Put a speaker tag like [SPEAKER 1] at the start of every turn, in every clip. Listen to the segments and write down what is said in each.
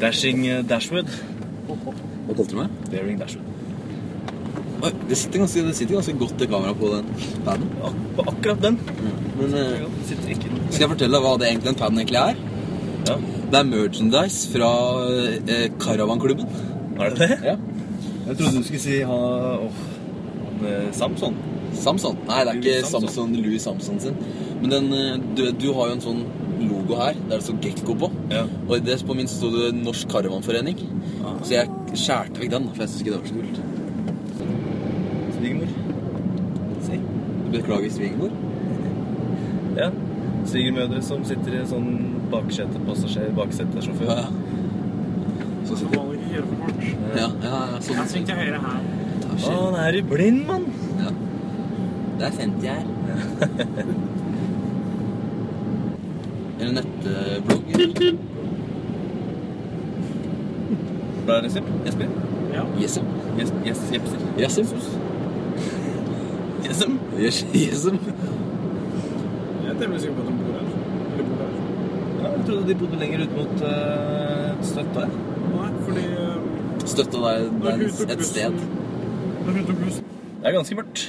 [SPEAKER 1] Dashing eh, Dashwood.
[SPEAKER 2] Hva kalte du meg?
[SPEAKER 1] Daring Dashwood.
[SPEAKER 2] Oi, det sitter ganske, det sitter ganske godt det kameraet på den paden.
[SPEAKER 1] Ak på akkurat den.
[SPEAKER 2] Men eh,
[SPEAKER 1] Sitter ikke den.
[SPEAKER 2] skal jeg fortelle deg hva det egentlig, den paden egentlig er?
[SPEAKER 1] Ja,
[SPEAKER 2] Det er merchandise fra eh, Caravan-klubben.
[SPEAKER 1] er det det?
[SPEAKER 2] Ja.
[SPEAKER 1] Jeg trodde du skulle si ha åh, han, eh, Samson.
[SPEAKER 2] Samson. Nei, det er
[SPEAKER 1] Louis
[SPEAKER 2] ikke
[SPEAKER 1] Samson.
[SPEAKER 2] Samson, Louis Samson sin. Men den, eh, du, du har jo en sånn logo her. Der det står Gekko på.
[SPEAKER 1] Ja.
[SPEAKER 2] Og i det på min sto det Norsk Caravanforening.
[SPEAKER 1] Ah.
[SPEAKER 2] Så jeg skjærte vekk den, for jeg syns ikke det var så kult.
[SPEAKER 1] Svigermor. Si.
[SPEAKER 2] Beklager, svigermor.
[SPEAKER 1] Ja. Svigermødre som sitter i sånn baksetepassasjer, baksetesjåfør.
[SPEAKER 2] Ja, ja. Så
[SPEAKER 3] Så
[SPEAKER 2] sitter
[SPEAKER 3] må du ikke kjøre for fort.
[SPEAKER 2] Ja, ja, ja, sånn.
[SPEAKER 3] Jeg sving til høyre her.
[SPEAKER 2] Ja,
[SPEAKER 1] Å,
[SPEAKER 2] shit.
[SPEAKER 1] han er i blind, mann!
[SPEAKER 2] Ja. Det er 50 her. Eller nettblogger.
[SPEAKER 1] Bra, Resip. Jesper.
[SPEAKER 3] Ja.
[SPEAKER 2] Yesem.
[SPEAKER 1] Yes, yes, Jepser.
[SPEAKER 2] Yesem.
[SPEAKER 1] Jesem.
[SPEAKER 2] Yes- Yesem.
[SPEAKER 3] Jeg er temmelig sikker på at de bor her. Eller bor her.
[SPEAKER 1] Ja, jeg trodde de bodde lenger ut mot uh, Støtta. jeg.
[SPEAKER 3] Nei, fordi eh,
[SPEAKER 2] Støtta deg
[SPEAKER 3] når
[SPEAKER 2] det
[SPEAKER 3] hun tok
[SPEAKER 2] er et
[SPEAKER 3] bussen-
[SPEAKER 2] sted.
[SPEAKER 3] Når hun tok bussen
[SPEAKER 1] Det er ganske mørkt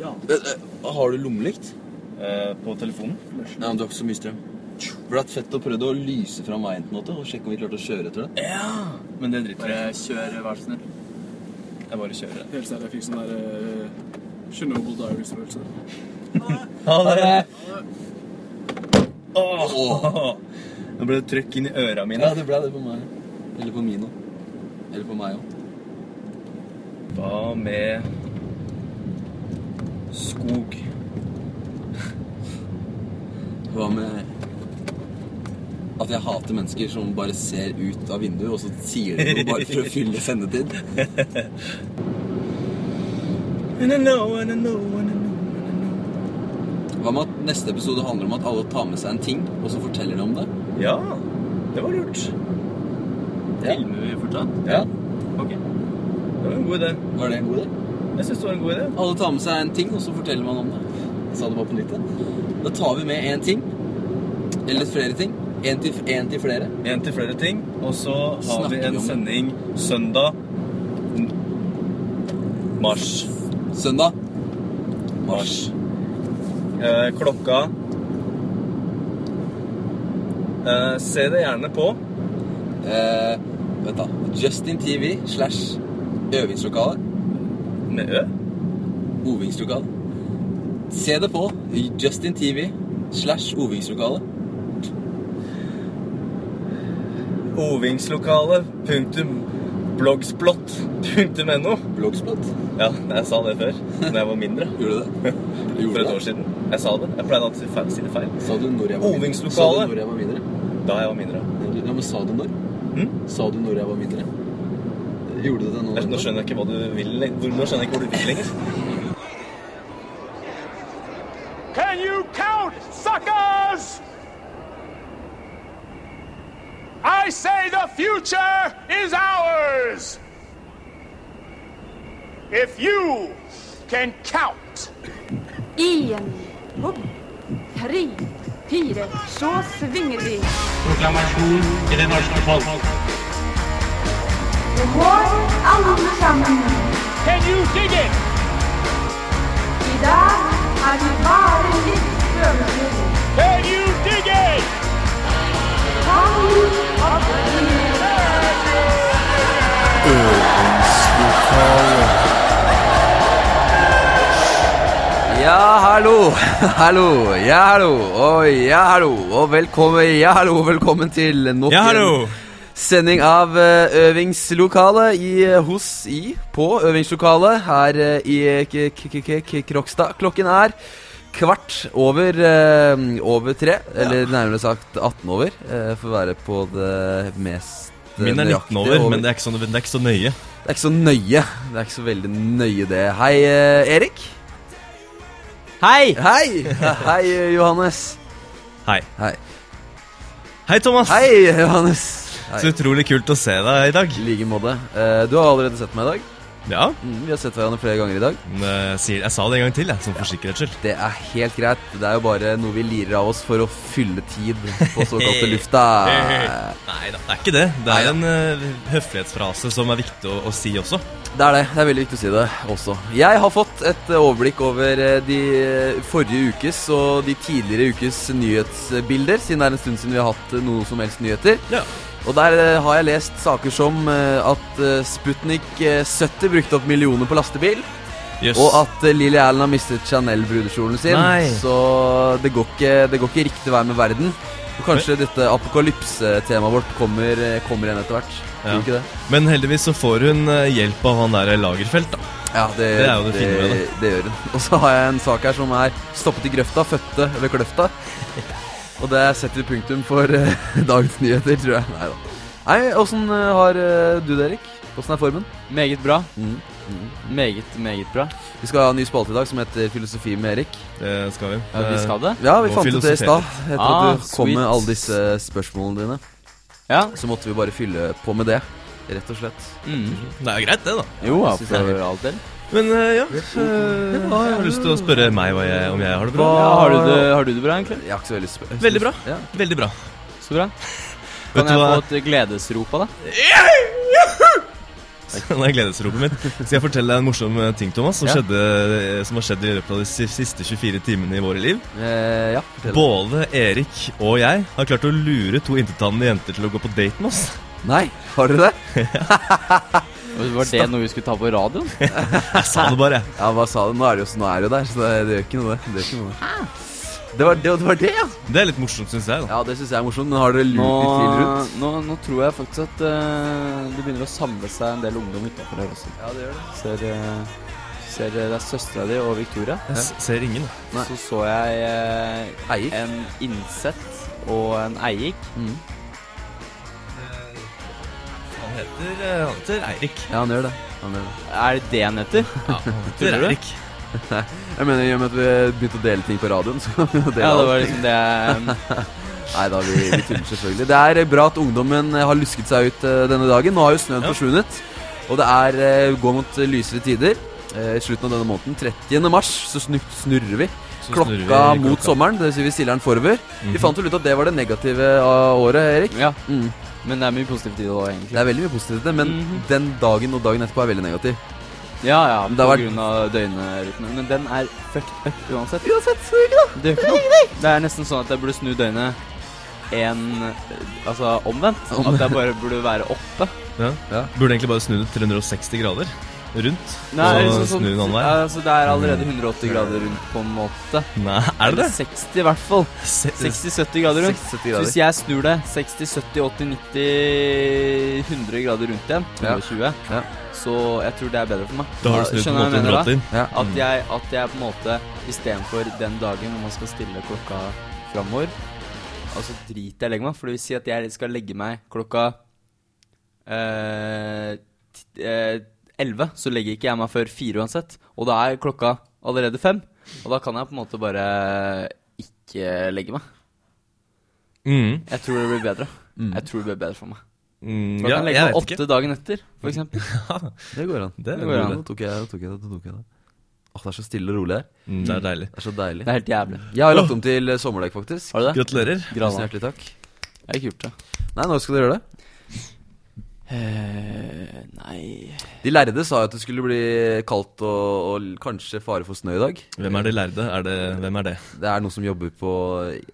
[SPEAKER 3] Ja.
[SPEAKER 2] Eh, eh, Har du lommelykt?
[SPEAKER 1] eh, på telefonen.
[SPEAKER 2] Nei, men du har ikke så mye strøm. For det er fett å prøve å lyse fram veien på en måte, og sjekke om vi klarte å kjøre etter det.
[SPEAKER 1] Ja, men det driter jeg Kjør, vær så snill. Jeg bare kjører.
[SPEAKER 3] Helt seriøst, jeg fikk sånn der eh, Chernobyl Diaries-følelse.
[SPEAKER 1] Ha det!
[SPEAKER 3] Ja, det-
[SPEAKER 1] Åh. Nå ble det trykk inn i øra mine.
[SPEAKER 2] Ja, det ble det på meg. Eller på Mino. Eller på meg òg.
[SPEAKER 1] Hva med skog?
[SPEAKER 2] Hva med at jeg hater mennesker som bare ser ut av vinduet, og så sier de noe bare for å fylle sendetid?
[SPEAKER 1] And I know, and I know, and I know, and I know.
[SPEAKER 2] Hva med at neste episode handler om at alle tar med seg en ting, og så forteller de om det?
[SPEAKER 1] Ja, det var lurt.
[SPEAKER 2] Ja.
[SPEAKER 1] Filmer vi fortsatt?
[SPEAKER 2] Ja.
[SPEAKER 1] Ok. Det var en god idé.
[SPEAKER 2] Var det en god idé?
[SPEAKER 1] Jeg syns det var en god idé.
[SPEAKER 2] Alle tar med seg en ting, og så forteller man om det. Jeg sa det bare på nytt igjen. Da tar vi med én ting. Eller flere ting. Én til, en til flere.
[SPEAKER 1] En til flere ting. Og så har
[SPEAKER 2] Snakker
[SPEAKER 1] vi
[SPEAKER 2] vi
[SPEAKER 1] en
[SPEAKER 2] om det?
[SPEAKER 1] sending søndag n- mars.
[SPEAKER 2] Søndag. Mars.
[SPEAKER 1] Eh, klokka eh, Se det gjerne på.
[SPEAKER 2] Eh, vet da. Justin TV slash øvingslokale.
[SPEAKER 1] Med Ø.
[SPEAKER 2] Ovingslokale. Se det på Justin TV slash ovingslokale.
[SPEAKER 1] Ovingslokale.blogsplott.no.
[SPEAKER 2] Blogsplat.
[SPEAKER 1] Ja, jeg sa det før, da jeg var mindre.
[SPEAKER 2] Gjorde du det?
[SPEAKER 1] For
[SPEAKER 2] Gjorde
[SPEAKER 1] et
[SPEAKER 2] du
[SPEAKER 1] år
[SPEAKER 2] det?
[SPEAKER 1] siden. Jeg sa det. Jeg pleide alltid å si feil- si det feil.
[SPEAKER 2] Sa du når jeg var mindre?
[SPEAKER 1] Ovingslokale.
[SPEAKER 2] Sa du når jeg var mindre?
[SPEAKER 1] Da jeg var mindre.
[SPEAKER 2] Ja, men sa du når?
[SPEAKER 1] Hm?
[SPEAKER 2] Sa du når jeg var mindre? Gjorde du det nå?
[SPEAKER 1] Jeg- Nå skjønner jeg ikke hva du vil le- hvor- Nå skjønner jeg ikke hvor du vil lenger.
[SPEAKER 4] Can you count, suckers? I say the future is ours. If you can count.
[SPEAKER 5] Én, hopp, tre, fire, så svinger vi.
[SPEAKER 6] proklamasjon til det norske folk.
[SPEAKER 7] Vår alle sammen.
[SPEAKER 4] Can you dig it?
[SPEAKER 7] I dag er vi bare litt følelser.
[SPEAKER 4] Can you dig it?
[SPEAKER 7] Kom opp i
[SPEAKER 8] Ja, hallo, hallo, ja, hallo, og ja, hallo, og velkommen, ja, hallo, velkommen til nok
[SPEAKER 9] Ja, hallo!
[SPEAKER 8] en sending av eh, øvingslokalet i, eh, hos i, på øvingslokalet her eh, i eh, K- K- K- K- Krokstad. Klokken er kvart over, eh, over tre, eller nærmere sagt 18 over, eh, for å være på det mest eh,
[SPEAKER 9] Min er 19
[SPEAKER 8] nøyaktige
[SPEAKER 9] over, men det er ikke så, det er ikke så nøye.
[SPEAKER 8] det er ikke så nøye. Det er ikke så veldig nøye, det. Hei, eh, Erik. Hei. Hei, Hei eh, Johannes.
[SPEAKER 9] Hei.
[SPEAKER 8] Hei.
[SPEAKER 9] Hei, Thomas.
[SPEAKER 8] Hei, Johannes.
[SPEAKER 9] Så
[SPEAKER 8] Hei.
[SPEAKER 9] utrolig kult å se deg i dag.
[SPEAKER 8] I like måte. Eh, Du har allerede sett meg i dag.
[SPEAKER 1] Ja,
[SPEAKER 2] Mm, vi har sett hverandre flere ganger i dag.
[SPEAKER 1] men jeg, sier, jeg sa det en gang til, jeg, sånn for sikkerhets skyld.
[SPEAKER 2] Det er helt greit. Det er jo bare noe vi lirer av oss for å fylle tid på såkalte lufta.
[SPEAKER 1] Nei da, det er ikke det. Det er en eh, høflighetsfrase som er viktig å, å si også.
[SPEAKER 2] Det er det. Det er veldig viktig å si det også. Jeg har fått et overblikk over eh, de forrige ukes og de tidligere ukes nyhetsbilder, siden det er en stund siden vi har hatt eh, noe som helst nyheter.
[SPEAKER 1] Ja.
[SPEAKER 2] Og der eh, har jeg lest saker som eh, at eh, Sputnik eh, 70 brukte opp millioner på lastebil,
[SPEAKER 1] Jøss.
[SPEAKER 2] og at eh, Lily Allen har mistet Chanel-brudekjolen sin.
[SPEAKER 1] Nei.
[SPEAKER 2] Så det går, ikke, det går ikke riktig vei med verden. Og kanskje dette apokalypse-temaet vårt kommer, eh, kommer igjen etter hvert. Tror
[SPEAKER 1] Ja.
[SPEAKER 2] du ikke det?
[SPEAKER 1] Men heldigvis så får hun eh, hjelp av han der Lagerfeldt, da.
[SPEAKER 2] Ja, det,
[SPEAKER 1] er jo det fine med det.
[SPEAKER 2] det gjør hun. Og så har jeg en sak her som er 'Stoppet i grøfta, fødte ved kløfta'. Og det setter vi punktum for eh, dagens nyheter, tror jeg. Nei da. Nei, Åssen eh, har eh, du det, Erik? Åssen er formen?
[SPEAKER 10] Meget bra.
[SPEAKER 2] Mm.
[SPEAKER 10] Meget, meget bra.
[SPEAKER 2] Vi skal ha en ny spalte i dag som heter 'Filosofi med Erik'.
[SPEAKER 1] Det skal vi.
[SPEAKER 10] Ja, vi skal det.
[SPEAKER 2] Ja, vi
[SPEAKER 1] Og
[SPEAKER 2] fant ut det i
[SPEAKER 1] filosofere.
[SPEAKER 2] stad. Etter
[SPEAKER 10] Ah,
[SPEAKER 2] at du kom med
[SPEAKER 10] sweet.
[SPEAKER 2] alle disse spørsmålene dine,
[SPEAKER 10] Ja.
[SPEAKER 2] så måtte vi bare fylle på med det. Rett og slett.
[SPEAKER 10] Mm.
[SPEAKER 1] Eh, Det er greit, det, da.
[SPEAKER 10] Jo, ja,
[SPEAKER 2] synes jeg er
[SPEAKER 10] for all del.
[SPEAKER 1] Men eh, ja eh, Jeg har lyst til å spørre meg hva jeg, om jeg har det bra.
[SPEAKER 10] Ja, har, du det, har du det bra, egentlig?
[SPEAKER 2] Jeg har ikke så veldig sp-
[SPEAKER 1] Veldig bra.
[SPEAKER 2] Ja.
[SPEAKER 1] Veldig bra.
[SPEAKER 10] Så bra.
[SPEAKER 1] Vet
[SPEAKER 10] Kan
[SPEAKER 1] du
[SPEAKER 10] jeg
[SPEAKER 1] hva?
[SPEAKER 10] få et gledesrop av deg?
[SPEAKER 1] Nå er gledesropet mitt. Skal jeg fortelle deg en morsom eh, ting, Thomas, som,
[SPEAKER 2] Ja.
[SPEAKER 1] skjedde, eh, som har skjedd i løpet av de si- siste 24 timene i våre liv?
[SPEAKER 2] Eh, ja, fortell.
[SPEAKER 1] Både Erik og jeg har klart å lure to intetanende jenter til å gå på date med oss.
[SPEAKER 2] Nei, har dere det?
[SPEAKER 10] Og Var det noe vi skulle ta på radioen?
[SPEAKER 1] Jeg sa det bare. jeg.
[SPEAKER 2] Ja, hva sa du? Nå er det jo, så nå er det jo der, så det, det gjør ikke noe, det. Det, gjør ikke noe.
[SPEAKER 1] Ah.
[SPEAKER 2] det, var, det, det var det, ja!
[SPEAKER 1] Det er litt morsomt, syns jeg. da
[SPEAKER 2] Ja, det syns jeg er morsomt, men har dere lurt
[SPEAKER 10] Nå,
[SPEAKER 2] litt til rundt?
[SPEAKER 10] nå, nå tror jeg faktisk at eh, det begynner å samle seg en del ungdom utenfor her også.
[SPEAKER 2] Ja, det gjør det.
[SPEAKER 10] Ser, eh, ser eh, det er søstera di og Victoria.
[SPEAKER 1] Jeg s- ser ingen. da.
[SPEAKER 2] Nei.
[SPEAKER 10] Så så jeg eh,
[SPEAKER 2] Eier.
[SPEAKER 10] en innsett og en eik.
[SPEAKER 2] Mm.
[SPEAKER 1] Han heter, eh, han heter Eirik.
[SPEAKER 2] Ja, han gjør det. Han gjør det.
[SPEAKER 10] Er det det han heter?
[SPEAKER 1] Det
[SPEAKER 10] Tror du?
[SPEAKER 1] er Eirik.
[SPEAKER 2] Jeg mener, i og med at vi begynte å dele ting på radioen, så kan vi jo dele
[SPEAKER 10] Ja, det
[SPEAKER 2] alt.
[SPEAKER 10] var liksom det jeg
[SPEAKER 2] Nei da, vi, vi tuller selvfølgelig. Det er eh, bra at ungdommen har lusket seg ut eh, denne dagen. Nå har jo snøen
[SPEAKER 1] Ja.
[SPEAKER 2] forsvunnet, og det er eh, går mot lysere tider. Eh, I slutten av denne måneden, 30. mars, så snu- snurrer vi
[SPEAKER 1] Så
[SPEAKER 2] klokka
[SPEAKER 1] snurrer vi
[SPEAKER 2] mot
[SPEAKER 1] klokka.
[SPEAKER 2] sommeren. Det vil si vi stiller den forover. Vi fant vel ut at det var det negative av året, Erik.
[SPEAKER 10] Ja,
[SPEAKER 2] Mm.
[SPEAKER 10] men det er mye positivt i det òg,
[SPEAKER 2] Det
[SPEAKER 10] egentlig.
[SPEAKER 2] er veldig mye positivt, i det, men
[SPEAKER 10] Mhm.
[SPEAKER 2] den dagen og dagen etterpå er veldig negativ.
[SPEAKER 10] Ja, ja,
[SPEAKER 2] Men
[SPEAKER 10] på
[SPEAKER 2] det har vært-
[SPEAKER 10] grunn av døgnrytmen. Men den er fucked up uansett.
[SPEAKER 2] Uansett, så ikke da.
[SPEAKER 10] Det gjør ikke noe. Det er nesten sånn at jeg burde snu døgnet en Altså omvendt. At jeg bare burde være oppe.
[SPEAKER 1] Ja. Burde egentlig bare snu det 360 grader rundt.
[SPEAKER 10] Nei,
[SPEAKER 1] og
[SPEAKER 10] liksom
[SPEAKER 1] så snu den andre veien.
[SPEAKER 10] altså, det er allerede 180 grader rundt, på en måte.
[SPEAKER 1] Nei, er det det?
[SPEAKER 10] Eller 60 i hvert fall.
[SPEAKER 1] Se-
[SPEAKER 10] 60-70 grader rundt.
[SPEAKER 2] 60
[SPEAKER 10] Så
[SPEAKER 2] grader.
[SPEAKER 10] hvis jeg snur det 60-70-80-90-100 grader rundt igjen,
[SPEAKER 2] Ja.
[SPEAKER 10] 120,
[SPEAKER 2] Ja.
[SPEAKER 10] så jeg tror det er bedre for meg.
[SPEAKER 1] Da har du snudd den
[SPEAKER 10] Skjønner du hva jeg mener da?
[SPEAKER 1] 180 inn.
[SPEAKER 2] Ja.
[SPEAKER 10] At jeg, at jeg på en måte istedenfor den dagen hvor man skal stille klokka framover Altså driter jeg legger meg, for det vil si at jeg skal legge meg klokka eh, ti- eh, 11. Så legger ikke jeg meg før fire uansett, og da er klokka allerede fem. Og da kan jeg på en måte bare ikke legge meg.
[SPEAKER 1] Mm.
[SPEAKER 10] Jeg tror det blir bedre. Jeg tror det blir bedre for meg.
[SPEAKER 1] Mm,
[SPEAKER 10] Da
[SPEAKER 1] ja,
[SPEAKER 10] kan jeg legge
[SPEAKER 1] jeg
[SPEAKER 10] meg
[SPEAKER 1] vet ikke.
[SPEAKER 10] åtte dagen etter, for eksempel.
[SPEAKER 2] Det går an.
[SPEAKER 1] Det
[SPEAKER 10] går an.
[SPEAKER 2] Nå tok jeg nå tok jeg det. nå tok jeg det. Åh, det er så stille og rolig her.
[SPEAKER 1] Mm, det er deilig.
[SPEAKER 2] Det er så deilig.
[SPEAKER 10] Det er helt jævlig.
[SPEAKER 2] Jeg har lagt om til eh, sommerdekk, faktisk.
[SPEAKER 10] Har du det?
[SPEAKER 1] Gratulerer.
[SPEAKER 2] Tusen
[SPEAKER 10] Grana.
[SPEAKER 2] hjertelig takk.
[SPEAKER 10] Jeg har ikke gjort det.
[SPEAKER 2] Nei, når skal dere gjøre det?
[SPEAKER 10] Eh, nei
[SPEAKER 2] De lærde sa jo at det skulle bli kaldt og, og kanskje fare for snø i dag.
[SPEAKER 1] Hvem er de lærde? Er det, hvem er det?
[SPEAKER 2] Det er noen som jobber på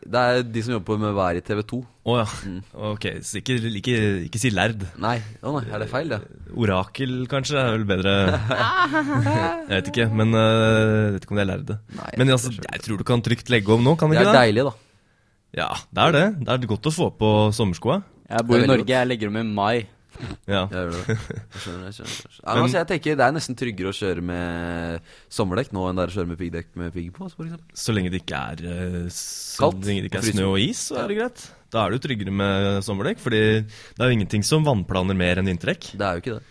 [SPEAKER 2] Det er de som jobber på med været i TV 2.
[SPEAKER 1] Å ja.
[SPEAKER 10] Mm.
[SPEAKER 1] Ok, så ikke, ikke, ikke si lærd.
[SPEAKER 2] Nei, å nei, er det feil, det?
[SPEAKER 1] Orakel, kanskje, er vel bedre Jeg vet ikke, men øh, jeg vet ikke om det er lærde.
[SPEAKER 2] Nei, jeg
[SPEAKER 1] Men altså, jeg tror du kan trygt legge om nå, kan du
[SPEAKER 2] Det er
[SPEAKER 1] ikke det?
[SPEAKER 2] deilig, da.
[SPEAKER 1] Ja, det er det. Det er godt å få på sommerskoa.
[SPEAKER 10] Jeg bor
[SPEAKER 2] Det er
[SPEAKER 10] i
[SPEAKER 2] veldig
[SPEAKER 10] Norge, jeg legger dem i mai.
[SPEAKER 1] Ja.
[SPEAKER 2] Jeg gjør det. Jeg skjønner, jeg skjønner, jeg skjønner. Nei, men, altså, jeg tenker Det er nesten tryggere å kjøre med sommerdekk nå enn det er å kjøre med piggdekk med pigg på. For eksempel.
[SPEAKER 1] Så lenge det ikke er øh, så
[SPEAKER 2] Kaldt
[SPEAKER 1] lenge det ikke
[SPEAKER 2] og
[SPEAKER 1] er snø og is, så er det greit. Da er du tryggere med sommerdekk, fordi det er jo ingenting som vannplaner mer enn vinterdekk.
[SPEAKER 2] det er jo ikke det.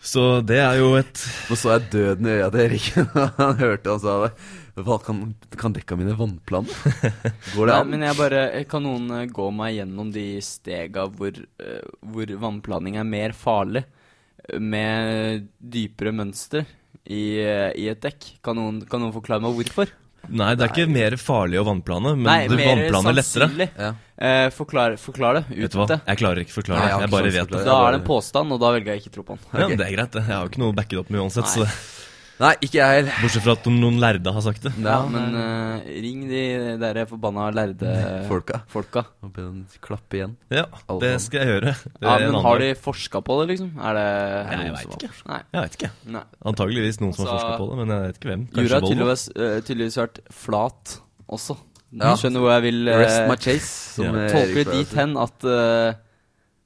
[SPEAKER 1] Så det er jo et
[SPEAKER 2] Nå så jeg døden i øya til Erik. Han hørte han sa det. Hva kan, kan dekka mine vannplaner? Går det
[SPEAKER 10] Nei,
[SPEAKER 2] an?
[SPEAKER 10] men jeg bare Kan noen eh, gå meg gjennom de stega hvor, eh, hvor vannplaning er mer farlig? med dypere mønster i, eh, i et dekk. Kan noen, kan noen forklare meg hvorfor?
[SPEAKER 1] Nei, det er ikke mer farlig å vannplane, men
[SPEAKER 10] Nei,
[SPEAKER 1] du
[SPEAKER 10] mer
[SPEAKER 1] vannplaner lettere.
[SPEAKER 10] sannsynlig. Eh, forklar, forklar det.
[SPEAKER 1] Vet du hva?
[SPEAKER 10] Utdyp det.
[SPEAKER 1] Jeg klarer ikke forklare
[SPEAKER 10] Nei,
[SPEAKER 1] det.
[SPEAKER 10] har
[SPEAKER 1] Jeg
[SPEAKER 10] ikke
[SPEAKER 1] bare
[SPEAKER 10] sjans
[SPEAKER 1] vet
[SPEAKER 10] til å
[SPEAKER 1] det.
[SPEAKER 10] forklare. Da er det en påstand, og da velger jeg ikke tro på den.
[SPEAKER 1] Ja, men Det er greit, det. Jeg har jo ikke noe å backe det opp med uansett.
[SPEAKER 10] Nei.
[SPEAKER 1] Så.
[SPEAKER 2] Nei, ikke jeg heller.
[SPEAKER 1] Bortsett fra at noen lærde har sagt det.
[SPEAKER 10] Ja, men eh, ring de der forbanna lærde
[SPEAKER 1] Folka.
[SPEAKER 10] folka.
[SPEAKER 2] Og be dem klappe igjen.
[SPEAKER 1] Ja,
[SPEAKER 10] Alle
[SPEAKER 1] det
[SPEAKER 10] sammen.
[SPEAKER 1] skal jeg gjøre. Det er en
[SPEAKER 10] Ja, men
[SPEAKER 1] annen
[SPEAKER 10] har
[SPEAKER 1] dag.
[SPEAKER 10] de forska på det, liksom? Er det
[SPEAKER 1] Nei, jeg
[SPEAKER 10] noen som
[SPEAKER 1] vet
[SPEAKER 10] har
[SPEAKER 1] ikke.
[SPEAKER 10] forsket? Nei.
[SPEAKER 1] Jeg vet ikke.
[SPEAKER 10] Nei.
[SPEAKER 1] Antageligvis noen som har
[SPEAKER 10] Altså,
[SPEAKER 1] forsket på det, men jeg vet ikke hvem. Kanskje
[SPEAKER 10] Jorda har
[SPEAKER 1] Volvo?
[SPEAKER 10] tydeligvis, eh, tydeligvis vært flat også.
[SPEAKER 2] Ja.
[SPEAKER 10] Skjønner hvor jeg vil eh,
[SPEAKER 2] Rest my case, som
[SPEAKER 10] ja.
[SPEAKER 2] Erik
[SPEAKER 10] Tolker
[SPEAKER 2] pleier å
[SPEAKER 10] det dit
[SPEAKER 2] si.
[SPEAKER 10] hen at eh,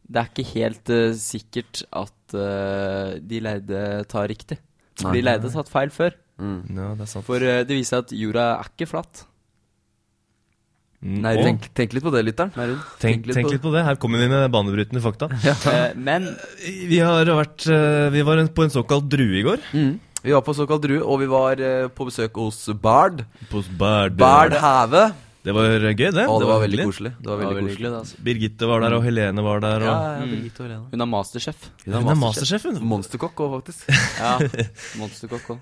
[SPEAKER 10] det er ikke helt eh, sikkert at eh, de lærde tar riktig.
[SPEAKER 1] Nei.
[SPEAKER 10] De lærde har tatt feil før.
[SPEAKER 1] Ja, det er sant.
[SPEAKER 10] For eh, det viser seg at jorda er ikke flat. Den er rund.
[SPEAKER 2] Tenk, tenk litt på det, lytteren.
[SPEAKER 1] Tenk, tenk litt på det. Her kommer vi med banebrytende fakta.
[SPEAKER 10] Eh, men
[SPEAKER 1] Vi har vært eh, Vi var en- på en såkalt drue i går.
[SPEAKER 2] Vi var på såkalt drue, og vi var eh, på besøk hos Bard.
[SPEAKER 1] Hos Bard.
[SPEAKER 2] Bard Have.
[SPEAKER 1] Det var gøy, det.
[SPEAKER 2] Å, det var veldig koselig. Det var veldig koselig.
[SPEAKER 10] det, altså.
[SPEAKER 1] Birgitte var der, og Helene var der. Og...
[SPEAKER 10] Mm. Hun er masterchef.
[SPEAKER 1] Hun er masterchef,
[SPEAKER 2] altså.
[SPEAKER 1] hun.
[SPEAKER 2] Monsterkokk òg, faktisk.
[SPEAKER 10] Ja, monsterkokk òg.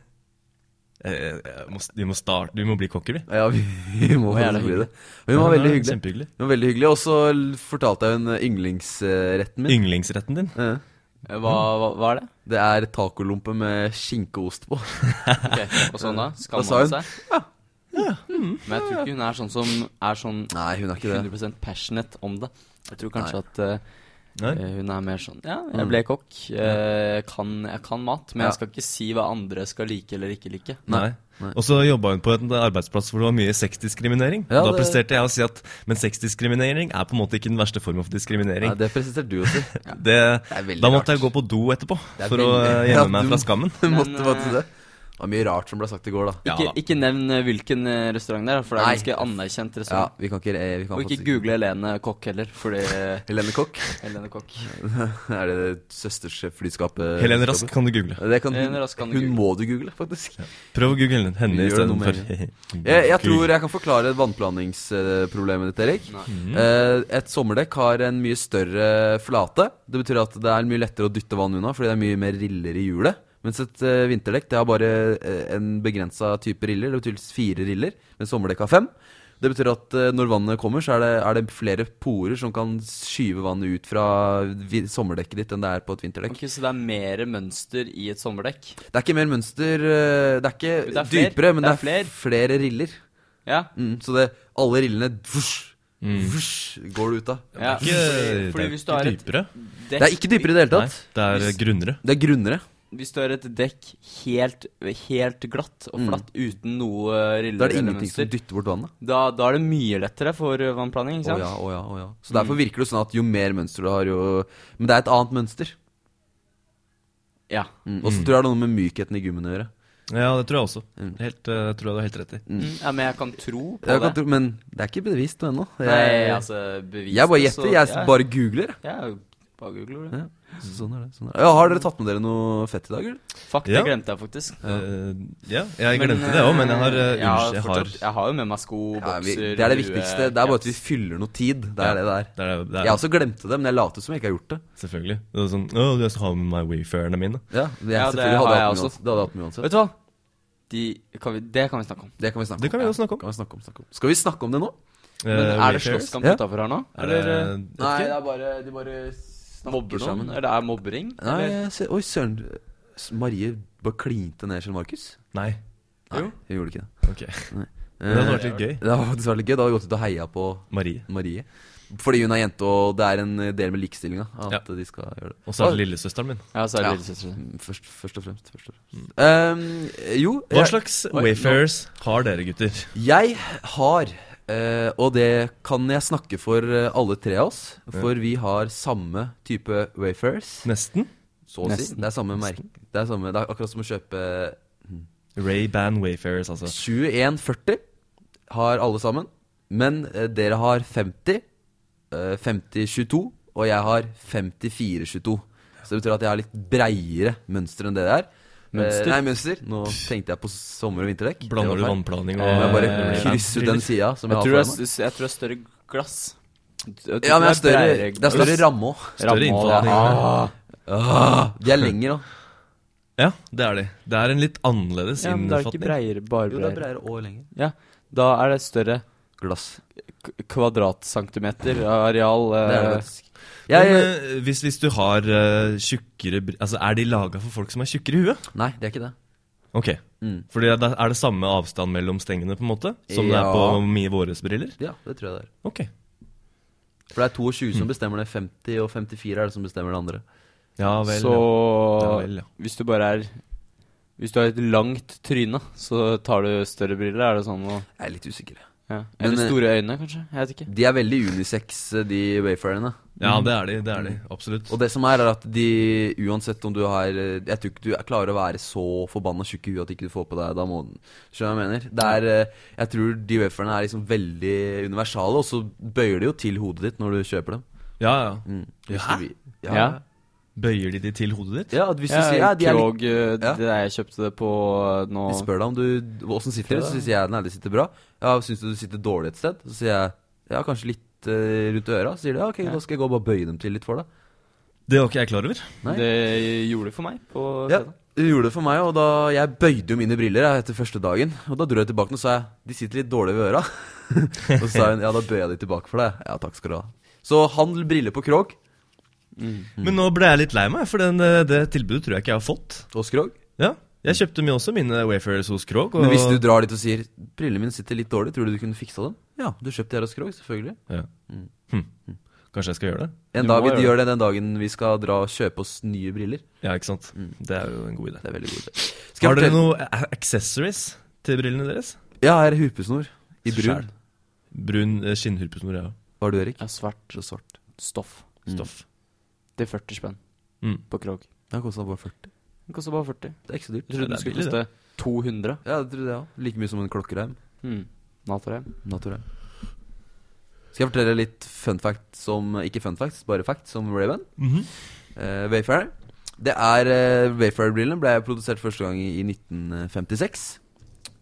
[SPEAKER 1] Eh, jeg må, vi må starte Vi må bli kokker, vi.
[SPEAKER 2] Ja, vi, vi må
[SPEAKER 1] Det var jævla
[SPEAKER 2] faktisk bli det.
[SPEAKER 1] hyggelig.
[SPEAKER 2] Men hun var
[SPEAKER 1] Ja,
[SPEAKER 2] veldig
[SPEAKER 1] det var
[SPEAKER 2] hyggelig.
[SPEAKER 1] kjempehyggelig.
[SPEAKER 2] Hun var veldig hyggelig, Og så l- fortalte jeg hun yndlingsretten min. Eh.
[SPEAKER 1] Yndlingsretten din?
[SPEAKER 10] Eh, Hva, hva, hva er det?
[SPEAKER 2] Det er tacolompe med skinkeost på.
[SPEAKER 10] og sånn da? Skammer
[SPEAKER 2] sa
[SPEAKER 10] hun
[SPEAKER 2] hun,
[SPEAKER 10] seg? Men jeg tror ikke hun er sånn som er sånn
[SPEAKER 2] Nei, hun er ikke det.
[SPEAKER 10] 100 passionate om det. Jeg tror kanskje
[SPEAKER 2] Nei.
[SPEAKER 10] at eh,
[SPEAKER 1] Nei.
[SPEAKER 10] eh, hun er mer sånn Ja, jeg
[SPEAKER 2] Mm.
[SPEAKER 10] ble kokk. eh, kan, jeg kan mat, men
[SPEAKER 2] Ja.
[SPEAKER 10] jeg skal ikke si hva andre skal like eller ikke like.
[SPEAKER 1] Nei. Og så jobba hun på en arbeidsplass hvor det var mye sexdiskriminering.
[SPEAKER 10] Ja,
[SPEAKER 1] da
[SPEAKER 10] det-
[SPEAKER 1] presterte jeg å si at men sexdiskriminering er på en måte ikke den verste formen for diskriminering.
[SPEAKER 2] Nei, det presterte du å si.
[SPEAKER 1] Det,
[SPEAKER 2] veldig
[SPEAKER 1] da måtte jeg gå på do etterpå
[SPEAKER 2] Det er
[SPEAKER 1] for å
[SPEAKER 2] veldig-
[SPEAKER 1] eh,
[SPEAKER 2] Ja,
[SPEAKER 1] gjemme meg
[SPEAKER 2] du
[SPEAKER 1] fra skammen.
[SPEAKER 2] måtte
[SPEAKER 10] eh,
[SPEAKER 2] faktisk det. Det var mye rart som ble sagt i går, da.
[SPEAKER 10] Ikke, ikke nevn eh, hvilken eh, restaurant det er, for det er
[SPEAKER 2] Nei.
[SPEAKER 10] ganske anerkjent
[SPEAKER 2] Ja,
[SPEAKER 10] restaurant.
[SPEAKER 2] vi kan ikke, eh, vi kan
[SPEAKER 10] Og
[SPEAKER 2] faktisk
[SPEAKER 10] ikke google Helene Kokk heller, fordi
[SPEAKER 2] Helene Kokk?
[SPEAKER 10] Helene Kokk.
[SPEAKER 2] Er det søstersflyskapet
[SPEAKER 1] Helene Rask kan du google.
[SPEAKER 2] Det kan,
[SPEAKER 10] Helene Rask kan du
[SPEAKER 2] hun
[SPEAKER 10] google.
[SPEAKER 2] må du google, faktisk.
[SPEAKER 1] Prøv å google henne
[SPEAKER 2] Gjør det noe
[SPEAKER 1] istedenfor.
[SPEAKER 2] med Jeg, jeg tror jeg kan forklare vannplaningsproblemet ditt, Erik.
[SPEAKER 1] Nei.
[SPEAKER 2] Eh, Et sommerdekk har en mye større flate. Det betyr at det er mye lettere å dytte vann unna, fordi det er mye mer riller i hjulet. Mens et eh, vinterdekk det har bare eh, en begrensa type riller. Det betyr fire riller, mens sommerdekk har fem. Det betyr at eh, når vannet kommer, så er det, er det flere porer som kan skyve vannet ut fra vi- sommerdekket ditt enn det er på et vinterdekk.
[SPEAKER 10] Ok, så det er mer mønster i et sommerdekk?
[SPEAKER 2] Det er ikke mer mønster eh, Det er ikke
[SPEAKER 10] Det er flere.
[SPEAKER 2] dypere, men
[SPEAKER 10] Det
[SPEAKER 2] det
[SPEAKER 10] er
[SPEAKER 2] er, flere, riller.
[SPEAKER 10] Ja.
[SPEAKER 2] Mm, så det, alle rillene vusj, vusj, går det ut av.
[SPEAKER 10] Ja, Det er ikke- fordi- fordi det er hvis du ikke har et dypere. dekk-
[SPEAKER 2] Det er ikke dypere i det hele tatt.
[SPEAKER 1] Nei, det er grunnere.
[SPEAKER 2] Det er grunnere.
[SPEAKER 10] Hvis du har et dekk helt, helt glatt og
[SPEAKER 2] Mm.
[SPEAKER 10] flatt uten noe riller
[SPEAKER 2] Da er det
[SPEAKER 10] eller
[SPEAKER 2] ingenting som
[SPEAKER 10] mønster,
[SPEAKER 2] dytter bort vannet.
[SPEAKER 10] da, da er det mye lettere for eh, vannplaning,
[SPEAKER 2] Å
[SPEAKER 10] ikke sant? Mm.
[SPEAKER 2] ja, å ja, å ja. Så derfor virker det sånn at jo mer mønster du har, jo Men det er et annet mønster.
[SPEAKER 10] Ja.
[SPEAKER 2] Mm. Og så tror jeg det har noe med mykheten i gummen å gjøre.
[SPEAKER 1] Ja, det tror jeg også. Helt, eh, det tror jeg du har helt rett i.
[SPEAKER 10] Mm. ja, men jeg kan tro på
[SPEAKER 2] Jeg kan
[SPEAKER 10] det.
[SPEAKER 2] tro, men det er ikke bevist ennå.
[SPEAKER 10] Nei, altså, bevist
[SPEAKER 2] Eh, Jeg bare
[SPEAKER 10] det, så-
[SPEAKER 2] gjetter. Jeg
[SPEAKER 10] ja. Mm.
[SPEAKER 2] bare googler.
[SPEAKER 10] Ja, bare googler du.
[SPEAKER 2] Ja. Så sånn er det. Sånn er det. Ja, har dere tatt med dere noe fett i dag, eller?
[SPEAKER 10] Fuck, det
[SPEAKER 1] Ja.
[SPEAKER 10] glemte jeg faktisk.
[SPEAKER 1] Eh, ja, jeg glemte det òg, men jeg har, eh,
[SPEAKER 10] jeg har,
[SPEAKER 1] unnskyld, jeg har-
[SPEAKER 10] fortsatt, jeg har jo med meg sko,
[SPEAKER 2] Ja,
[SPEAKER 10] bokser
[SPEAKER 2] vi, det er det viktigste. Det er bare at vi fyller noe tid. Det er det det er.
[SPEAKER 1] er- det er-
[SPEAKER 2] Jeg også glemte det, men jeg later som jeg ikke har gjort det.
[SPEAKER 1] Selvfølgelig. Det var sånn Å, du har med meg Wayfarerne mine.
[SPEAKER 2] Ja, jeg
[SPEAKER 10] Ja,
[SPEAKER 2] selvfølgelig hadde
[SPEAKER 10] det har
[SPEAKER 2] jeg hatt med
[SPEAKER 10] jeg også.
[SPEAKER 2] uansett. Det hadde jeg hatt med uansett.
[SPEAKER 10] Vet du hva? De, kan vi, det kan vi snakke om.
[SPEAKER 1] Eh,
[SPEAKER 2] Det kan vi snakke om.
[SPEAKER 1] Det kan vi jo snakke om.
[SPEAKER 2] Kan vi snakke om, snakke om. Skal vi snakke om det nå?
[SPEAKER 1] Eh,
[SPEAKER 10] Men er det
[SPEAKER 1] Wayfarers?
[SPEAKER 10] slåsskamp
[SPEAKER 1] Ja.
[SPEAKER 10] utenfor her nå?
[SPEAKER 1] Er det-
[SPEAKER 10] Eller, eh,
[SPEAKER 2] Nei, det er bare, de bare snakker
[SPEAKER 10] Mobber noen?
[SPEAKER 2] sammen.
[SPEAKER 10] Eller det er mobbering?
[SPEAKER 2] Nei,
[SPEAKER 10] eller?
[SPEAKER 2] jeg ser, oi søren. S- Marie bare klinte ned Kjell Markus.
[SPEAKER 1] Nei.
[SPEAKER 2] Nei,
[SPEAKER 1] Jo.
[SPEAKER 2] hun gjorde ikke det. Eh,
[SPEAKER 1] Ok. Det hadde vært litt gøy.
[SPEAKER 2] Det hadde faktisk vært litt gøy. Da hadde vi gått ut og heia på
[SPEAKER 1] Marie.
[SPEAKER 2] Fordi hun er jente, og det er en del med likestillinga at de skal gjøre det.
[SPEAKER 1] Og så er det lillesøsteren min.
[SPEAKER 10] Ja, så er det lillesøsteren
[SPEAKER 2] Først, først og fremst. Først og fremst. Ehm, jo
[SPEAKER 1] Mm. Hva
[SPEAKER 2] jeg-
[SPEAKER 1] slags
[SPEAKER 2] Oi, nå-
[SPEAKER 1] Wayfarers har dere, gutter?
[SPEAKER 2] Jeg har, eh, og det kan jeg snakke for eh, alle tre av oss, for
[SPEAKER 1] Ja.
[SPEAKER 2] vi har samme type wafers.
[SPEAKER 1] Nesten.
[SPEAKER 2] Så å si.
[SPEAKER 1] Nesten.
[SPEAKER 2] Det er samme merke. Det er, samme, det er akkurat som å kjøpe
[SPEAKER 1] Ray-Ban Wayfarers, altså.
[SPEAKER 2] 2140 har alle sammen, men eh, dere har 50, eh, 5022, og jeg har 5422. Så det betyr at jeg har litt breiere mønster enn det der.
[SPEAKER 1] Mønster?
[SPEAKER 2] Nei, mønster. Nå tenkte jeg på sommer- og vinterdekk.
[SPEAKER 1] Blander
[SPEAKER 2] Det var
[SPEAKER 1] du
[SPEAKER 2] feil.
[SPEAKER 1] vannplaning og-
[SPEAKER 2] Jeg må bare
[SPEAKER 1] Eh,
[SPEAKER 2] krysser ut den sida som jeg,
[SPEAKER 10] tror
[SPEAKER 2] har
[SPEAKER 10] det
[SPEAKER 2] foran
[SPEAKER 10] er, jeg tror det er større glass. Jeg tror
[SPEAKER 2] Ja, men det er
[SPEAKER 10] det
[SPEAKER 2] større,
[SPEAKER 10] bredere
[SPEAKER 2] det er større
[SPEAKER 10] glass.
[SPEAKER 2] ramme òg.
[SPEAKER 10] Ramme også, ja.
[SPEAKER 2] Ja.
[SPEAKER 10] Ah.
[SPEAKER 2] Ah, de er lengre, da.
[SPEAKER 1] Ja, det er de. Det er en litt annerledes
[SPEAKER 10] Ja, men det er ikke
[SPEAKER 1] innfatning.
[SPEAKER 10] breiere, bare
[SPEAKER 2] Jo, det er breiere og lenger.
[SPEAKER 10] Ja, da er det større
[SPEAKER 2] Glass.
[SPEAKER 10] k- kvadratcentimeter areal.
[SPEAKER 2] Det er
[SPEAKER 10] eh,
[SPEAKER 2] det faktisk.
[SPEAKER 1] Men
[SPEAKER 2] Jeg,
[SPEAKER 1] eh, hvis, hvis du har eh, tjukkere br- Altså, er de laga for folk som er tjukkere i huet?
[SPEAKER 2] nei, det er ikke det.
[SPEAKER 1] Ok.
[SPEAKER 2] Mm.
[SPEAKER 1] Fordi det er- er det samme avstand mellom stengene, på en måte? Som det er
[SPEAKER 2] Ja.
[SPEAKER 1] på mye våres briller?
[SPEAKER 2] Ja, det tror jeg det er. Mm.
[SPEAKER 1] Ok.
[SPEAKER 2] For det er 22 som bestemmer det. 50 og 54 er det som bestemmer det andre.
[SPEAKER 1] Ja vel.
[SPEAKER 10] så
[SPEAKER 1] Ja vel, ja.
[SPEAKER 10] hvis du bare er Hvis du har et langt tryne, så tar du større briller, er det sånn? Og,
[SPEAKER 2] Jeg er litt usikker.
[SPEAKER 10] ja.
[SPEAKER 2] Men,
[SPEAKER 10] Eller
[SPEAKER 2] eh,
[SPEAKER 10] store øyne, kanskje? Jeg vet ikke.
[SPEAKER 2] De er veldig unisex, eh, de wayfarerne.
[SPEAKER 1] ja, det er de. Det er de. Absolutt.
[SPEAKER 2] Og det som er, er at de uansett om du har eh, Jeg tror ikke du er klarer å være så forbanna tjukk i huet at ikke du får på deg da måneden. Skjønner du hva jeg mener? Det er, eh, jeg tror de waferne er liksom veldig universale, og så bøyer de jo til hodet ditt når du kjøper dem.
[SPEAKER 1] Ja, ja.
[SPEAKER 2] Mm. Hvis
[SPEAKER 1] Hæ?
[SPEAKER 2] du vil- Ja.
[SPEAKER 10] Ja.
[SPEAKER 1] Bøyer de de til hodet ditt?
[SPEAKER 2] ja, at hvis du
[SPEAKER 10] Ja,
[SPEAKER 2] sier ja, de er litt
[SPEAKER 10] Krog, eh,
[SPEAKER 2] ja.
[SPEAKER 10] det der jeg kjøpte det på eh, nå
[SPEAKER 2] De spør deg om du åssen sitter det, så sier jeg nei, det sitter bra. Ja, Syns du du sitter dårlig et sted? Så sier jeg ja, kanskje litt eh, rundt øra. Så sier de ja, ok, da skal jeg gå og bare bøye dem til litt for deg.
[SPEAKER 1] Det var ikke jeg klar over.
[SPEAKER 2] Nei.
[SPEAKER 10] Det gjorde det for meg på
[SPEAKER 2] Ja,
[SPEAKER 10] fredag.
[SPEAKER 2] du gjorde det for meg, og da jeg bøyde jo mine briller jeg, etter første dagen. Og da dro jeg tilbake den og sa jeg de sitter litt dårlig ved øra. og så sa hun ja, da bøyer jeg de tilbake for deg. Ja, takk skal du ha. Så handel briller på Krog
[SPEAKER 1] Men nå ble jeg litt lei meg, for den, eh, det tilbudet tror jeg ikke jeg har fått.
[SPEAKER 2] hos Krog.
[SPEAKER 1] Ja, jeg kjøpte mye også mine Wayfarers hos Krog. Og...
[SPEAKER 2] Men hvis du drar dit og sier brillene mine sitter litt dårlig, tror du du kunne fiksa dem? Ja, du kjøpte de her hos Krog, selvfølgelig.
[SPEAKER 1] ja. hm. Kanskje jeg skal gjøre det?
[SPEAKER 2] En
[SPEAKER 10] Du
[SPEAKER 2] dag
[SPEAKER 10] må
[SPEAKER 2] vi
[SPEAKER 10] gjøre
[SPEAKER 2] gjør det den dagen vi skal dra og kjøpe oss nye briller.
[SPEAKER 1] Ja, ikke sant? Det er jo en god idé.
[SPEAKER 2] Det er veldig god idé. Skal jeg
[SPEAKER 1] Har dere
[SPEAKER 2] fortelle-
[SPEAKER 1] noe a- accessories til brillene deres?
[SPEAKER 2] Ja, her er hupesnor. I brun.
[SPEAKER 1] Skjær. Brun eh, skinnhurpesnor, ja.
[SPEAKER 2] Hva har du, Erik?
[SPEAKER 10] Ja, svart
[SPEAKER 2] Så svart.
[SPEAKER 10] stoff.
[SPEAKER 1] Stoff.
[SPEAKER 10] Til 40 spenn
[SPEAKER 1] Mm.
[SPEAKER 10] på Krog.
[SPEAKER 2] Det har kosta bare 40.
[SPEAKER 10] Den koster bare 40.
[SPEAKER 2] Det er ikke så dyrt.
[SPEAKER 10] Jeg trodde
[SPEAKER 1] det
[SPEAKER 10] den
[SPEAKER 1] er
[SPEAKER 10] skulle
[SPEAKER 1] billig,
[SPEAKER 10] koste 200.
[SPEAKER 2] Ja, det trodde jeg òg. Like mye som en klokkereim.
[SPEAKER 10] Mm. Natorheim.
[SPEAKER 2] Naturell. Skal jeg fortelle litt fun facts som Ikke fun facts, bare facts om Raven?
[SPEAKER 1] Mhm.
[SPEAKER 2] eh, Wayfarer. Det er eh, Wayfarer-brillene ble produsert første gang i 1956.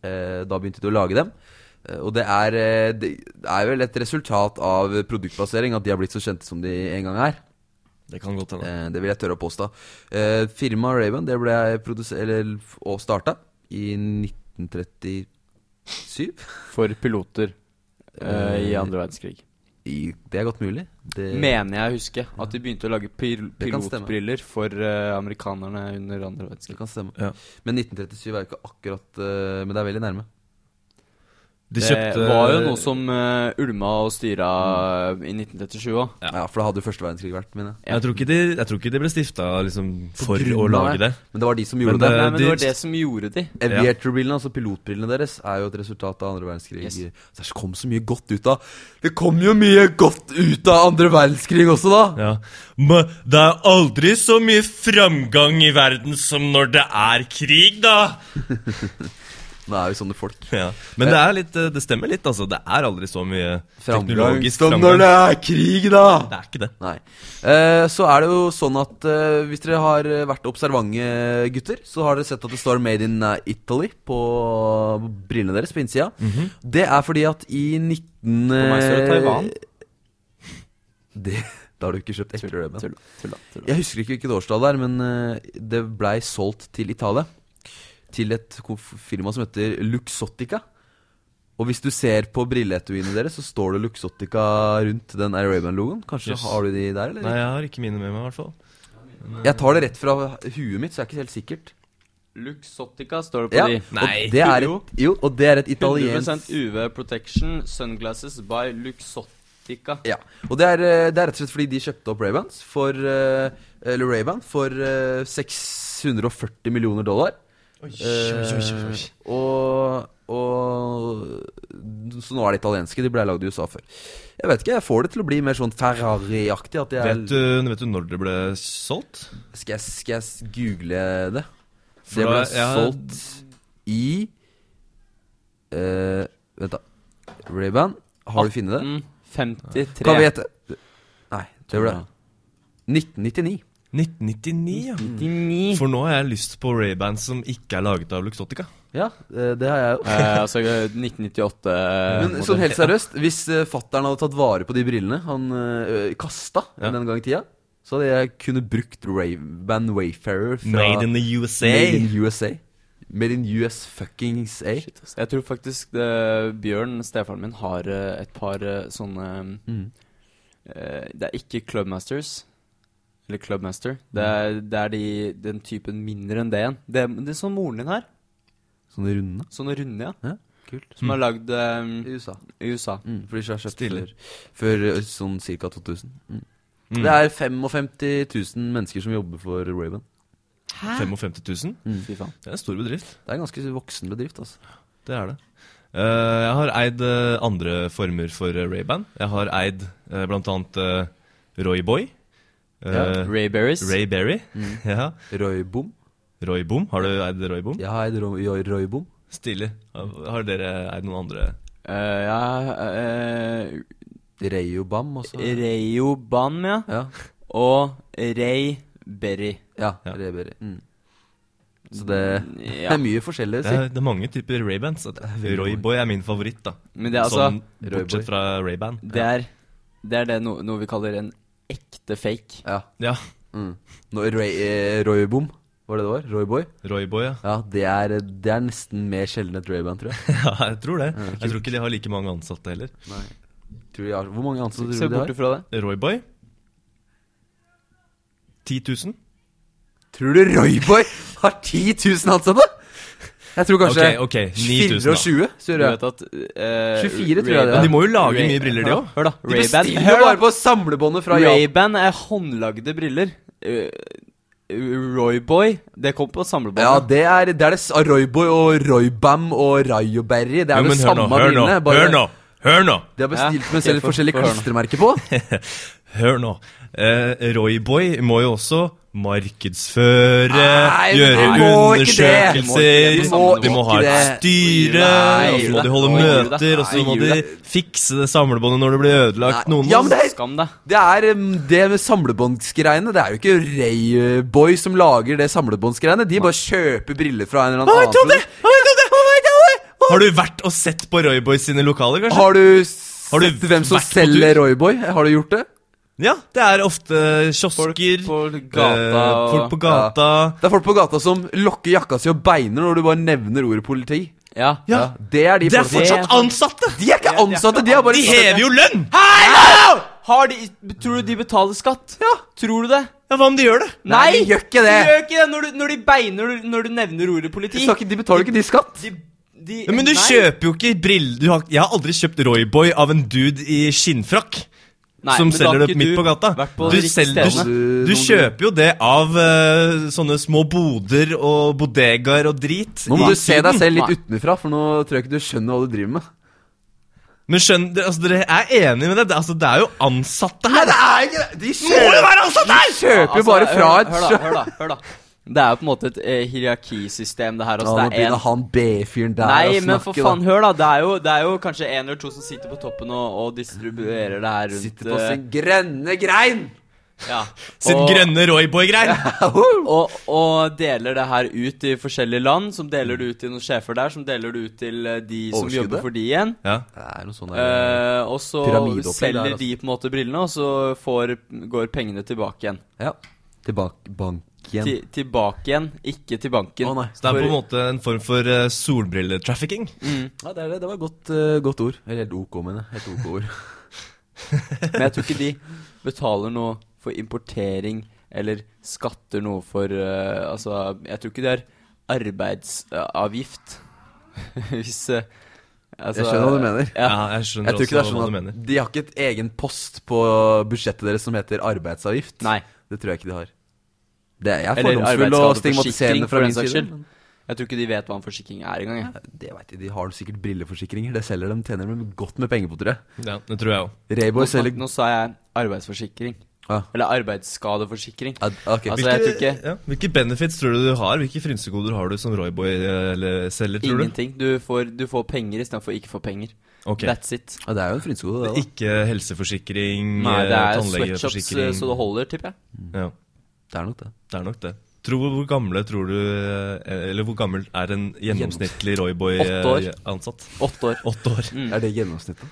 [SPEAKER 2] Eh, da begynte de å lage dem. Eh, og det er, eh, det er vel et resultat av produktplassering at de har blitt så kjente som de en gang er.
[SPEAKER 1] Det kan godt hende.
[SPEAKER 2] Eh, det vil jeg tørre å påstå. Eh, firmaet Raven det ble produs- eller, og starta i 1937.
[SPEAKER 10] For piloter eh, i andre verdenskrig.
[SPEAKER 2] I, det er godt mulig. Det,
[SPEAKER 10] Mener jeg å huske at de begynte å lage pil
[SPEAKER 2] Eh, Det kan stemme.
[SPEAKER 10] pilotbriller for eh, amerikanerne under andre
[SPEAKER 2] det
[SPEAKER 10] verdenskrig.
[SPEAKER 2] kan stemme.
[SPEAKER 1] Ja.
[SPEAKER 2] Men 1937 er jo ikke akkurat eh, Men det er veldig nærme.
[SPEAKER 1] De kjøpte
[SPEAKER 10] det var jo noe som eh, ulma og styra eh, i 1937 òg.
[SPEAKER 2] Ja. For da hadde jo første verdenskrig vært, mener jeg.
[SPEAKER 1] jeg, tror ikke de, jeg tror ikke de ble stifta liksom, for
[SPEAKER 2] grunn
[SPEAKER 1] å
[SPEAKER 2] av
[SPEAKER 1] lage det.
[SPEAKER 2] Men det var de som
[SPEAKER 1] Men Eh,
[SPEAKER 2] gjorde
[SPEAKER 10] Nei, men
[SPEAKER 1] de-
[SPEAKER 10] det var det som gjorde de.
[SPEAKER 2] det. Aviator-brillene, altså pilotbrillene deres, er jo et resultat av andre verdenskrig.
[SPEAKER 10] Yes.
[SPEAKER 2] Så det kom så mye godt ut av Det kom jo mye godt ut av andre verdenskrig også, da!
[SPEAKER 1] Ja. Men det er aldri så mye framgang i verden som når det er krig, da!
[SPEAKER 2] Nå er jo sånne folk.
[SPEAKER 1] Ja. Men det, er litt, eh, det stemmer litt, altså. Det er aldri så mye
[SPEAKER 2] Framgang
[SPEAKER 1] teknologisk
[SPEAKER 2] som når
[SPEAKER 1] framgang.
[SPEAKER 2] det er krig, da!
[SPEAKER 1] Det er ikke det.
[SPEAKER 2] Nei. Eh, så er det jo sånn at eh, hvis dere har vært observante gutter, så har dere sett at det står 'Made in eh, Italy' på brillene deres på innsida. Det er fordi at i 19...
[SPEAKER 10] Mhm. På meg står det Taiwan.
[SPEAKER 2] Det, da har du ikke kjøpt ekte rødben.
[SPEAKER 10] Tulla, tulla, tulla.
[SPEAKER 2] Jeg husker ikke hvilket årstall det er, men eh, det blei solgt til Italia. Til et konf- firma som heter Luxottica. Og hvis du ser på brilleetuiene deres, så står det Luxottica rundt den Arabian-logoen. Kanskje
[SPEAKER 1] Yes.
[SPEAKER 2] har du de der, eller?
[SPEAKER 1] Nei, jeg har ikke mine med meg, i hvert fall.
[SPEAKER 2] Jeg tar det rett fra huet mitt, så jeg er ikke helt sikkert.
[SPEAKER 10] Luxottica står det på
[SPEAKER 2] Ja,
[SPEAKER 10] de.
[SPEAKER 1] Nei.
[SPEAKER 2] Og det er et, jo, og det er et
[SPEAKER 10] 100
[SPEAKER 2] italiensk
[SPEAKER 10] UV protection, sunglasses by Luxottica.
[SPEAKER 2] ja. Og det er, eh, det er rett og slett fordi de kjøpte opp Ray-Bans for, eh, eller Ray-Ban for eh, 640 millioner dollar. Eh, og, og Så nå er det italienske. De ble lagd i USA før. Jeg vet ikke, jeg får det til å bli mer sånn Ferrari-aktig. At jeg,
[SPEAKER 1] Vet du, vet du når det ble solgt?
[SPEAKER 2] Skal, jeg, skal jeg s- google det?
[SPEAKER 1] For
[SPEAKER 2] Det ble
[SPEAKER 1] da- ja.
[SPEAKER 2] solgt i eh, Vent, da. Ray-Ban, har du funnet
[SPEAKER 1] Mm,
[SPEAKER 2] det?
[SPEAKER 10] 1853.
[SPEAKER 2] Kan vi gjette? Nei, det ble 1999.
[SPEAKER 1] 1999, ja.
[SPEAKER 10] 99.
[SPEAKER 1] For nå har jeg lyst på Ray-Ban som ikke er laget av Luxottica.
[SPEAKER 2] Ja, eh, det har jeg jo.
[SPEAKER 10] Eh, altså 1998 eh,
[SPEAKER 2] Men sånn helt seriøst, hvis uh, fattern hadde tatt vare på de brillene han uh, kasta
[SPEAKER 1] Ja.
[SPEAKER 2] den gang i tida, Så hadde jeg kunne brukt Raven Wayfarer fra
[SPEAKER 1] Made in the USA.
[SPEAKER 2] Made in USA. Made in US fuckings A.
[SPEAKER 10] Jeg tror faktisk det, Bjørn, stefaren min, har eh, et par eh, sånne
[SPEAKER 2] Mm.
[SPEAKER 10] eh, Det er ikke Clubmasters. Eller Clubmaster.
[SPEAKER 2] Mm.
[SPEAKER 10] Det er, det er de, den typen mindre enn det igjen. Det, det er sånn moren din her.
[SPEAKER 2] Sånne runde.
[SPEAKER 10] Sånne runde, ja.
[SPEAKER 2] Ja, kult. Mm.
[SPEAKER 10] Som er lagd eh,
[SPEAKER 2] I USA.
[SPEAKER 10] i USA.
[SPEAKER 2] Mm, fordi så er kjøpt
[SPEAKER 1] Stille.
[SPEAKER 2] før, før eh, sånn ca. 2000. Mm. Det er 55 000 mennesker som jobber for Raven. Mm.
[SPEAKER 1] 55 000?
[SPEAKER 10] Fy faen.
[SPEAKER 1] Det er en stor bedrift.
[SPEAKER 2] Det er en ganske voksen bedrift. altså
[SPEAKER 1] Det er det. Eh, jeg har eid eh, andre former for uh, Ray-Ban. Jeg har eid eh, blant annet eh, Roy Boy. eh,
[SPEAKER 10] Ray Berries.
[SPEAKER 1] Ray Berry. Ja.
[SPEAKER 2] Roy Bom.
[SPEAKER 1] Roy Boom. Har du eid Roy Boom?
[SPEAKER 2] Jeg har eid Roy, Roy, Roy Bom.
[SPEAKER 1] Stilig. Har dere eid noen andre?
[SPEAKER 10] Eh, ja eh,
[SPEAKER 2] Reobam også.
[SPEAKER 10] Rayo Ban, ja.
[SPEAKER 2] ja.
[SPEAKER 10] Og Ray Berry.
[SPEAKER 2] Ja,
[SPEAKER 1] Ja.
[SPEAKER 2] Reberi. Mm. Så det,
[SPEAKER 10] Ja.
[SPEAKER 2] det er mye forskjellig.
[SPEAKER 1] Det
[SPEAKER 2] Si.
[SPEAKER 1] er, det er mange typer Ray-Bans.
[SPEAKER 2] veldig
[SPEAKER 1] Roy
[SPEAKER 2] mange.
[SPEAKER 1] Boy er min favoritt, da.
[SPEAKER 10] Men det er altså
[SPEAKER 1] sånn bortsett
[SPEAKER 2] Royboy.
[SPEAKER 1] fra Ray-Ban.
[SPEAKER 10] Det er det, er det no, noe vi kaller en ekte fake.
[SPEAKER 2] Ja.
[SPEAKER 1] Ja.
[SPEAKER 2] Mm. Nå, Ray, eh, Roybom, var det det var? Royboy?
[SPEAKER 1] Royboy, ja.
[SPEAKER 2] Ja, det er, det er nesten mer sjelden et Rayband, tror jeg.
[SPEAKER 1] ja. Jeg tror det. Jeg tror ikke de har like mange ansatte heller.
[SPEAKER 2] Tror de har, hvor mange ansatte
[SPEAKER 10] Se
[SPEAKER 2] tror du de
[SPEAKER 10] bort
[SPEAKER 2] har?
[SPEAKER 10] ifra det.
[SPEAKER 1] Royboy 10 000?
[SPEAKER 2] Tror du Royboy har 10 000 ansatte?! Jeg tror kanskje
[SPEAKER 1] Ok, ok, 9000 da.
[SPEAKER 2] 24,
[SPEAKER 10] Du
[SPEAKER 2] tror jeg.
[SPEAKER 10] vet at eh,
[SPEAKER 2] 24 tror jeg det er.
[SPEAKER 1] Men
[SPEAKER 10] Ray-Ban-
[SPEAKER 1] de må jo lage
[SPEAKER 10] Ray-
[SPEAKER 1] mye briller, de
[SPEAKER 10] Hør da,
[SPEAKER 1] òg.
[SPEAKER 10] Hør da,
[SPEAKER 2] De
[SPEAKER 10] Ray-Ban
[SPEAKER 2] bestiller
[SPEAKER 10] Hør
[SPEAKER 2] bare
[SPEAKER 10] da,
[SPEAKER 2] på samlebåndet fra Japan.
[SPEAKER 10] Ray-Ban er håndlagde briller Eh, Royboy, det kom på samlebånd
[SPEAKER 2] Ja, det er det, er det s- Royboy og Roybam og Rayoberry. Det er det
[SPEAKER 1] hør nå,
[SPEAKER 2] samme
[SPEAKER 1] hør nå,
[SPEAKER 2] bildet.
[SPEAKER 1] hør nå! Hør nå!
[SPEAKER 2] De har bestilt
[SPEAKER 10] Ja,
[SPEAKER 2] med selv
[SPEAKER 10] ok, få-
[SPEAKER 2] forskjellige
[SPEAKER 10] få høre nå.
[SPEAKER 2] klistremerker på.
[SPEAKER 1] Hør nå. Eh, Royboy må jo også markedsføre,
[SPEAKER 2] Nei, men
[SPEAKER 1] gjøre
[SPEAKER 2] de må ikke det.
[SPEAKER 1] undersøkelser,
[SPEAKER 2] De må ikke
[SPEAKER 1] de må ha et
[SPEAKER 2] det.
[SPEAKER 1] styre,
[SPEAKER 2] Nei,
[SPEAKER 1] og så må de holde
[SPEAKER 10] Nei, jula.
[SPEAKER 1] møter, og så
[SPEAKER 10] Nei,
[SPEAKER 1] må de
[SPEAKER 10] jula.
[SPEAKER 1] fikse det samlebåndet når det blir ødelagt.
[SPEAKER 2] Nei,
[SPEAKER 1] Noen
[SPEAKER 2] ja,
[SPEAKER 1] må
[SPEAKER 2] men det er-
[SPEAKER 10] Skam deg
[SPEAKER 2] Det er um, det med samlebåndsgreiene. Det er jo ikke Rayboy som lager det samlebåndsgreiene. De bare kjøper briller fra en eller annen annen plass.
[SPEAKER 1] Har du vært og sett på Royboy sine lokaler, kanskje?
[SPEAKER 2] Har du sett
[SPEAKER 1] Har du
[SPEAKER 2] hvem som
[SPEAKER 1] vært på
[SPEAKER 2] selger
[SPEAKER 1] tur?
[SPEAKER 2] Royboy? Har du gjort det?
[SPEAKER 1] Ja, det er ofte kiosker,
[SPEAKER 10] på gata
[SPEAKER 1] eh,
[SPEAKER 10] og-
[SPEAKER 1] folk på gata
[SPEAKER 2] Det er folk på gata som lokker jakka si og beiner når du bare nevner ordet politi.
[SPEAKER 10] Ja,
[SPEAKER 1] Ja,
[SPEAKER 2] Det er de
[SPEAKER 1] det er
[SPEAKER 2] folka.
[SPEAKER 1] fortsatt ansatte!
[SPEAKER 2] De er ikke ansatte, de er bare
[SPEAKER 1] De hever jo lønn!
[SPEAKER 10] Har de, tror du de betaler skatt?
[SPEAKER 2] Ja.
[SPEAKER 10] Tror du det?
[SPEAKER 1] Ja, hva om de gjør det?
[SPEAKER 2] Nei, de gjør ikke det.
[SPEAKER 10] De gjør ikke det når du, når de beiner når du- når du nevner ordet
[SPEAKER 2] De,
[SPEAKER 10] politi
[SPEAKER 2] skal ikke, de betaler ikke de skatt.
[SPEAKER 10] de, de,
[SPEAKER 1] Ja, men du
[SPEAKER 10] Nei.
[SPEAKER 1] kjøper jo ikke briller du har, Jeg har aldri kjøpt Royboy av en dude i skinnfrakk
[SPEAKER 10] Nei,
[SPEAKER 1] som
[SPEAKER 10] men da har
[SPEAKER 1] selger det
[SPEAKER 10] ikke
[SPEAKER 1] midt på
[SPEAKER 10] du
[SPEAKER 1] gata.
[SPEAKER 10] vært på
[SPEAKER 1] du,
[SPEAKER 10] Altså, de riktige
[SPEAKER 1] selger-
[SPEAKER 10] stedene.
[SPEAKER 1] du, du kjøper jo det av eh, sånne små boder og bodegaer og drit.
[SPEAKER 2] Nå
[SPEAKER 1] i
[SPEAKER 2] må du se deg
[SPEAKER 1] Syden.
[SPEAKER 2] selv
[SPEAKER 10] Nei.
[SPEAKER 2] litt utenfra, for nå tror jeg ikke du skjønner hva du driver med.
[SPEAKER 1] Men skjønn, det- altså, dere er enige med det? Det- Altså, det er jo ansatte her!
[SPEAKER 2] det er ikke det! De
[SPEAKER 1] Må jo være ansatt her!
[SPEAKER 2] kjøper jo
[SPEAKER 10] Altså,
[SPEAKER 2] bare fra
[SPEAKER 10] hør-
[SPEAKER 2] et
[SPEAKER 10] hør, da, hør, da, hør da Det er jo på en måte et eh, hierarkisystem det her
[SPEAKER 2] Ja,
[SPEAKER 10] altså,
[SPEAKER 2] nå
[SPEAKER 10] Det er en
[SPEAKER 2] begynner han B-fyren der å
[SPEAKER 10] Nei,
[SPEAKER 2] snakke,
[SPEAKER 10] men for faen, hør da. Det er jo, det er jo kanskje en eller to som sitter på toppen og, og distribuerer det
[SPEAKER 2] da.
[SPEAKER 10] her rundt
[SPEAKER 2] Sitter på
[SPEAKER 10] eh,
[SPEAKER 2] sin grønne grein!
[SPEAKER 10] ja.
[SPEAKER 1] Sitt
[SPEAKER 10] og,
[SPEAKER 1] grønne Royboy-greier.
[SPEAKER 10] og, og deler det her ut i forskjellige land, som deler det ut til noen sjefer der, som deler det ut til eh, de som
[SPEAKER 2] Overskuddet?
[SPEAKER 10] jobber for de igjen.
[SPEAKER 1] Ja.
[SPEAKER 2] Det er noe sånn der
[SPEAKER 10] Eh, og så
[SPEAKER 2] Pyramideopplegg
[SPEAKER 10] selger
[SPEAKER 2] der, altså.
[SPEAKER 10] de på en måte brillene, og så får, går pengene tilbake igjen.
[SPEAKER 2] eh, Ja. Tilbake banken.
[SPEAKER 10] Til- tilbake igjen, ikke til banken.
[SPEAKER 2] Å, nei.
[SPEAKER 1] Så det er på en
[SPEAKER 10] For-
[SPEAKER 1] måte en form for eh, solbrilletrafficking.
[SPEAKER 2] Ja, det, er det. det var et godt, eh, godt ord. Eller helt ok, mener jeg. Helt ok ord.
[SPEAKER 10] Men jeg tror ikke de betaler noe for importering eller skatter noe for eh, Altså, jeg tror ikke det er arbeidsavgift. Hvis eh, altså,
[SPEAKER 2] Jeg skjønner hva du mener.
[SPEAKER 10] Ja.
[SPEAKER 1] Ja, jeg skjønner
[SPEAKER 2] Jeg tror ikke det er
[SPEAKER 1] også hva du
[SPEAKER 2] sånn
[SPEAKER 1] mener.
[SPEAKER 2] at De har ikke et egen post på budsjettet deres som heter arbeidsavgift.
[SPEAKER 10] Nei.
[SPEAKER 2] Det tror jeg ikke de har. Det er jeg er
[SPEAKER 10] Eller
[SPEAKER 2] fordomsfull og
[SPEAKER 10] arbeidsskadeforsikring,
[SPEAKER 2] stigmatiserende
[SPEAKER 10] for
[SPEAKER 2] fra
[SPEAKER 10] den
[SPEAKER 2] min
[SPEAKER 10] saks
[SPEAKER 2] side.
[SPEAKER 10] skyld. Jeg tror ikke de vet hva en forsikring er engang. jeg.
[SPEAKER 2] men Det vet jeg, De har sikkert brilleforsikringer. Det selger de, tjener de godt med penger på, tror jeg.
[SPEAKER 1] Ja, det tror jeg òg.
[SPEAKER 2] Rayboy
[SPEAKER 10] Nå, sa-
[SPEAKER 2] selger
[SPEAKER 10] nå sa jeg arbeidsforsikring.
[SPEAKER 2] ah,
[SPEAKER 10] Eller arbeidsskadeforsikring.
[SPEAKER 2] ah, ok.
[SPEAKER 10] Altså, jeg tror ikke
[SPEAKER 1] ja. Hvilke benefits tror du du har? Hvilke frynsegoder har du som Royboy eh, eller selger, tror
[SPEAKER 10] Ingenting. Du får, du får penger istedenfor ikke få penger.
[SPEAKER 1] du? Ok.
[SPEAKER 10] That's it.
[SPEAKER 2] Ja, det er jo en frynsegode, det. da
[SPEAKER 1] Ikke helseforsikring, eh,
[SPEAKER 10] Nei, det er sweatshops eh,
[SPEAKER 1] tannlegeforsikring
[SPEAKER 10] så det holder, tipper jeg.
[SPEAKER 1] Ja,
[SPEAKER 2] Det er nok det.
[SPEAKER 1] det er nok det. Tro, hvor gamle tror du eh, Eller hvor gammel er en gjennomsnittlig
[SPEAKER 10] Åtte år.
[SPEAKER 1] Royboy-ansatt?
[SPEAKER 10] Åtte år.
[SPEAKER 1] Åtte år.
[SPEAKER 2] Er det gjennomsnittet?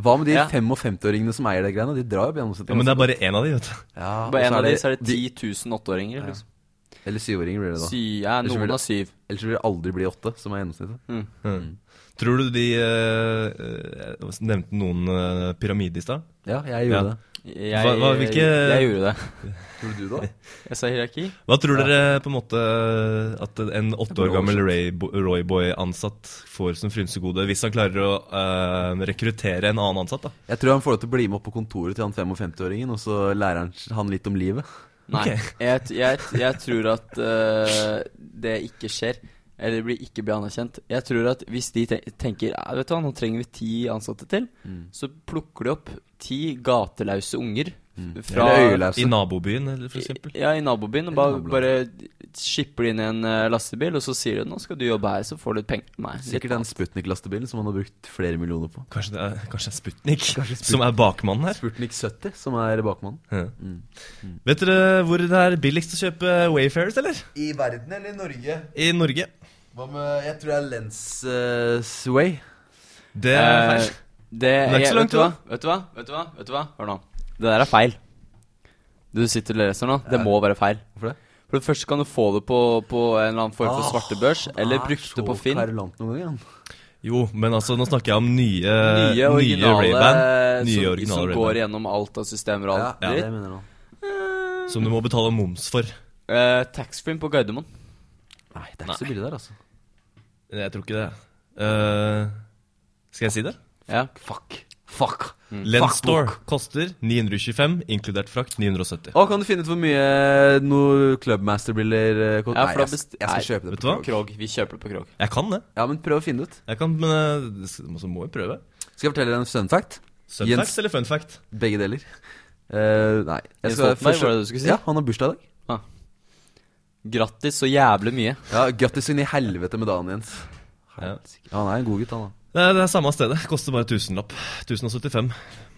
[SPEAKER 2] Hva med de
[SPEAKER 10] Mm. Ja.
[SPEAKER 2] 55-åringene som eier de greiene? De drar jo på gjennomsnittlig.
[SPEAKER 1] Ja, men det er bare én av de, vet du.
[SPEAKER 2] Ja, og
[SPEAKER 10] Bare en av de, så er
[SPEAKER 2] de-
[SPEAKER 10] det 10 000 åtteåringer. Liksom.
[SPEAKER 2] Eller syvåringer blir det da.
[SPEAKER 10] Sy- ja,
[SPEAKER 2] Ellers
[SPEAKER 10] noen
[SPEAKER 2] vil det-
[SPEAKER 10] av syv.
[SPEAKER 2] Ellers vil det aldri bli åtte, som er gjennomsnittet.
[SPEAKER 10] Mm.
[SPEAKER 1] Mm. Tror du de eh, eh, nevnte noen eh, pyramide i stad?
[SPEAKER 2] Ja, jeg gjorde det.
[SPEAKER 10] Jeg,
[SPEAKER 1] hva, hva, hvilke,
[SPEAKER 10] jeg gjorde det.
[SPEAKER 2] Tror du det?
[SPEAKER 10] Jeg sa hierarki.
[SPEAKER 1] hva tror dere på en måte at en åtte år gammel Royboy-ansatt får som frynsegode, hvis han klarer å eh, rekruttere en annen ansatt? da?
[SPEAKER 2] Jeg tror han får lov til å bli med opp på kontoret til han 55-åringen, og så lærer han, han litt om livet.
[SPEAKER 10] Nei.
[SPEAKER 1] Ok.
[SPEAKER 10] Jeg, t- jeg, t- jeg tror at eh, det ikke skjer. Eller blir ikke blir anerkjent. Jeg tror at hvis de te tenker "Ja, Vet du hva, nå trenger vi ti ansatte til, så plukker de opp ti gatelause unger fra
[SPEAKER 2] Eller
[SPEAKER 1] I
[SPEAKER 2] øyeløse.
[SPEAKER 1] nabobyen, eller for eksempel?
[SPEAKER 10] Ja, i nabobyen. Og
[SPEAKER 2] Eller
[SPEAKER 10] bare, bare skipper de inn i en eh, lastebil, og så sier de 'nå skal du jobbe her, så får du litt penger av meg'.
[SPEAKER 2] Sikkert den Sputnik-lastebilen som han har brukt flere millioner på.
[SPEAKER 1] Kanskje det er, kanskje det er Sputnik,
[SPEAKER 2] Kanskje Sputnik.
[SPEAKER 1] som er bakmannen her?
[SPEAKER 2] Sputnik 70, som er bakmannen.
[SPEAKER 1] Ja. Vet dere hvor det er billigst å kjøpe Wayfairs, eller?
[SPEAKER 2] I verden eller i Norge?
[SPEAKER 1] I Norge.
[SPEAKER 2] Hva med Jeg tror det er eh, Lensway.
[SPEAKER 1] Det er
[SPEAKER 10] Eh,
[SPEAKER 1] feil.
[SPEAKER 10] Det
[SPEAKER 1] er ikke så langt
[SPEAKER 10] vet, du hva? vet du hva? Vet du hva? Vet du hva? Hør nå. Det der er feil. Du sitter og leser nå. Det må være feil.
[SPEAKER 2] Hvorfor det?
[SPEAKER 10] For det første kan du få det på, på en eller annen form
[SPEAKER 1] Ah,
[SPEAKER 10] for svartebørs, eller brukte på Finn.
[SPEAKER 2] Ah, Så kverulant noen ganger, han.
[SPEAKER 1] Jo, men altså, nå snakker jeg om nye
[SPEAKER 10] Eh, Nye originale
[SPEAKER 1] Ray-Ban. Nye
[SPEAKER 10] som,
[SPEAKER 1] originale
[SPEAKER 10] som går
[SPEAKER 1] Ray-Ban.
[SPEAKER 10] gjennom alt av systemer og
[SPEAKER 2] Ja,
[SPEAKER 10] alt
[SPEAKER 2] det
[SPEAKER 10] dritt.
[SPEAKER 2] mener han.
[SPEAKER 1] Som du må betale moms for.
[SPEAKER 10] Eh, Taxfree på Gardermoen.
[SPEAKER 2] Nei, det er ikke så billig der, altså.
[SPEAKER 1] Jeg tror ikke det. Eh, skal jeg si det?
[SPEAKER 10] Ja.
[SPEAKER 2] Fuck. Fuck.
[SPEAKER 1] Lens Store koster 925, inkludert frakt 970.
[SPEAKER 2] Å, kan du finne ut hvor mye eh, noe Clubmaster-briller eh, koster?
[SPEAKER 10] Ja, for da
[SPEAKER 2] Nei, jeg,
[SPEAKER 10] best-
[SPEAKER 2] jeg skal
[SPEAKER 10] Nei,
[SPEAKER 2] kjøpe det
[SPEAKER 1] vet
[SPEAKER 2] på
[SPEAKER 1] du hva?
[SPEAKER 2] Krog.
[SPEAKER 10] Krog. Vi kjøper det på Krog.
[SPEAKER 1] Jeg kan det.
[SPEAKER 2] Ja, men prøv å finne det ut.
[SPEAKER 1] Jeg kan, Men eh, s- så må jeg prøve.
[SPEAKER 2] Skal jeg fortelle deg en fun fact?
[SPEAKER 1] Fun
[SPEAKER 2] Jens-
[SPEAKER 1] fact eller fun fact?
[SPEAKER 2] Begge deler. Eh, nei. Jeg
[SPEAKER 10] Jens Stoltenberg,
[SPEAKER 2] først-
[SPEAKER 10] var det du skulle si?
[SPEAKER 2] Ja, han har bursdag i dag.
[SPEAKER 10] Grattis så jævlig mye.
[SPEAKER 2] Ja, Grattis inn i helvete med dagen, Jens.
[SPEAKER 1] Ja.
[SPEAKER 2] Helsike. Han er en god gutt, han da.
[SPEAKER 1] Det er, det er samme stedet. Koster bare tusenlapp. 1075.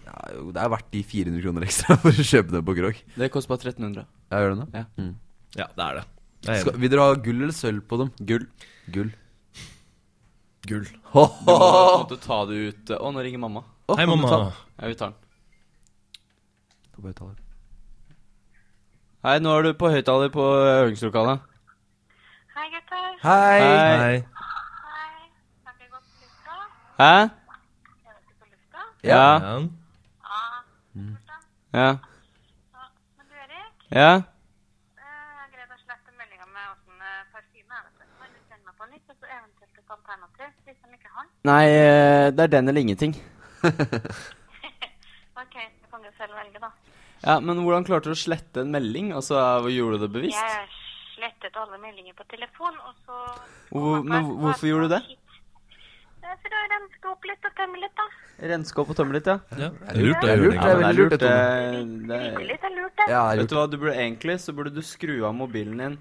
[SPEAKER 2] Ja, jo, det er verdt de 400 kroner ekstra for å kjøpe den på Krog.
[SPEAKER 10] Det koster bare 1300.
[SPEAKER 2] Ja, gjør den det?
[SPEAKER 10] Ja.
[SPEAKER 2] Mm.
[SPEAKER 1] Ja, det er det. Jeg er
[SPEAKER 2] Skal,
[SPEAKER 1] enig.
[SPEAKER 2] vil dere ha gull eller sølv på dem?
[SPEAKER 10] Gull.
[SPEAKER 2] Gull.
[SPEAKER 1] Gull.
[SPEAKER 2] Ho,
[SPEAKER 10] Du
[SPEAKER 2] ho,
[SPEAKER 10] må,
[SPEAKER 2] ho.
[SPEAKER 10] måtte ta det ut eh, Å, nå ringer mamma.
[SPEAKER 2] Å,
[SPEAKER 1] Hei,
[SPEAKER 2] kan du ta
[SPEAKER 1] mamma.
[SPEAKER 2] den?
[SPEAKER 10] Ja, vi tar den.
[SPEAKER 2] Får bare ta den.
[SPEAKER 10] Hei, nå er du på høyttaler på eh, øvingslokalet.
[SPEAKER 11] Hei, gutter.
[SPEAKER 2] Hei.
[SPEAKER 10] Hei.
[SPEAKER 1] Hei.
[SPEAKER 11] Hei. Har vi gått på lufta?
[SPEAKER 10] Hæ?
[SPEAKER 11] Er dere på lufta?
[SPEAKER 10] Ja.
[SPEAKER 1] Ja.
[SPEAKER 10] Ja.
[SPEAKER 11] Ja. Men du, Erik,
[SPEAKER 10] Ja.
[SPEAKER 11] eh, jeg greide å slette meldinga med åssen eh, parfyme er. vet du. Kan du sende meg på nytt, og så eventuelt et alternativ, hvis de ikke har den?
[SPEAKER 10] Nei, eh, det er den eller ingenting.
[SPEAKER 11] OK, så kan du selv velge, da.
[SPEAKER 10] Ja, Men hvordan klarte du å slette en melding? Altså, eh, Gjorde du det bevisst?
[SPEAKER 11] Jeg slettet alle meldinger på telefon, og så
[SPEAKER 10] Hvor- men hvorfor gjorde du det?
[SPEAKER 11] Det er For å renske opp litt og tømme litt, da.
[SPEAKER 10] Renske opp og tømme litt, ja.
[SPEAKER 1] Ja. Det er lurt, det.
[SPEAKER 2] lurt,
[SPEAKER 1] gjør
[SPEAKER 2] det er
[SPEAKER 1] det.
[SPEAKER 2] veldig lurt, det,
[SPEAKER 10] eh,
[SPEAKER 11] Rydde
[SPEAKER 10] det-
[SPEAKER 11] litt er lurt, det.
[SPEAKER 2] Ja, jeg har
[SPEAKER 10] Vet
[SPEAKER 2] gjort
[SPEAKER 10] du hva, du burde egentlig så burde du skru av mobilen din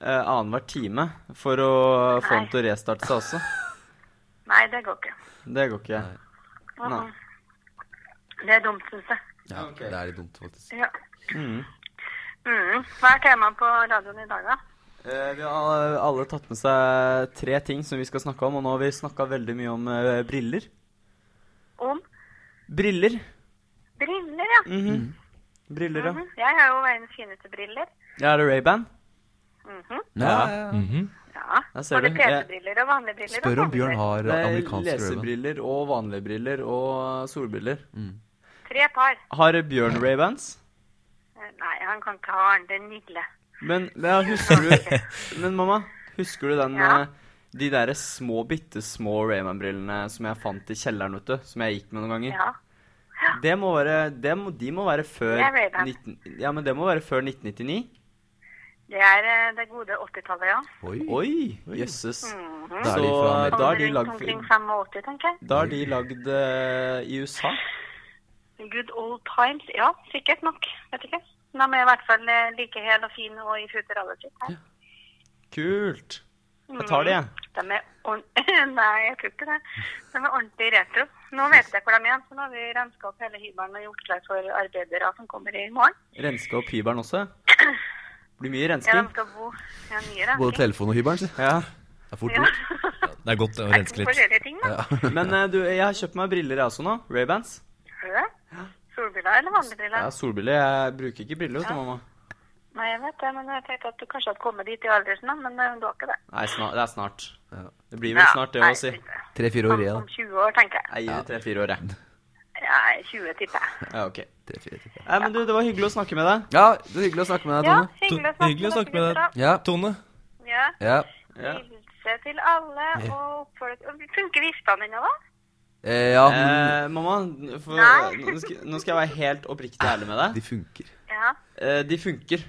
[SPEAKER 10] eh, annenhver time for å få den til å restarte seg også.
[SPEAKER 11] Nei, det går ikke.
[SPEAKER 10] Det går ikke. Nei.
[SPEAKER 11] Det er dumt, syns jeg.
[SPEAKER 2] ja, Det er litt dumt, faktisk.
[SPEAKER 11] Ja. Mm. Hva er temaet på radioen i dag, da?
[SPEAKER 10] Eh, Vi har alle tatt med seg tre ting som vi skal snakke om, og nå har vi snakka veldig mye om eh, briller.
[SPEAKER 11] Om
[SPEAKER 10] Briller. Mhm.
[SPEAKER 11] briller, ja.
[SPEAKER 10] Briller, ja.
[SPEAKER 11] Mhm. Jeg har jo verdens fineste briller.
[SPEAKER 10] Ja, er det Ray-Ban?
[SPEAKER 11] Mhm.
[SPEAKER 2] Ja, ja, ja.
[SPEAKER 11] Ja.
[SPEAKER 10] Der ser
[SPEAKER 11] Både
[SPEAKER 10] du.
[SPEAKER 11] PC-briller og vanlige briller.
[SPEAKER 2] Spør
[SPEAKER 11] da,
[SPEAKER 2] om Bjørn
[SPEAKER 11] faktisk.
[SPEAKER 2] har
[SPEAKER 10] Det er
[SPEAKER 2] amerikansk røven.
[SPEAKER 10] lesebriller og vanlige briller og solbriller.
[SPEAKER 11] Tre par.
[SPEAKER 10] Har Bjørn Ray-Bans?
[SPEAKER 11] Eh, Nei, han kan ikke ha den. Det er nydelig.
[SPEAKER 10] Men ja, husker du Men mamma, husker du den
[SPEAKER 11] Ja.
[SPEAKER 10] eh, De derre små, bitte små Rayman-brillene som jeg fant i kjelleren, vet du. Som jeg gikk med noen ganger.
[SPEAKER 11] Ja.
[SPEAKER 10] Det må være, det må, de må være før
[SPEAKER 11] Det er Ray-Ban.
[SPEAKER 10] 19, Ja, men det må være før 1999.
[SPEAKER 11] Det er eh, det gode 80-tallet, ja.
[SPEAKER 2] Oi.
[SPEAKER 10] Oi, jøsses.
[SPEAKER 11] Mhm.
[SPEAKER 2] Da er de
[SPEAKER 10] Så eh,
[SPEAKER 2] fra Amerika.
[SPEAKER 10] da er de
[SPEAKER 11] Rundt
[SPEAKER 10] lagd
[SPEAKER 11] Omkring 85, tenker jeg.
[SPEAKER 10] Da er de lagd eh, i USA.
[SPEAKER 11] Good old times. Ja, sikkert nok. Vet ikke. De er i hvert fall eh, like hele og fine og i futurality. Ja.
[SPEAKER 10] Kult. Jeg tar det, jeg.
[SPEAKER 11] De Mhm. er ordentlig Nei, jeg tror ikke det. De er ordentlig retro. Nå vet jeg hvor de er, så nå har vi renska opp hele hybelen og gjort klar for arbeidere som kommer i morgen.
[SPEAKER 10] Renska opp hybelen også. Blir mye
[SPEAKER 11] Ja, de
[SPEAKER 10] rensking.
[SPEAKER 11] skal bo i en ny renking.
[SPEAKER 2] Både telefonen og hybelen, si.
[SPEAKER 10] Ja.
[SPEAKER 2] Det er fort
[SPEAKER 11] Ja.
[SPEAKER 2] gjort.
[SPEAKER 1] Det er godt å renske litt.
[SPEAKER 11] Forskjellige ting.
[SPEAKER 10] Men eh, du, jeg har kjøpt meg briller jeg også nå. Raybands.
[SPEAKER 11] Har du det? Solbriller eller vanlige briller?
[SPEAKER 10] Ja, solbriller. Jeg bruker ikke briller, vet du,
[SPEAKER 11] Ja.
[SPEAKER 10] mamma.
[SPEAKER 11] Nei, jeg vet det, men jeg tenkte at du kanskje hadde kommet dit i aldersen, da, men eh, du har ikke det.
[SPEAKER 10] Nei, snar- det er snart. Det blir vel
[SPEAKER 11] Ja,
[SPEAKER 10] snart, det
[SPEAKER 11] nei,
[SPEAKER 10] å si.
[SPEAKER 11] tenkte jeg.
[SPEAKER 2] Tre-fire år igjen.
[SPEAKER 11] Om 20 år, tenker jeg.
[SPEAKER 10] Jeg gir det tre-fire år, jeg.
[SPEAKER 11] Ja, 20, tipper jeg.
[SPEAKER 10] Ja, ok.
[SPEAKER 2] Tre, fire, tre, fire.
[SPEAKER 10] Nei, men du, det var hyggelig å snakke med deg.
[SPEAKER 2] Ja, det er hyggelig å snakke med deg,
[SPEAKER 11] Ja,
[SPEAKER 2] Tone.
[SPEAKER 1] To-
[SPEAKER 11] hyggelig å snakke,
[SPEAKER 1] hyggelig å snakke
[SPEAKER 11] dere
[SPEAKER 1] med deg.
[SPEAKER 11] gutta.
[SPEAKER 2] Ja.
[SPEAKER 1] Tone?
[SPEAKER 11] Ja.
[SPEAKER 2] ja.
[SPEAKER 10] Ja.
[SPEAKER 11] Hilse til alle og oppfordre og Funker viftene ennå, da?
[SPEAKER 2] Eh, ja men
[SPEAKER 10] Eh, mamma, for,
[SPEAKER 11] Nei.
[SPEAKER 10] nå, skal, nå skal jeg være helt oppriktig ærlig med deg.
[SPEAKER 2] de funker.
[SPEAKER 11] Ja.
[SPEAKER 10] Eh, de funker.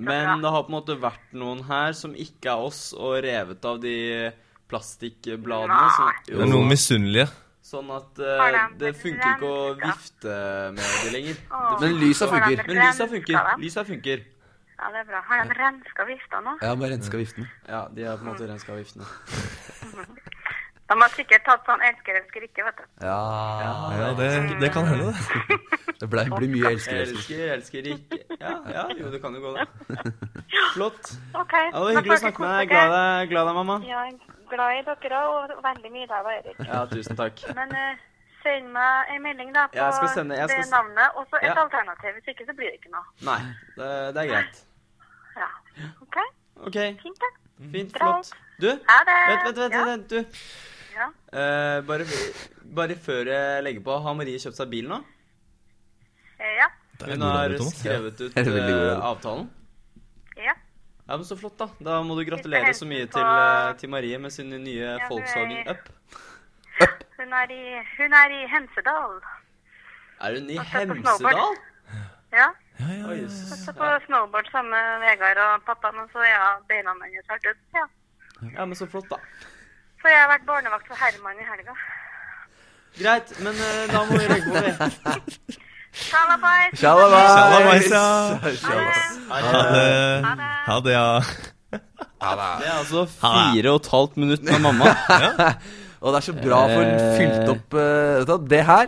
[SPEAKER 11] Ja.
[SPEAKER 10] Men det har på en måte vært noen her som ikke er oss, og revet av de plastikkbladene. Så,
[SPEAKER 1] Det er noen misunnelige.
[SPEAKER 10] sånn at eh,
[SPEAKER 11] Har de
[SPEAKER 10] det funker ikke å
[SPEAKER 11] brent, da?
[SPEAKER 10] vifte med de lenger.
[SPEAKER 11] Åh,
[SPEAKER 2] Men lysa
[SPEAKER 11] har de
[SPEAKER 2] funker.
[SPEAKER 10] Men lysa
[SPEAKER 11] renska
[SPEAKER 10] funker.
[SPEAKER 11] dem?
[SPEAKER 10] Lysa funker.
[SPEAKER 11] Ja, det er bra. Har de renska viftene nå?
[SPEAKER 2] Ja, bare renska viftene.
[SPEAKER 10] Ja, de har på en måte renska viftene.
[SPEAKER 11] De har sikkert tatt sånn elsker, elsker ikke, vet du.
[SPEAKER 2] Ja,
[SPEAKER 1] Ja, det, det kan hende, det.
[SPEAKER 2] Det ble, blir mye elsker. elsker.
[SPEAKER 10] Elsker, elsker ikke Ja, ja, jo, det kan jo gå, det. Flott.
[SPEAKER 11] OK.
[SPEAKER 10] Ja, det var
[SPEAKER 11] da
[SPEAKER 10] hyggelig å
[SPEAKER 11] får dere
[SPEAKER 10] snakke med deg.
[SPEAKER 11] kose
[SPEAKER 10] Glad i deg, glad i deg, mamma.
[SPEAKER 11] Ja, jeg er glad i dere også, og veldig mye deg, da, Erik.
[SPEAKER 10] Ja, tusen takk.
[SPEAKER 11] Men eh, send meg en melding, da, på
[SPEAKER 10] Jeg skal sende- jeg skal
[SPEAKER 11] det
[SPEAKER 10] s-
[SPEAKER 11] navnet. Og så et
[SPEAKER 10] Ja.
[SPEAKER 11] alternativ. Hvis ikke, så blir det ikke noe.
[SPEAKER 10] Nei, det, det er greit.
[SPEAKER 11] Ja. OK?
[SPEAKER 10] OK,
[SPEAKER 11] Fint, det.
[SPEAKER 10] fint, flott. Du, vent,
[SPEAKER 11] Ha det.
[SPEAKER 10] vent, vent,
[SPEAKER 11] Mm. Ja.
[SPEAKER 10] vent, du.
[SPEAKER 11] Ja.
[SPEAKER 10] Eh, bare, bare før jeg legger på, har Marie kjøpt seg bil nå?
[SPEAKER 11] Eh, ja.
[SPEAKER 1] er
[SPEAKER 10] Hun
[SPEAKER 1] god
[SPEAKER 10] har
[SPEAKER 1] radio, Thomas.
[SPEAKER 10] skrevet ut
[SPEAKER 2] Det er veldig god
[SPEAKER 10] eh,
[SPEAKER 2] radio.
[SPEAKER 10] avtalen.
[SPEAKER 11] Ja.
[SPEAKER 10] Ja, men Så flott, da. Da må du gratulere så mye til, eh, til Marie med sin nye
[SPEAKER 11] Ja, du er-
[SPEAKER 10] Volkswagen Up.
[SPEAKER 11] Hun er i, hun er i Hemsedal.
[SPEAKER 10] Er hun i
[SPEAKER 11] skal på
[SPEAKER 10] Hemsedal?
[SPEAKER 11] snowboard. Ja.
[SPEAKER 10] Å, Jesus.
[SPEAKER 11] Så på snowboard sammen med Vegard og pappaen, og så er ja, beina hennes har dødd. Ja.
[SPEAKER 10] Ja, men så flott, da.
[SPEAKER 11] Så jeg har vært barnevakt for Herman i helga.
[SPEAKER 10] Greit, men eh, da må vi legge på. vi.
[SPEAKER 11] Sjalabais!
[SPEAKER 2] Sjalabais!
[SPEAKER 1] Sjalabais,
[SPEAKER 11] Ha
[SPEAKER 1] Ha
[SPEAKER 11] det.
[SPEAKER 1] det. Eh, Ha det, ja.
[SPEAKER 10] Det er altså fire og et halvt minutt med mamma.
[SPEAKER 2] Og det er så bra for den fylt opp eh, vet du, hva, Det her,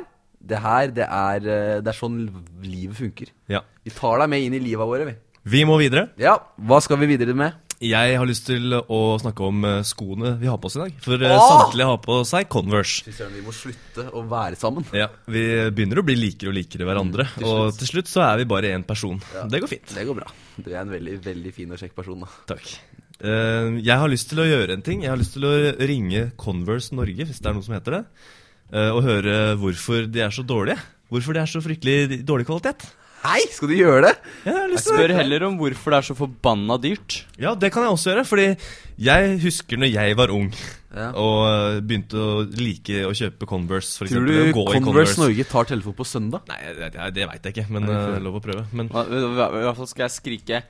[SPEAKER 2] det her, det er, eh, det er sånn livet funker.
[SPEAKER 1] ja.
[SPEAKER 2] Vi tar deg med inn i livet våre, vi.
[SPEAKER 1] Vi må videre.
[SPEAKER 2] Ja, hva skal vi videre med?
[SPEAKER 1] Jeg har lyst til å snakke om eh, skoene vi har på oss i dag. For eh,
[SPEAKER 2] Åh!
[SPEAKER 1] samtlige har på seg Converse.
[SPEAKER 2] Fy søren, vi må slutte å være sammen.
[SPEAKER 1] Ja, Vi begynner å bli likere og likere hverandre.
[SPEAKER 2] Mm, til
[SPEAKER 1] og
[SPEAKER 2] slutt.
[SPEAKER 1] til slutt så er vi bare én person. Det går fint.
[SPEAKER 2] Det går bra. Du er en veldig, veldig fin og kjekk person, da.
[SPEAKER 1] Takk. Eh, jeg har lyst til å gjøre en ting. Jeg har lyst til å ringe Converse Norge, hvis det er noe som heter det. eh, og høre hvorfor de er så dårlige. Hvorfor de er så fryktelig dårlig kvalitet.
[SPEAKER 2] Hei, skal du gjøre det?
[SPEAKER 1] Jeg har lyst til det.
[SPEAKER 10] Spør heller om hvorfor det er så forbanna dyrt.
[SPEAKER 1] Ja, det kan jeg også gjøre, fordi jeg husker når jeg var ung
[SPEAKER 2] Ja.
[SPEAKER 1] og øh, begynte å like å kjøpe Converse, for
[SPEAKER 2] Tror
[SPEAKER 1] eksempel.
[SPEAKER 2] du
[SPEAKER 1] og gå i
[SPEAKER 2] Converse Norge tar telefonen på søndag?
[SPEAKER 1] Nei, det, det, det veit jeg ikke, men øh, det er lov å prøve. Men
[SPEAKER 10] Hva- I hvert fall skal jeg skrike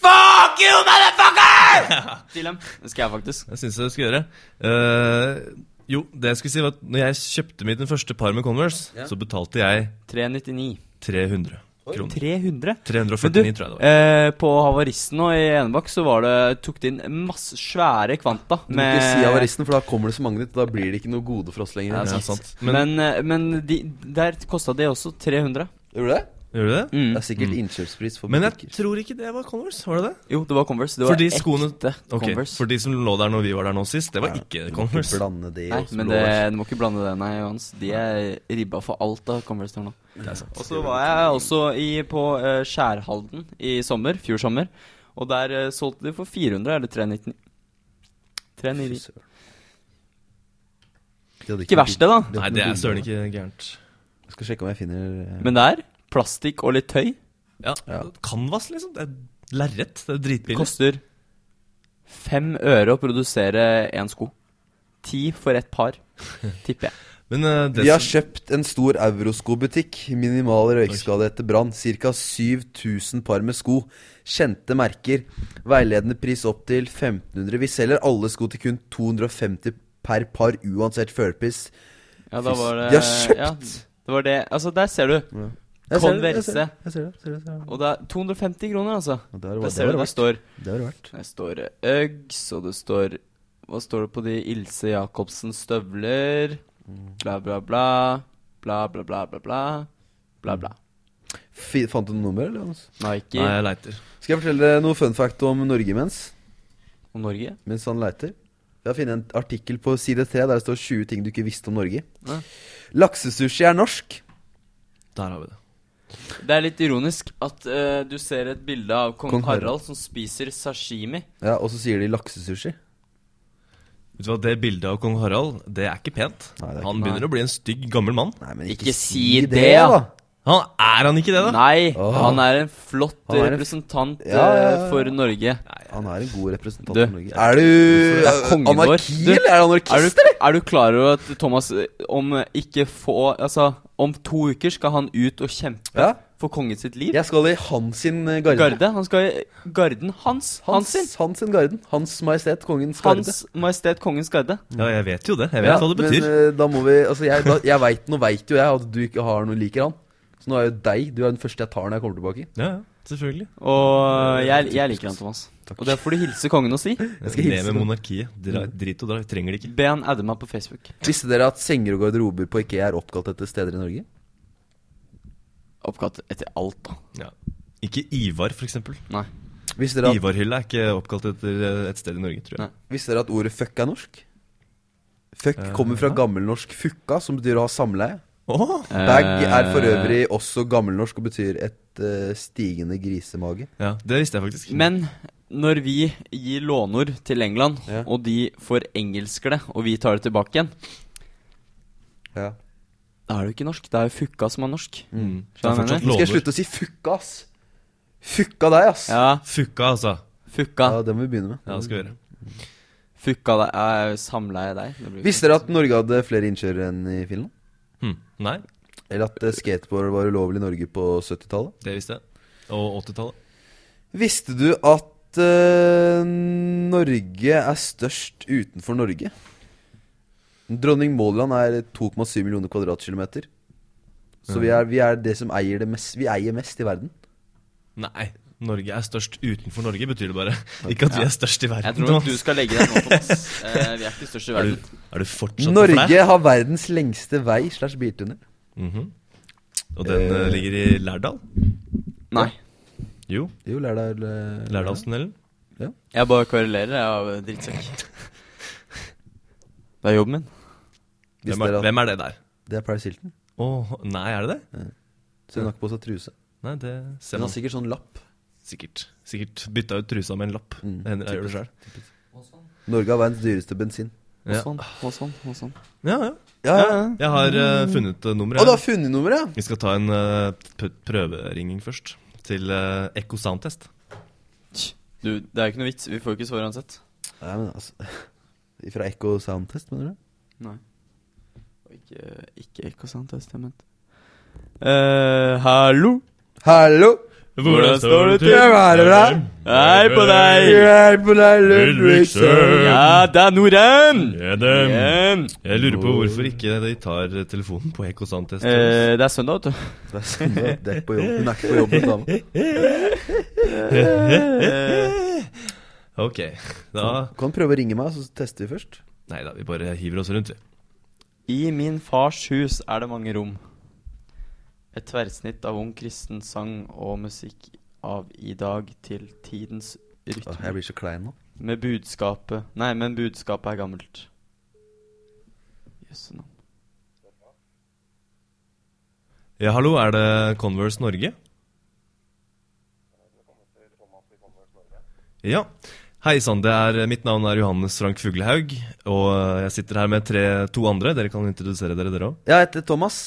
[SPEAKER 1] Fuck you, motherfucker!
[SPEAKER 10] til dem. Det skal jeg faktisk.
[SPEAKER 1] Jeg syns jeg du skal gjøre. Eh, jo, det jeg skulle si, var at når jeg kjøpte mitt den første par med Converse, så betalte jeg
[SPEAKER 10] 399.
[SPEAKER 1] 300 kroner.
[SPEAKER 10] 300? Men
[SPEAKER 1] 349,
[SPEAKER 10] du,
[SPEAKER 1] tror jeg det var.
[SPEAKER 10] eh, på Havaristen og i Enebakk så var det, tok de inn masse svære kvanta
[SPEAKER 2] Du må ikke si avaristen, for da kommer det så mange dit. og Da blir det ikke noe gode for oss lenger.
[SPEAKER 10] Ja,
[SPEAKER 1] Ja,
[SPEAKER 10] sant.
[SPEAKER 1] sant. Men-
[SPEAKER 10] Men, eh, men de, der kosta det også 300.
[SPEAKER 2] Gjorde du det?
[SPEAKER 1] Gjør du det?
[SPEAKER 10] Mm.
[SPEAKER 2] Det er sikkert innkjøpspris for
[SPEAKER 1] Mm. Men jeg
[SPEAKER 2] butikker.
[SPEAKER 1] tror ikke det var Converse. Var det det?
[SPEAKER 10] Jo, det var Converse. Det var
[SPEAKER 1] Fordi
[SPEAKER 10] ekte
[SPEAKER 1] skoene Ok,
[SPEAKER 10] Converse.
[SPEAKER 1] For de som lå der når vi var der nå sist, det var ikke Converse.
[SPEAKER 2] Blande det
[SPEAKER 10] Nei,
[SPEAKER 2] og
[SPEAKER 10] men det,
[SPEAKER 2] blåbær.
[SPEAKER 10] du må ikke blande det, nei, Johans. De er ribba for alt av Converse til nå.
[SPEAKER 1] Det er sant.
[SPEAKER 10] Og så var jeg også i, på eh, Skjærhalden i sommer, fjor sommer. Og der eh, solgte de for 400, eller 399. 399.
[SPEAKER 2] De hadde
[SPEAKER 10] Ikke verst det, da.
[SPEAKER 2] de
[SPEAKER 1] Nei,
[SPEAKER 2] hadde
[SPEAKER 1] det
[SPEAKER 2] noen
[SPEAKER 1] er søren
[SPEAKER 2] bilder.
[SPEAKER 1] ikke gærent.
[SPEAKER 2] Jeg skal sjekke om jeg finner eh,
[SPEAKER 10] Men det er plastikk og litt tøy.
[SPEAKER 1] Ja, Canvas, liksom. Det er lerret. Det er dritbillig.
[SPEAKER 10] Koster fem øre å produsere én sko. Ti for ett par, tipper jeg.
[SPEAKER 1] Men eh, det
[SPEAKER 2] Vi har
[SPEAKER 1] som-
[SPEAKER 2] kjøpt en stor euroskobutikk. Minimal røykskade etter brann. Ca. 7000 par med sko. Kjente merker. Veiledende pris opp til 1500. Vi selger alle sko til kun 250 per par, uansett førerpris.
[SPEAKER 10] Ja, da var det
[SPEAKER 2] De har kjøpt!
[SPEAKER 10] Ja, det var det Altså, der ser du.
[SPEAKER 2] Jeg ser det, jeg
[SPEAKER 10] Converse.
[SPEAKER 2] ser det, jeg ser det, jeg ser det, jeg ser det.
[SPEAKER 10] Og det er 250 kroner, altså.
[SPEAKER 2] Og det har det vært- det
[SPEAKER 10] Der
[SPEAKER 2] har
[SPEAKER 10] ser du
[SPEAKER 2] det
[SPEAKER 10] det står
[SPEAKER 2] Det har det vært.
[SPEAKER 10] Det står eh, Uggs, og det står Hva står det på de Ilse Jacobsens støvler? Bla, bla, bla. Bla, bla, bla, bla, bla. Bla, bla.
[SPEAKER 2] Fi- Fant du noe nummer, eller? Johannes?
[SPEAKER 10] Nike
[SPEAKER 1] Nei, jeg leiter.
[SPEAKER 2] Skal jeg fortelle deg noe fun fact om Norge imens?
[SPEAKER 10] og Norge.
[SPEAKER 2] Mens han leiter? Jeg har funnet en artikkel på side 3 der det står 20 ting du ikke visste om Norge.
[SPEAKER 10] Ja.
[SPEAKER 2] Laksesushi er norsk.
[SPEAKER 1] Der har vi det.
[SPEAKER 10] Det er litt ironisk at eh, du ser et bilde av kong,
[SPEAKER 2] Kong Harald.
[SPEAKER 10] Harald, som spiser sashimi.
[SPEAKER 2] Ja, Og så sier de laksesushi.
[SPEAKER 1] Vet du hva, Det bildet av kong Harald det er ikke pent.
[SPEAKER 2] Nei, det er
[SPEAKER 1] han
[SPEAKER 10] ikke-
[SPEAKER 1] begynner å bli en stygg, gammel mann.
[SPEAKER 2] Nei, men
[SPEAKER 10] Ikke si det, da.
[SPEAKER 1] Han, er han ikke det, da?
[SPEAKER 10] Nei,
[SPEAKER 2] Åh.
[SPEAKER 10] han er en flott
[SPEAKER 2] Han er en-
[SPEAKER 10] representant
[SPEAKER 2] Ja, ja, ja,
[SPEAKER 10] eh,
[SPEAKER 2] ja.
[SPEAKER 10] for Norge.
[SPEAKER 2] Han er en god representant
[SPEAKER 10] Du.
[SPEAKER 2] for Norge. Er du
[SPEAKER 10] Det er kongen vår.
[SPEAKER 2] anarki,
[SPEAKER 10] Du,
[SPEAKER 2] eller er du anarkist,
[SPEAKER 10] Er du,
[SPEAKER 2] eller?
[SPEAKER 10] er du klar over at Thomas eh, om eh, ikke få Altså, om to uker skal han ut og kjempe
[SPEAKER 2] Ja.
[SPEAKER 10] for kongen sitt liv?
[SPEAKER 2] Jeg skal i hans sin eh, garde.
[SPEAKER 10] Garde. Han skal i garden hans. Hans
[SPEAKER 2] Hans,
[SPEAKER 10] sin.
[SPEAKER 2] hans sin garden. Hans Majestet Kongens garde.
[SPEAKER 10] Hans Majestet Kongens garde.
[SPEAKER 1] Ja, jeg vet jo det. Jeg vet hva det betyr.
[SPEAKER 2] Men eh, da må vi Altså, jeg, da, jeg veit nå veit jo jeg at du ikke har noe liker han. Så nå er jo deg Du er den første jeg tar når jeg kommer tilbake.
[SPEAKER 1] ja, ja, selvfølgelig.
[SPEAKER 10] Og jeg, jeg liker han, Thomas. Og det får du hilse kongen og si.
[SPEAKER 1] Jeg
[SPEAKER 2] skal hilse
[SPEAKER 1] Ned
[SPEAKER 2] på-
[SPEAKER 1] med monarkiet. Dra, drit og dra. Trenger det ikke.
[SPEAKER 10] Be han adde meg på Facebook.
[SPEAKER 2] Visste dere at senger og garderober på Ikea er oppkalt etter steder i Norge?
[SPEAKER 10] Oppkalt etter alt, da.
[SPEAKER 1] Ja. Ikke Ivar, for eksempel.
[SPEAKER 10] Nei.
[SPEAKER 2] Visste dere at,
[SPEAKER 1] Ivarhylla er ikke oppkalt etter eh, et sted i Norge, tror jeg.
[SPEAKER 10] Nei.
[SPEAKER 2] visste dere at ordet fuck er norsk? Fuck kommer fra gammelnorsk fukka, som betyr å ha samleie.
[SPEAKER 1] Åh!
[SPEAKER 2] Bag er for øvrig også gammelnorsk og betyr et eh, stigende grisemage.
[SPEAKER 1] Ja, det visste jeg faktisk.
[SPEAKER 10] Eh, Men når vi gir lånord til England,
[SPEAKER 2] Ja.
[SPEAKER 10] og de forengelsker det, og vi tar det tilbake igjen,
[SPEAKER 2] Ja.
[SPEAKER 10] da er det jo ikke norsk. Det er jo fukka som er norsk.
[SPEAKER 1] Mm.
[SPEAKER 10] Skjønner du hva jeg
[SPEAKER 1] Det er fortsatt
[SPEAKER 10] mener?
[SPEAKER 2] Skal jeg
[SPEAKER 1] Låner.
[SPEAKER 2] slutte å si fukka, ass? Fukka deg, ass.
[SPEAKER 10] Ja,
[SPEAKER 1] Fukka, altså.
[SPEAKER 10] fukka.
[SPEAKER 2] Ja, det må vi begynne med.
[SPEAKER 1] Ja, det skal vi gjøre.
[SPEAKER 10] Fukka deg er samleie deg. Det blir
[SPEAKER 2] Visste dere at Norge hadde flere innkjørere enn i Finland?
[SPEAKER 1] Hm. Nei,
[SPEAKER 2] Eller at eh, skateboard var ulovlig i Norge på 70-tallet?
[SPEAKER 1] det visste jeg. Og 80-tallet.
[SPEAKER 2] Visste du at eh, Norge er størst utenfor Norge? Dronning Maud land er 2,7 millioner kvadratkilometer. Så vi er, vi er det som eier det mest Vi eier mest i verden.
[SPEAKER 1] Nei. Norge er størst utenfor Norge, betyr det bare. Ikke at vi er størst i verden.
[SPEAKER 10] Jeg tror nok du
[SPEAKER 1] Thomas.
[SPEAKER 10] skal legge deg nå, Thomas. Eh, vi er ikke størst i
[SPEAKER 1] Er
[SPEAKER 10] verden.
[SPEAKER 1] du, er du fortsatt på
[SPEAKER 2] Norge
[SPEAKER 1] flær?
[SPEAKER 2] har verdens lengste vei slash biltunnel.
[SPEAKER 1] Mhm. Og den eh, ligger i Lærdal?
[SPEAKER 10] Nei.
[SPEAKER 1] Jo.
[SPEAKER 2] Jo, Lærdal eh,
[SPEAKER 1] Lærdalstunnelen.
[SPEAKER 10] Jeg bare korrelerer, jeg er jo drittsekk. Det er jobben min.
[SPEAKER 2] Visste
[SPEAKER 1] Hvem, er-
[SPEAKER 2] dere at
[SPEAKER 1] hvem er det der?
[SPEAKER 2] det er Paris Hilton?
[SPEAKER 1] Å, nei, er det det?
[SPEAKER 2] Så hun har ikke på seg truse.
[SPEAKER 1] Nei, det ser
[SPEAKER 2] Hun
[SPEAKER 1] man
[SPEAKER 2] har sikkert sånn lapp.
[SPEAKER 1] sikkert. Sikkert bytta ut trusa med en lapp.
[SPEAKER 2] Mm,
[SPEAKER 1] Det hender jeg gjør det sjøl.
[SPEAKER 2] Norge har verdens dyreste bensin.
[SPEAKER 1] Ja.
[SPEAKER 10] Sånn, og sånn, og sånn.
[SPEAKER 1] Ja, ja.
[SPEAKER 2] Ja, ja. ja.
[SPEAKER 1] Jeg har eh, funnet eh, nummeret.
[SPEAKER 2] Og du har funnet nummeret?
[SPEAKER 1] Vi skal ta en eh, p- prøveringing først. Til uh, Echo Soundtest.
[SPEAKER 10] Du, det er jo ikke noe vits. Vi får jo ikke svar uansett.
[SPEAKER 2] Nei, men altså Fra Echo Soundtest, mener du?
[SPEAKER 10] Og ikke, ikke Ekosant Testament. Eh, hallo?
[SPEAKER 2] Hallo!
[SPEAKER 10] Hvordan står det til?
[SPEAKER 2] Jeg er her.
[SPEAKER 10] Hei på deg!
[SPEAKER 2] Hjelp deg, Ludvigsen!
[SPEAKER 10] Ja, det er Norheim! Igjen.
[SPEAKER 1] Jeg lurer på hvorfor ikke de tar telefonen på Echo Soundtest.
[SPEAKER 10] Eh, det er søndag, vet du.
[SPEAKER 2] Det er sånn at det er på jobb. Hun er ikke på jobb, dama.
[SPEAKER 1] Ok, da
[SPEAKER 2] Kan prøve å ringe meg, så tester vi først.
[SPEAKER 1] Nei da, vi bare hiver oss rundt, vi.
[SPEAKER 10] I min fars hus er det mange rom. Et tverrsnitt av ung kristen sang og musikk av i dag til tidens
[SPEAKER 2] Åh,
[SPEAKER 10] rytme.
[SPEAKER 2] jeg blir så klein nå.
[SPEAKER 10] Med budskapet Nei, men budskapet er gammelt. Jøsse navn.
[SPEAKER 1] Ja, hallo, er det Converse Norge? Ja. Hei sann, det er mitt navn er Johannes Frank Fuglehaug. Og eh, jeg sitter her med tre, to andre. Dere kan introdusere dere, dere òg.
[SPEAKER 2] Jeg heter Thomas.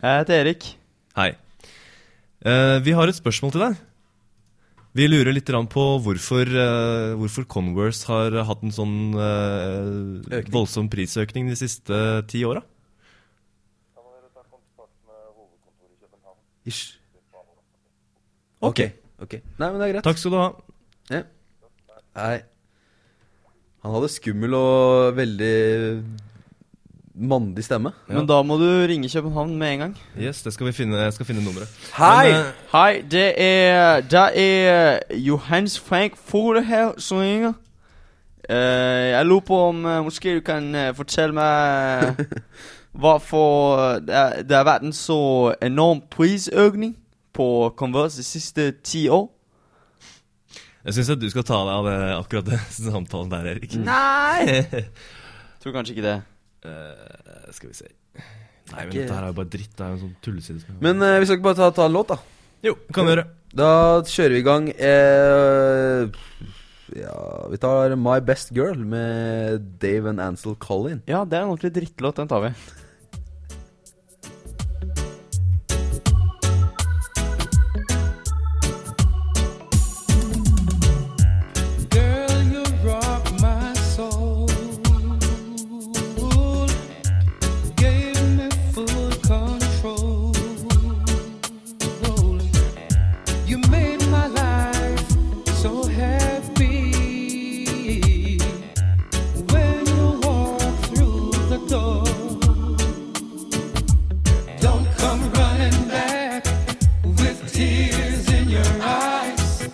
[SPEAKER 10] Jeg heter Erik.
[SPEAKER 1] Hei. Eh, vi har et spørsmål til deg. Vi lurer litt grann på hvorfor, eh, hvorfor Converse har hatt en sånn eh,
[SPEAKER 2] Økning.
[SPEAKER 1] voldsom prisøkning de siste ti åra.
[SPEAKER 2] Ish. Ok. ok. Nei, men det er greit.
[SPEAKER 1] Takk skal du ha.
[SPEAKER 2] Ja. Nei. Han hadde skummel og veldig mandig stemme.
[SPEAKER 10] Men da må du ringe København med en gang.
[SPEAKER 1] Yes, det skal vi finne, jeg skal finne nummeret.
[SPEAKER 2] Hei!
[SPEAKER 1] Men, eh,
[SPEAKER 10] Hei, det er Der er Johannes Frank Foglehaug som ringer. Eh, jeg lurer på om eh, Kanskje du kan eh, fortelle meg hvorfor det er- det har vært en så enorm prisøkning på Converse de siste ti år?
[SPEAKER 1] Jeg syns at du skal ta deg av det, akkurat den samtalen der, Erik.
[SPEAKER 2] Mm.
[SPEAKER 10] Nei! Tror kanskje ikke det.
[SPEAKER 1] Eh, skal vi se Nei, men dette her er jo bare dritt. Det er jo en sånn tulleside. som-
[SPEAKER 2] Men eh, vi skal ikke bare ta, ta en låt, da?
[SPEAKER 1] Jo, kan vi gjøre.
[SPEAKER 2] Da kjører vi i gang eh, Ja, vi tar My Best Girl med Dave and Ansel Collin.
[SPEAKER 10] Ja, det er en ordentlig drittlåt. Den tar vi.
[SPEAKER 12] Girl, you rock my soul. Gave me full control. You made my life so happy when you walk through the door. Don't come running back with tears in your eyes.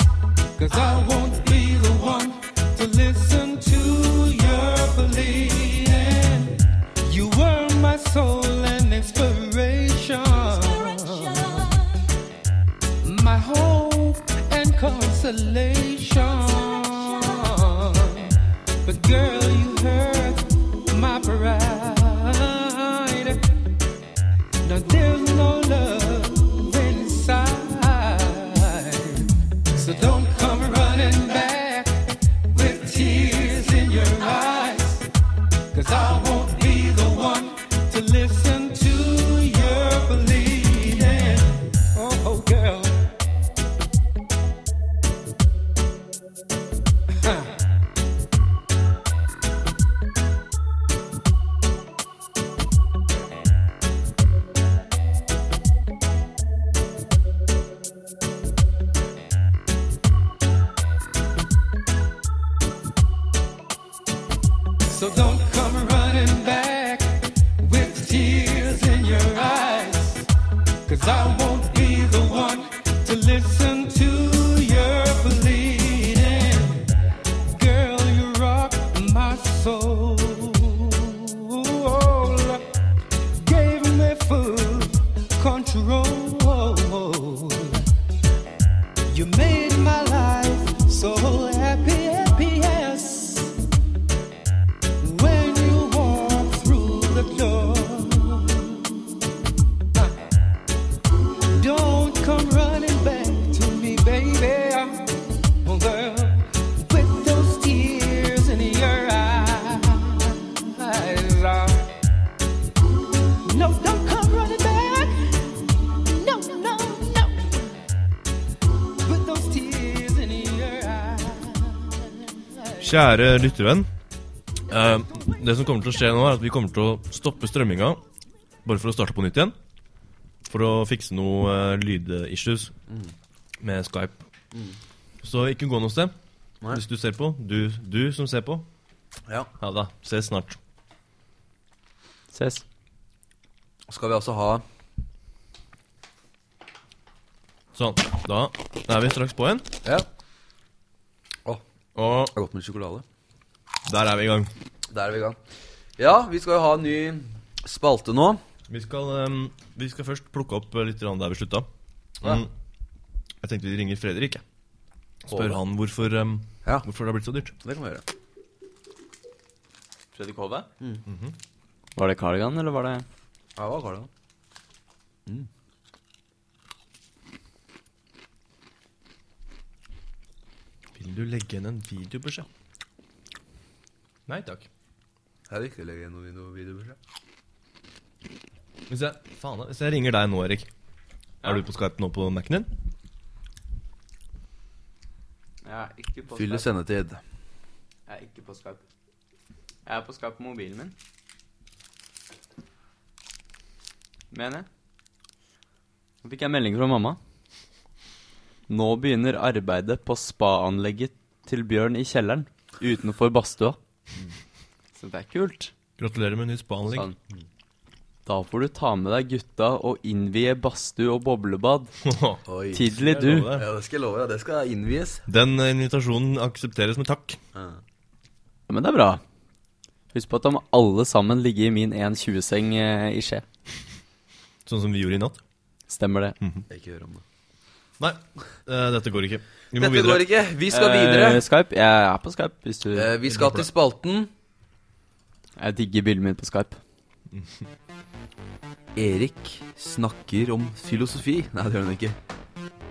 [SPEAKER 12] Cause I won't be the one to listen to your bleeding. You were my soul and inspiration. My hope and consolation. But girl, you hurt my pride. Now there's no love inside. So don't come running back with tears in your eyes. Cause I won't be the one to listen to your bleeding. Oh, oh girl. Huh. So don't come running back with tears in your eyes. Cause I won't be the one to listen to your bleeding. Girl, you rock my soul. Gave me full control. You made my life so happy, happy, yes when you walk through the door. Don't come running back to me, baby. Oh, girl, with those tears in your eyes. No, don't come running back. No, no, no. With those tears in your eyes.
[SPEAKER 1] Kjære lyttervenn. eh, det som kommer til å skje nå, er at vi kommer til å stoppe strømminga. Bare for å starte på nytt igjen. For å fikse noe eh, lydissues med Skype.
[SPEAKER 13] Mm.
[SPEAKER 1] Så ikke gå noe sted. Hvis du ser på. Du, du som ser på.
[SPEAKER 2] Ja.
[SPEAKER 1] Ha det. Ses snart.
[SPEAKER 10] Ses.
[SPEAKER 2] Skal vi også ha
[SPEAKER 1] Sånn. Da er vi straks på igjen.
[SPEAKER 2] Ja.
[SPEAKER 1] Og
[SPEAKER 2] Det er godt med sjokolade.
[SPEAKER 1] Der er vi i gang.
[SPEAKER 2] Der er vi i gang. Ja, vi skal jo ha en ny spalte nå.
[SPEAKER 1] Vi skal, ehm, vi skal først plukke opp eh, litt grann der vi slutta.
[SPEAKER 2] Ja.
[SPEAKER 1] Mm. Jeg tenkte vi ringer Fredrik. jeg. Spør
[SPEAKER 2] Håvard.
[SPEAKER 1] han hvorfor, ehm, hvorfor det har blitt så dyrt.
[SPEAKER 2] Det kan vi gjøre. Mm.
[SPEAKER 13] Fredrik Hove?
[SPEAKER 10] Var det Cardigan, eller var det
[SPEAKER 2] Ja, hva var det da?
[SPEAKER 1] Vil du legge igjen en videobeskjed? Nei takk.
[SPEAKER 2] Jeg vil ikke legge igjen noen video- videobeskjed.
[SPEAKER 1] Hvis jeg, faen, da, hvis jeg ringer deg nå, Erik Er du på Skype nå på Mac-en din?
[SPEAKER 10] Jeg er ikke på
[SPEAKER 2] Fyll
[SPEAKER 10] Skype.
[SPEAKER 2] sendetid.
[SPEAKER 10] Jeg er ikke på Skype. Jeg er på Skype på mobilen min. Mener jeg. Nå fikk jeg melding fra mamma. Nå begynner arbeidet på spa-anlegget til Bjørn i kjelleren utenfor badstua. Så det er kult.
[SPEAKER 1] Gratulerer med ny spa-anlegg.
[SPEAKER 10] Da får du ta med deg gutta og innvie badstue og boblebad.
[SPEAKER 2] Oi.
[SPEAKER 10] Tiddelig du.
[SPEAKER 2] Ja, det skal jeg love deg. Det skal innvies.
[SPEAKER 1] Den eh, invitasjonen aksepteres med takk.
[SPEAKER 10] Ja, men det er bra. Husk på at da må alle sammen ligge i min 1,20-seng eh, i Skje.
[SPEAKER 1] Sånn som vi gjorde i natt.
[SPEAKER 10] Stemmer det.
[SPEAKER 2] Ikke hør om det.
[SPEAKER 1] Nei, eh, dette går ikke. Vi må
[SPEAKER 2] Dette
[SPEAKER 1] videre.
[SPEAKER 2] går ikke. Vi skal videre.
[SPEAKER 10] Eh, Skype? Jeg er på Skype. Hvis du
[SPEAKER 2] Eh, vi skal til spalten
[SPEAKER 10] Jeg digger bildet mitt på Skype.
[SPEAKER 2] Erik snakker om filosofi. Nei, det gjør han ikke.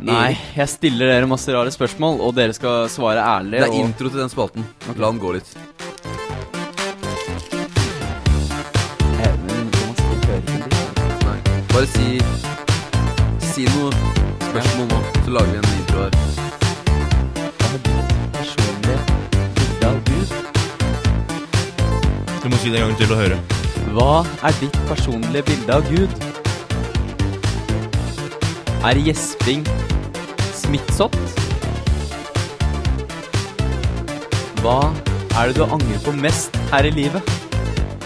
[SPEAKER 10] Nei, jeg stiller dere masse rare spørsmål, og dere skal svare ærlig.
[SPEAKER 2] Det er
[SPEAKER 10] og...
[SPEAKER 2] intro til den spalten. La den gå litt. Nei, bare si Si noe spørsmål nå, så lager vi en intro her.
[SPEAKER 1] Du må si det en gang til og høre.
[SPEAKER 10] Hva er ditt personlige bilde av Gud? Er gjesping smittsomt? Hva er det du angrer på mest her i livet?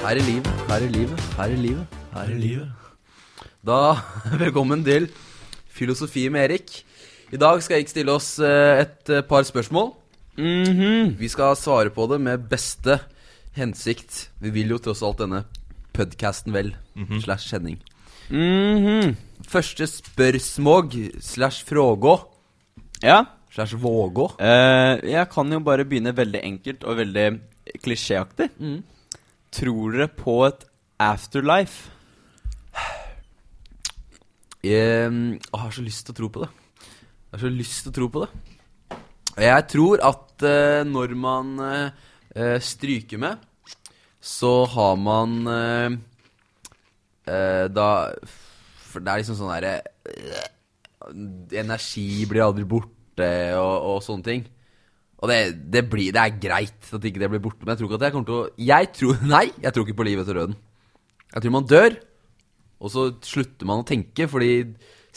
[SPEAKER 2] Her i livet, her i livet, her i livet.
[SPEAKER 1] Her i livet.
[SPEAKER 2] Da, velkommen til Filosofi med Erik. I dag skal Erik stille oss eh, et eh, par spørsmål. Vi skal svare på det med beste hensikt. Vi vil jo tross alt denne podcasten vel,
[SPEAKER 10] Mhm.
[SPEAKER 2] slash sending.
[SPEAKER 10] Mhm.
[SPEAKER 2] Første spørsmål slash frågå
[SPEAKER 10] Ja.
[SPEAKER 2] slash vågå.
[SPEAKER 10] Eh, jeg kan jo bare begynne veldig enkelt og veldig klisjéaktig.
[SPEAKER 2] Mm.
[SPEAKER 10] Tror dere på et afterlife?
[SPEAKER 2] Jeg jeg har så lyst til å tro på det. Jeg har så lyst til å tro på det. Jeg tror at eh, når man eh, eh, stryker med, så har man eh, eh, Da For det er liksom sånn derre eh, Energi blir aldri borte, og, og sånne ting. Og det, det, blir, det er greit at ikke det blir borte, men jeg tror ikke at jeg kommer til å Jeg tror, Nei, jeg tror ikke på livet etter døden. Jeg tror man dør, og så slutter man å tenke, fordi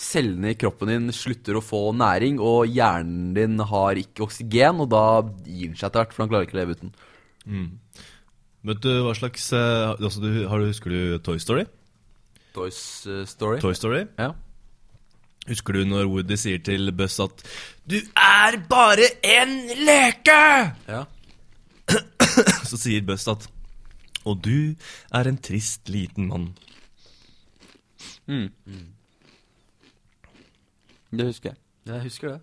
[SPEAKER 2] cellene i kroppen din slutter å få næring, og hjernen din har ikke oksygen, og da gir den seg etter hvert, for han klarer ikke å leve uten.
[SPEAKER 1] Mm. Vet du hva slags eh, altså, du, har du, Husker du Toy Story?
[SPEAKER 2] Toys eh, Story.
[SPEAKER 1] Toy Story?
[SPEAKER 2] Ja.
[SPEAKER 1] Husker du når Woody sier til Buzz at Du
[SPEAKER 12] er bare en leke!
[SPEAKER 2] Ja.
[SPEAKER 1] Så sier Buzz at Og du er en trist liten mann.
[SPEAKER 10] Det husker jeg.
[SPEAKER 2] Jeg husker det.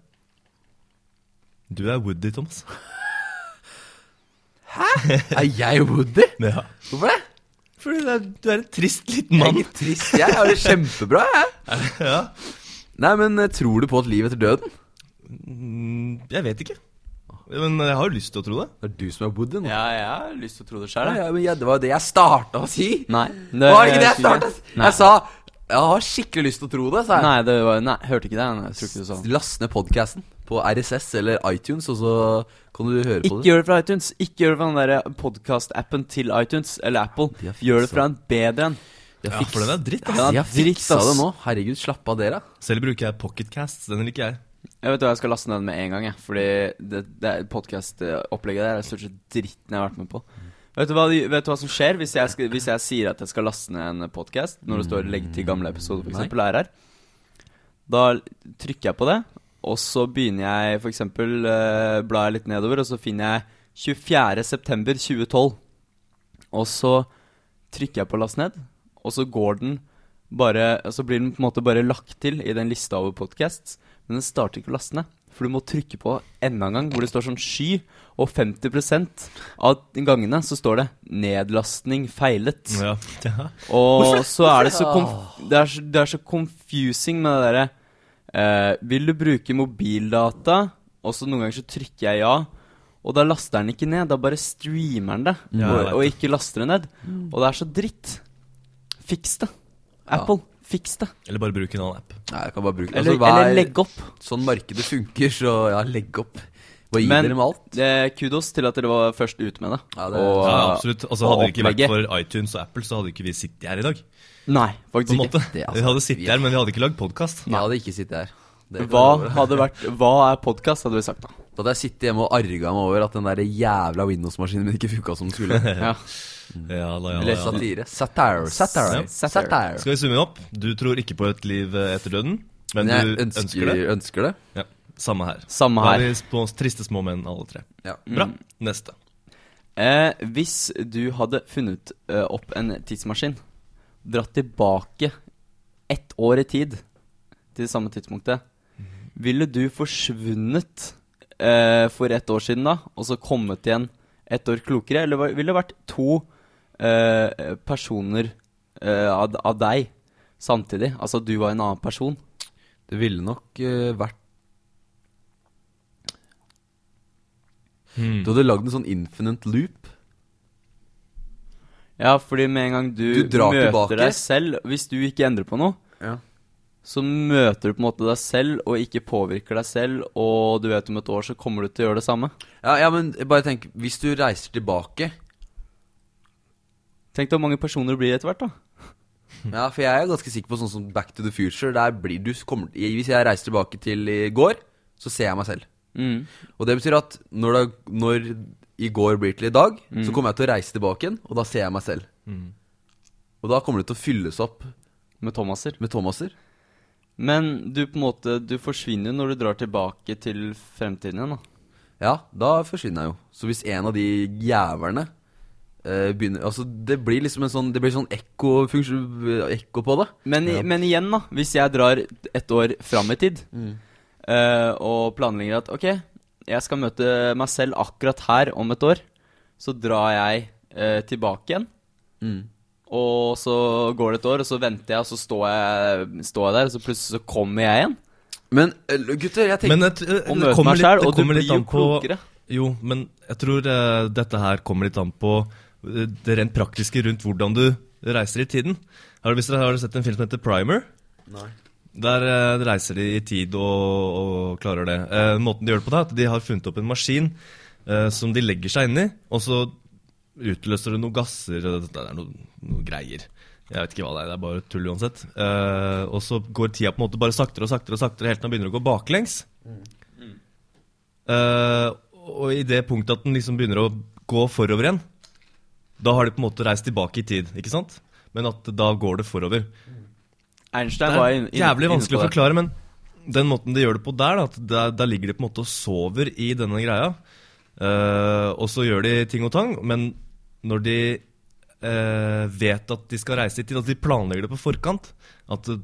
[SPEAKER 1] Du er Woody, Thomas.
[SPEAKER 2] Hæ? Er jeg Woody?
[SPEAKER 1] Ja.
[SPEAKER 2] Hvorfor det?
[SPEAKER 1] Fordi du er en trist liten mann.
[SPEAKER 2] Jeg er ikke trist, jeg. Jeg har det kjempebra, jeg.
[SPEAKER 1] Ja.
[SPEAKER 2] Nei, men eh, tror du på et liv etter døden?
[SPEAKER 1] Mm, Jeg vet ikke. Men jeg har jo lyst til å tro det.
[SPEAKER 2] Det er du som er Woody nå.
[SPEAKER 10] Ja, jeg har lyst til å tro det
[SPEAKER 2] Ja,
[SPEAKER 10] sjøl.
[SPEAKER 2] ja, men ja, det var jo det jeg starta å si.
[SPEAKER 10] Nei.
[SPEAKER 2] var det ikke det jeg starta å si?
[SPEAKER 10] Nei.
[SPEAKER 2] Jeg sa jeg har skikkelig lyst til å tro det, sa jeg.
[SPEAKER 10] Nei, det var, nei, hørte ikke det. Nei, jeg tror ikke du sa det.
[SPEAKER 2] Last ned podcasten på RSS eller iTunes, og så kan du høre på
[SPEAKER 10] Ikke
[SPEAKER 2] det.
[SPEAKER 10] gjør det fra iTunes. Ikke gjør det fra den der podkast-appen til iTunes eller Apple. Gjør det fra en bedre en.
[SPEAKER 1] Ja, for den er dritt, ass.
[SPEAKER 10] Ja,
[SPEAKER 2] Jeg fiksa
[SPEAKER 10] dritt, ass.
[SPEAKER 2] det nå. Herregud, slapp av dere.
[SPEAKER 1] Selv bruker jeg Pocketcast. Den liker jeg.
[SPEAKER 10] Jeg vet hva, jeg skal laste ned den med en gang, jeg. Fordi det, det podkast-opplegget der er stort sett dritten jeg har vært med på. Vet du hva, de- vet du hva som skjer hvis jeg, skal, hvis jeg sier at jeg skal laste ned en podkast, når det står 'legg til gamle episoder', for
[SPEAKER 2] Nei.
[SPEAKER 10] eksempel, er her? Da trykker jeg på det, og så begynner jeg for eksempel eh, Blar jeg litt nedover, og så finner jeg 24. september 2012. Og så trykker jeg på last ned, og så går den bare Så blir den på en måte bare lagt til i den lista over podcasts, men den starter ikke å laste ned. For du må trykke på enda en gang hvor det står sånn sky, og 50 av gangene så står det 'nedlastning feilet'.
[SPEAKER 1] Ja. Ja.
[SPEAKER 10] Og
[SPEAKER 1] Hvorfor?
[SPEAKER 10] så er det så,
[SPEAKER 1] Hvorfor?
[SPEAKER 10] konf det, er så, det er så confusing med det derre eh, Vil du bruke mobildata? Og så noen ganger så trykker jeg ja. Og da laster den ikke ned. Da bare streamer den det.
[SPEAKER 1] Ja, jeg
[SPEAKER 10] og,
[SPEAKER 1] vet
[SPEAKER 10] og
[SPEAKER 1] det.
[SPEAKER 10] ikke laster den ned.
[SPEAKER 1] Mm.
[SPEAKER 10] Og det er så dritt. Fiks det. Apple, fiks det.
[SPEAKER 1] Eller bare bruk en annen app.
[SPEAKER 2] Nei, jeg kan bare bruke altså,
[SPEAKER 10] Eller- eller legg opp.
[SPEAKER 2] Sånn markedet funker, så ja, legg opp. Hva gir
[SPEAKER 10] Men
[SPEAKER 2] dere med alt?
[SPEAKER 10] eh, kudos til at dere var først ute med det.
[SPEAKER 2] Ja, det-
[SPEAKER 10] og,
[SPEAKER 1] Ja, absolutt. Altså,
[SPEAKER 10] og
[SPEAKER 1] hadde det ikke vært
[SPEAKER 10] opplegget.
[SPEAKER 1] for iTunes og Apple, så hadde ikke vi sittet her i dag.
[SPEAKER 10] Nei,
[SPEAKER 1] På en
[SPEAKER 10] faktisk
[SPEAKER 1] måte.
[SPEAKER 10] ikke.
[SPEAKER 2] Det, altså,
[SPEAKER 1] Vi hadde sittet her, men vi hadde ikke lagd podkast.
[SPEAKER 2] Jeg hadde ikke sittet her. Det kan
[SPEAKER 10] Hva
[SPEAKER 2] jeg love.
[SPEAKER 10] hadde vært Hva er podkast, hadde vi sagt da.
[SPEAKER 2] Da hadde jeg sittet hjemme og arga meg over at den der jævla Windows-maskinen min ikke funka som den skulle.
[SPEAKER 10] Ja.
[SPEAKER 1] Ja, da, ja, da,
[SPEAKER 2] Eller sånn.
[SPEAKER 1] ja. da.
[SPEAKER 2] satire. Satire. Satire.
[SPEAKER 1] Ja.
[SPEAKER 2] Satire.
[SPEAKER 1] Skal vi summe opp? Du tror ikke på et liv eh, etter døden, men,
[SPEAKER 2] Men jeg
[SPEAKER 1] du ønsker,
[SPEAKER 2] ønsker,
[SPEAKER 1] det.
[SPEAKER 2] ønsker det.
[SPEAKER 1] Ja, Samme her.
[SPEAKER 10] Samme
[SPEAKER 1] Da
[SPEAKER 10] her.
[SPEAKER 1] er vi på oss triste små menn, alle tre.
[SPEAKER 2] Ja.
[SPEAKER 1] Bra. Neste.
[SPEAKER 10] Eh, hvis du hadde funnet eh, opp en tidsmaskin, dratt tilbake ett år i tid til det samme tidspunktet, Ville du forsvunnet eh, for ett år siden da, og så kommet igjen ett år klokere? Eller var- ville det vært to eh, personer eh, av, av deg samtidig? Altså du var en annen person?
[SPEAKER 13] Det ville nok
[SPEAKER 2] eh,
[SPEAKER 13] vært
[SPEAKER 1] Hmm.
[SPEAKER 2] Du hadde lagd en sånn infinite loop.
[SPEAKER 10] Ja, fordi med en gang du,
[SPEAKER 2] Du drar
[SPEAKER 10] møter
[SPEAKER 2] tilbake.
[SPEAKER 10] deg selv Hvis du ikke endrer på noe, så møter du på en måte deg selv og ikke påvirker deg selv, og du vet om et år så kommer du til å gjøre det samme.
[SPEAKER 2] Ja, ja, men bare tenk Hvis du reiser tilbake
[SPEAKER 10] Tenk deg hvor mange personer det blir etter hvert, da.
[SPEAKER 1] Hmm.
[SPEAKER 2] Ja, for jeg er ganske sikker på sånn som Back to the Future. Der blir du kommer, Hvis jeg reiser tilbake til i går, så ser jeg meg selv.
[SPEAKER 10] Mm.
[SPEAKER 2] Og det betyr at når, det, når i går blir til i dag,
[SPEAKER 10] Mm.
[SPEAKER 1] Hmm.
[SPEAKER 2] så kommer jeg til å reise tilbake igjen, og da ser jeg meg selv.
[SPEAKER 10] Mm.
[SPEAKER 2] Og da kommer det til å fylles opp
[SPEAKER 10] Med Thomaser.
[SPEAKER 2] Med Thomaser.
[SPEAKER 10] Men du på en måte, du forsvinner jo når du drar tilbake til fremtiden igjen, da.
[SPEAKER 2] Ja, da forsvinner jeg jo. Så hvis en av de jævlene eh, begynner Altså, det blir liksom en sånn Det blir sånn ekkofunksjon Ekko på det.
[SPEAKER 10] Men, i- men igjen, da. Hvis jeg drar et år fram i tid,
[SPEAKER 2] Mm.
[SPEAKER 10] eh, og planlegger at ok, jeg skal møte meg selv akkurat her om et år, så drar jeg eh, tilbake igjen.
[SPEAKER 2] Mm.
[SPEAKER 10] Og så går det et år, og så venter jeg, og så står jeg, står jeg der, og så plutselig så kommer jeg igjen.
[SPEAKER 2] Men eh, gutter, jeg
[SPEAKER 1] Men eh, jeg t-
[SPEAKER 10] Og
[SPEAKER 1] det
[SPEAKER 10] møter
[SPEAKER 1] kommer
[SPEAKER 10] meg
[SPEAKER 1] litt,
[SPEAKER 10] selv,
[SPEAKER 1] det
[SPEAKER 10] og du
[SPEAKER 1] kommer
[SPEAKER 10] blir
[SPEAKER 1] litt
[SPEAKER 10] jo
[SPEAKER 1] an på
[SPEAKER 10] klokere.
[SPEAKER 1] Jo, men jeg tror eh, dette her kommer litt an på eh, det rent praktiske rundt hvordan du reiser i tiden. Har du, hvis dere har sett en film som heter Primer?
[SPEAKER 2] Nei.
[SPEAKER 1] Der eh, reiser de i tid og, og klarer det. Eh, måten de gjør det på, da, er at de har funnet opp en maskin eh, som de legger seg inni, og så utløser det noen gasser og det er noe, noe greier. Jeg vet ikke hva det er, det er bare tull uansett. Eh, og så går tida på en måte bare saktere og saktere og saktere helt til den begynner å gå baklengs. Eh, og i det punktet at den liksom begynner å gå forover igjen, da har de på en måte reist tilbake i tid, ikke sant? Men at da går det forover.
[SPEAKER 10] Einstein
[SPEAKER 1] det
[SPEAKER 10] var
[SPEAKER 1] er
[SPEAKER 10] inn- inn-
[SPEAKER 1] jævlig
[SPEAKER 10] inne på
[SPEAKER 1] vanskelig å
[SPEAKER 10] det.
[SPEAKER 1] forklare, men den måten de gjør det på der, da, at der, der ligger de på en måte og sover i denne greia. Eh, og så gjør de ting og tang, men når de eh, vet at de skal reise i tid, at de planlegger det på forkant At eh,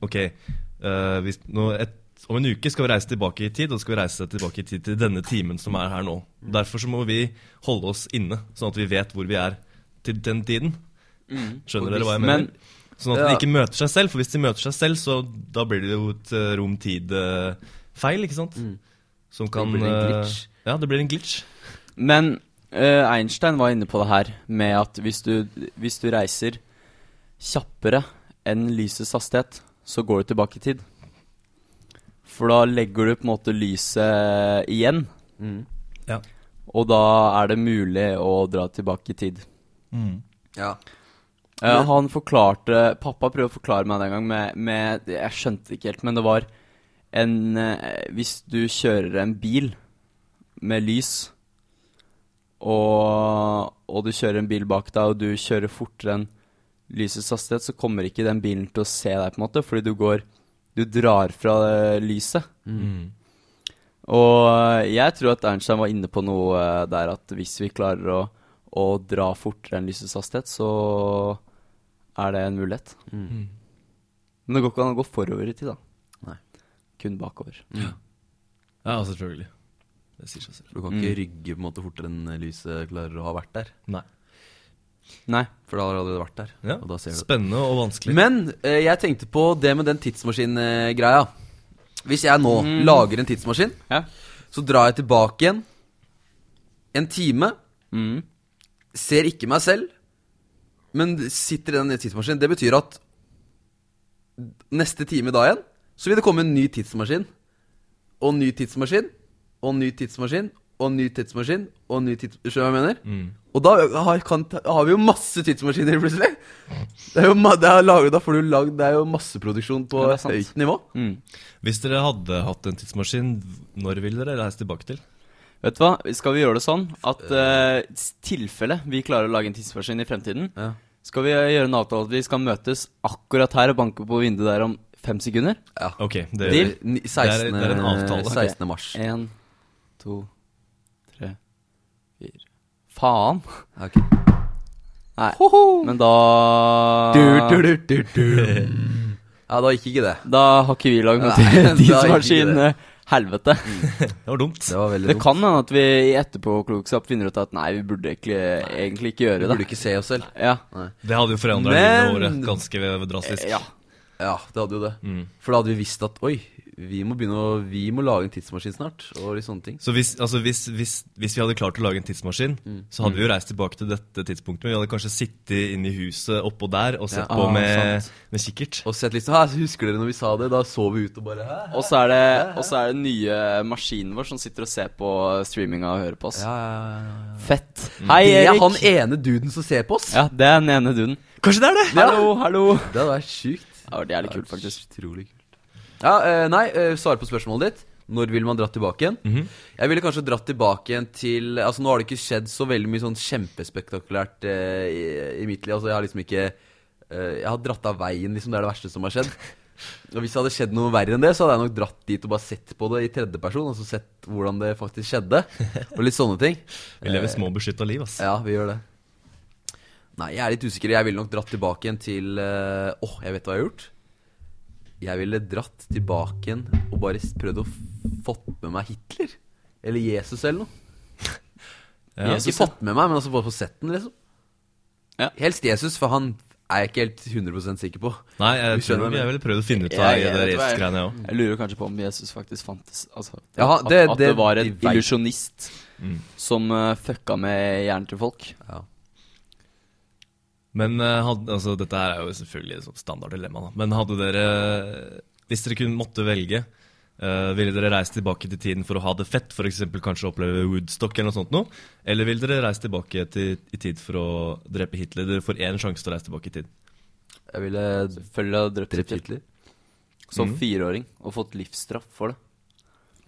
[SPEAKER 1] ok, eh, hvis, nå et, om en uke skal vi reise tilbake i tid, og så skal vi reise tilbake i tid til denne timen som er her nå. Derfor så må vi holde oss inne, sånn at vi vet hvor vi er til den tiden.
[SPEAKER 10] Mm.
[SPEAKER 1] Skjønner
[SPEAKER 10] Og
[SPEAKER 1] dere hva jeg
[SPEAKER 10] hvis-
[SPEAKER 1] mener?
[SPEAKER 10] men-
[SPEAKER 1] sånn at de
[SPEAKER 10] Ja.
[SPEAKER 1] ikke møter seg selv, for hvis de møter seg selv, så da blir det jo et eh, rom-tid-feil, ikke sant? Som kan
[SPEAKER 10] blir det en glitch.
[SPEAKER 1] eh, Ja, det blir en glitch.
[SPEAKER 10] Men eh, Einstein var inne på det her med at hvis du, hvis du reiser kjappere enn lysets hastighet, så går du tilbake i tid. For da legger du på en måte lyset igjen.
[SPEAKER 2] Mm.
[SPEAKER 1] Ja.
[SPEAKER 10] Og da er det mulig å dra tilbake i tid.
[SPEAKER 1] Mm.
[SPEAKER 2] Ja.
[SPEAKER 10] Eh,
[SPEAKER 2] Men-
[SPEAKER 10] han forklarte Pappa prøvde å forklare meg den gang med, med Jeg skjønte ikke helt, men det var en eh, Hvis du kjører en bil med lys, og, og du kjører en bil bak deg, og du kjører fortere enn lysets hastighet, så kommer ikke den bilen til å se deg, på en måte, fordi du går Du drar fra eh, lyset.
[SPEAKER 1] Mm.
[SPEAKER 10] Og eh, jeg tror at Einstein var inne på noe eh, der at hvis vi klarer å, å dra fortere enn lysets hastighet, så er det en mulighet.
[SPEAKER 2] Mm.
[SPEAKER 10] Men det går ikke an å gå forover i tid, da.
[SPEAKER 2] Nei.
[SPEAKER 10] Kun bakover.
[SPEAKER 1] Ja, selvfølgelig. Det sier seg selv.
[SPEAKER 2] Du kan ikke rygge på en måte fortere enn lyset klarer å ha vært der.
[SPEAKER 1] Nei.
[SPEAKER 10] Nei.
[SPEAKER 2] For da har det allerede vært der.
[SPEAKER 1] Ja,
[SPEAKER 2] og da ser du det.
[SPEAKER 1] Spennende og vanskelig.
[SPEAKER 2] Men eh, jeg tenkte på det med den tidsmaskin-greia. Hvis jeg nå
[SPEAKER 10] Mm.
[SPEAKER 2] lager en tidsmaskin, så drar jeg tilbake igjen en time. Ser ikke meg selv, men sitter i den tidsmaskinen. Det betyr at neste time da igjen, så vil det komme en ny tidsmaskin. Og ny tidsmaskin, og ny tidsmaskin, og ny tidsmaskin, og ny tids... Skjønner du hva jeg mener?
[SPEAKER 1] Mm.
[SPEAKER 2] Og da har, kan, har vi jo masse tidsmaskiner plutselig. Det er jo, ma- det er laget, da får du lagd Det er jo masseproduksjon på
[SPEAKER 1] Ja, det er sant. Mm.
[SPEAKER 2] høyt nivå.
[SPEAKER 1] Hvis dere hadde hatt en tidsmaskin, når ville dere reist tilbake til?
[SPEAKER 10] Vet du hva, skal vi gjøre det sånn at
[SPEAKER 2] Øh.
[SPEAKER 10] eh, s- tilfelle vi klarer å lage en tidsmaskin i fremtiden, skal vi eh, gjøre en avtale at vi skal møtes akkurat her og banke på vinduet der om fem sekunder?
[SPEAKER 2] Ja.
[SPEAKER 1] Ok, det gjør
[SPEAKER 10] Deal?
[SPEAKER 1] vi. Ni- 16. Det er- det er en avtale. 16.
[SPEAKER 2] mars.
[SPEAKER 10] En, to, tre, fire Faen!
[SPEAKER 2] Ok.
[SPEAKER 10] Nei, men da
[SPEAKER 1] Ah.
[SPEAKER 2] Du, du, du, du, du. Ja, da gikk ikke det.
[SPEAKER 10] Da har ikke vi lagd noe
[SPEAKER 2] Nei,
[SPEAKER 10] til de
[SPEAKER 2] da
[SPEAKER 10] som
[SPEAKER 2] gikk
[SPEAKER 10] har
[SPEAKER 2] ikke
[SPEAKER 10] sin
[SPEAKER 2] det.
[SPEAKER 10] eh, helvete.
[SPEAKER 1] Det var dumt.
[SPEAKER 2] Det var veldig
[SPEAKER 10] Det
[SPEAKER 2] dumt.
[SPEAKER 10] kan hende at vi i etterpåklokskap finner ut at nei, vi burde egentlig, egentlig ikke gjøre det.
[SPEAKER 2] Vi burde ikke se oss selv.
[SPEAKER 10] Ja.
[SPEAKER 1] Det hadde jo forandra livet
[SPEAKER 2] Men-
[SPEAKER 1] vårt ganske drastisk.
[SPEAKER 10] Ja.
[SPEAKER 2] Ja, det hadde jo det. For da hadde vi visst at oi, vi må begynne å Vi må lage en tidsmaskin snart. Og litt sånne ting.
[SPEAKER 1] Så hvis, altså hvis, hvis, hvis vi hadde klart å lage en tidsmaskin, så hadde vi jo reist tilbake til dette tidspunktet. Men vi hadde kanskje sittet inne i huset oppå der og sett
[SPEAKER 2] Ja.
[SPEAKER 1] på
[SPEAKER 2] Ah,
[SPEAKER 1] med,
[SPEAKER 2] sant.
[SPEAKER 1] med kikkert.
[SPEAKER 2] Og sett liksom Her, husker dere når vi sa det? Da så vi ut og bare Hæ?
[SPEAKER 10] Og så er det og så er det den nye maskinen vår som sitter og ser på streaminga og hører på oss. Fett. Hei,
[SPEAKER 2] Det er
[SPEAKER 10] Erik.
[SPEAKER 2] han ene duden som ser på oss.
[SPEAKER 10] Ja, det er den ene duden.
[SPEAKER 2] Kanskje det er det?
[SPEAKER 10] Hallo, hallo.
[SPEAKER 2] Det hadde vært sjukt.
[SPEAKER 10] Det var jævlig kult, faktisk.
[SPEAKER 2] Utrolig kult. Ja, eh, nei, eh, svar på spørsmålet ditt. Når ville man dratt tilbake igjen? Jeg ville kanskje dratt tilbake igjen til Altså, nå har det ikke skjedd så veldig mye sånn kjempespektakulært eh, i, i mitt liv. Altså, jeg har liksom ikke eh, Jeg har dratt av veien, liksom. Det er det verste som har skjedd. Og hvis det hadde skjedd noe verre enn det, så hadde jeg nok dratt dit og bare sett på det i tredjeperson. Altså sett hvordan det faktisk skjedde, og litt sånne ting.
[SPEAKER 1] Vi lever små, beskytta liv, ass.
[SPEAKER 2] Ja, vi gjør det. Nei, jeg er litt usikker. Jeg ville nok dratt tilbake igjen til eh, Åh, jeg vet hva jeg har gjort. Jeg ville dratt tilbake igjen og bare s- prøvd å f- fått med meg Hitler. Eller Jesus eller noe.
[SPEAKER 1] Ja.
[SPEAKER 2] Ikke fått med meg, men altså bare få sett den, liksom.
[SPEAKER 10] Ja.
[SPEAKER 2] Helst Jesus, for han er jeg ikke helt 100 sikker på.
[SPEAKER 1] Nei, jeg
[SPEAKER 2] Du skjønner
[SPEAKER 1] tror
[SPEAKER 2] hva jeg
[SPEAKER 1] jeg
[SPEAKER 2] mener.
[SPEAKER 1] ville prøvd å finne ut
[SPEAKER 10] Jeg-
[SPEAKER 1] av
[SPEAKER 10] jeg
[SPEAKER 1] det
[SPEAKER 10] vet hva jeg-
[SPEAKER 1] race-greiene, jeg òg.
[SPEAKER 10] Jeg lurer kanskje på om Jesus faktisk fantes. Altså,
[SPEAKER 2] Ja,
[SPEAKER 10] at-
[SPEAKER 2] det-
[SPEAKER 10] at
[SPEAKER 2] det-
[SPEAKER 10] det var en
[SPEAKER 2] de vet. Mm.
[SPEAKER 10] illusjonist som eh, fucka med hjernen til folk.
[SPEAKER 1] Men eh, had, altså, dette her er jo selvfølgelig et sånt standard dilemma, da. Men hadde dere eh, Hvis dere kunne måtte velge, eh, ville dere reist tilbake til tiden for å ha det fett? F.eks. kanskje oppleve Woodstock eller noe sånt noe? Eller ville dere reist tilbake til, i tid for å drepe Hitler? Dere får én sjanse til å reise tilbake i tid.
[SPEAKER 2] Jeg ville
[SPEAKER 10] Selvfølgelig hadde drept
[SPEAKER 2] drept
[SPEAKER 10] Hitler.
[SPEAKER 2] Hitler.
[SPEAKER 10] Som
[SPEAKER 2] Mm.
[SPEAKER 10] fireåring og fått livsstraff for det.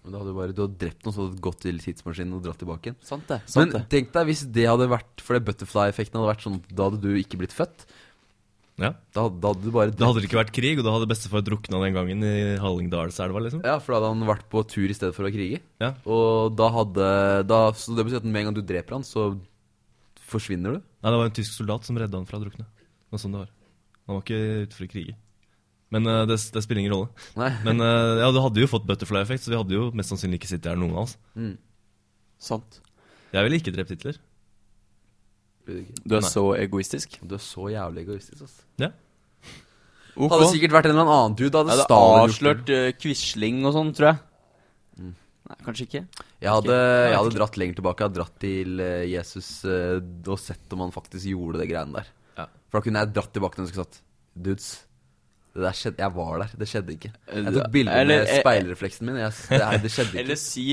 [SPEAKER 2] Men da hadde du bare Du hadde drept noen, så hadde du gått til tidsmaskinen og dratt tilbake igjen.
[SPEAKER 10] Sant det. Sant
[SPEAKER 2] Men
[SPEAKER 10] det.
[SPEAKER 2] tenk deg hvis det hadde vært For det butterfly-effekten hadde vært sånn Da hadde du ikke blitt født.
[SPEAKER 1] Ja.
[SPEAKER 2] Da, hadde- da hadde du bare
[SPEAKER 1] Da hadde det ikke vært krig, og da hadde bestefar drukna den gangen i Hallingdalselva, liksom.
[SPEAKER 2] Ja, for da hadde han vært på tur i stedet for å krige.
[SPEAKER 1] Ja.
[SPEAKER 2] Og da hadde da, Så det betyr at med en gang du dreper han, så forsvinner du.
[SPEAKER 1] Nei, det var en tysk soldat som redda han fra å drukne. Det var sånn det var. Han var ikke ute for å krige. Men eh, det, det spiller ingen rolle.
[SPEAKER 2] Nei.
[SPEAKER 1] Men eh, ja, du hadde jo fått butterfly effect, så vi hadde jo mest sannsynlig ikke sittet her noen av oss.
[SPEAKER 10] Sant.
[SPEAKER 1] Jeg ville ikke drept Hitler.
[SPEAKER 10] Du er
[SPEAKER 1] Nei.
[SPEAKER 10] så egoistisk.
[SPEAKER 2] Du er så jævlig egoistisk, ass.
[SPEAKER 1] Ja.
[SPEAKER 10] Ok.
[SPEAKER 2] Hadde sikkert vært en eller annen dude. Hadde
[SPEAKER 10] Jeg hadde
[SPEAKER 2] Stalin gjort det.
[SPEAKER 10] avslørt eh, Quisling og sånn, tror jeg. Nei, kanskje ikke.
[SPEAKER 2] Jeg hadde, jeg hadde dratt lenger tilbake. Jeg hadde dratt til eh, Jesus eh, og sett om han faktisk gjorde det greiene der.
[SPEAKER 1] Ja.
[SPEAKER 2] For da kunne jeg dratt tilbake til ham og sagt Dudes, det der skjedde, jeg var der. Det skjedde ikke. Jeg
[SPEAKER 10] du-
[SPEAKER 2] tok bilder
[SPEAKER 10] eller-
[SPEAKER 2] med speilrefleksen min. Jeg, det, her- det skjedde
[SPEAKER 10] Eller
[SPEAKER 2] ikke.
[SPEAKER 10] si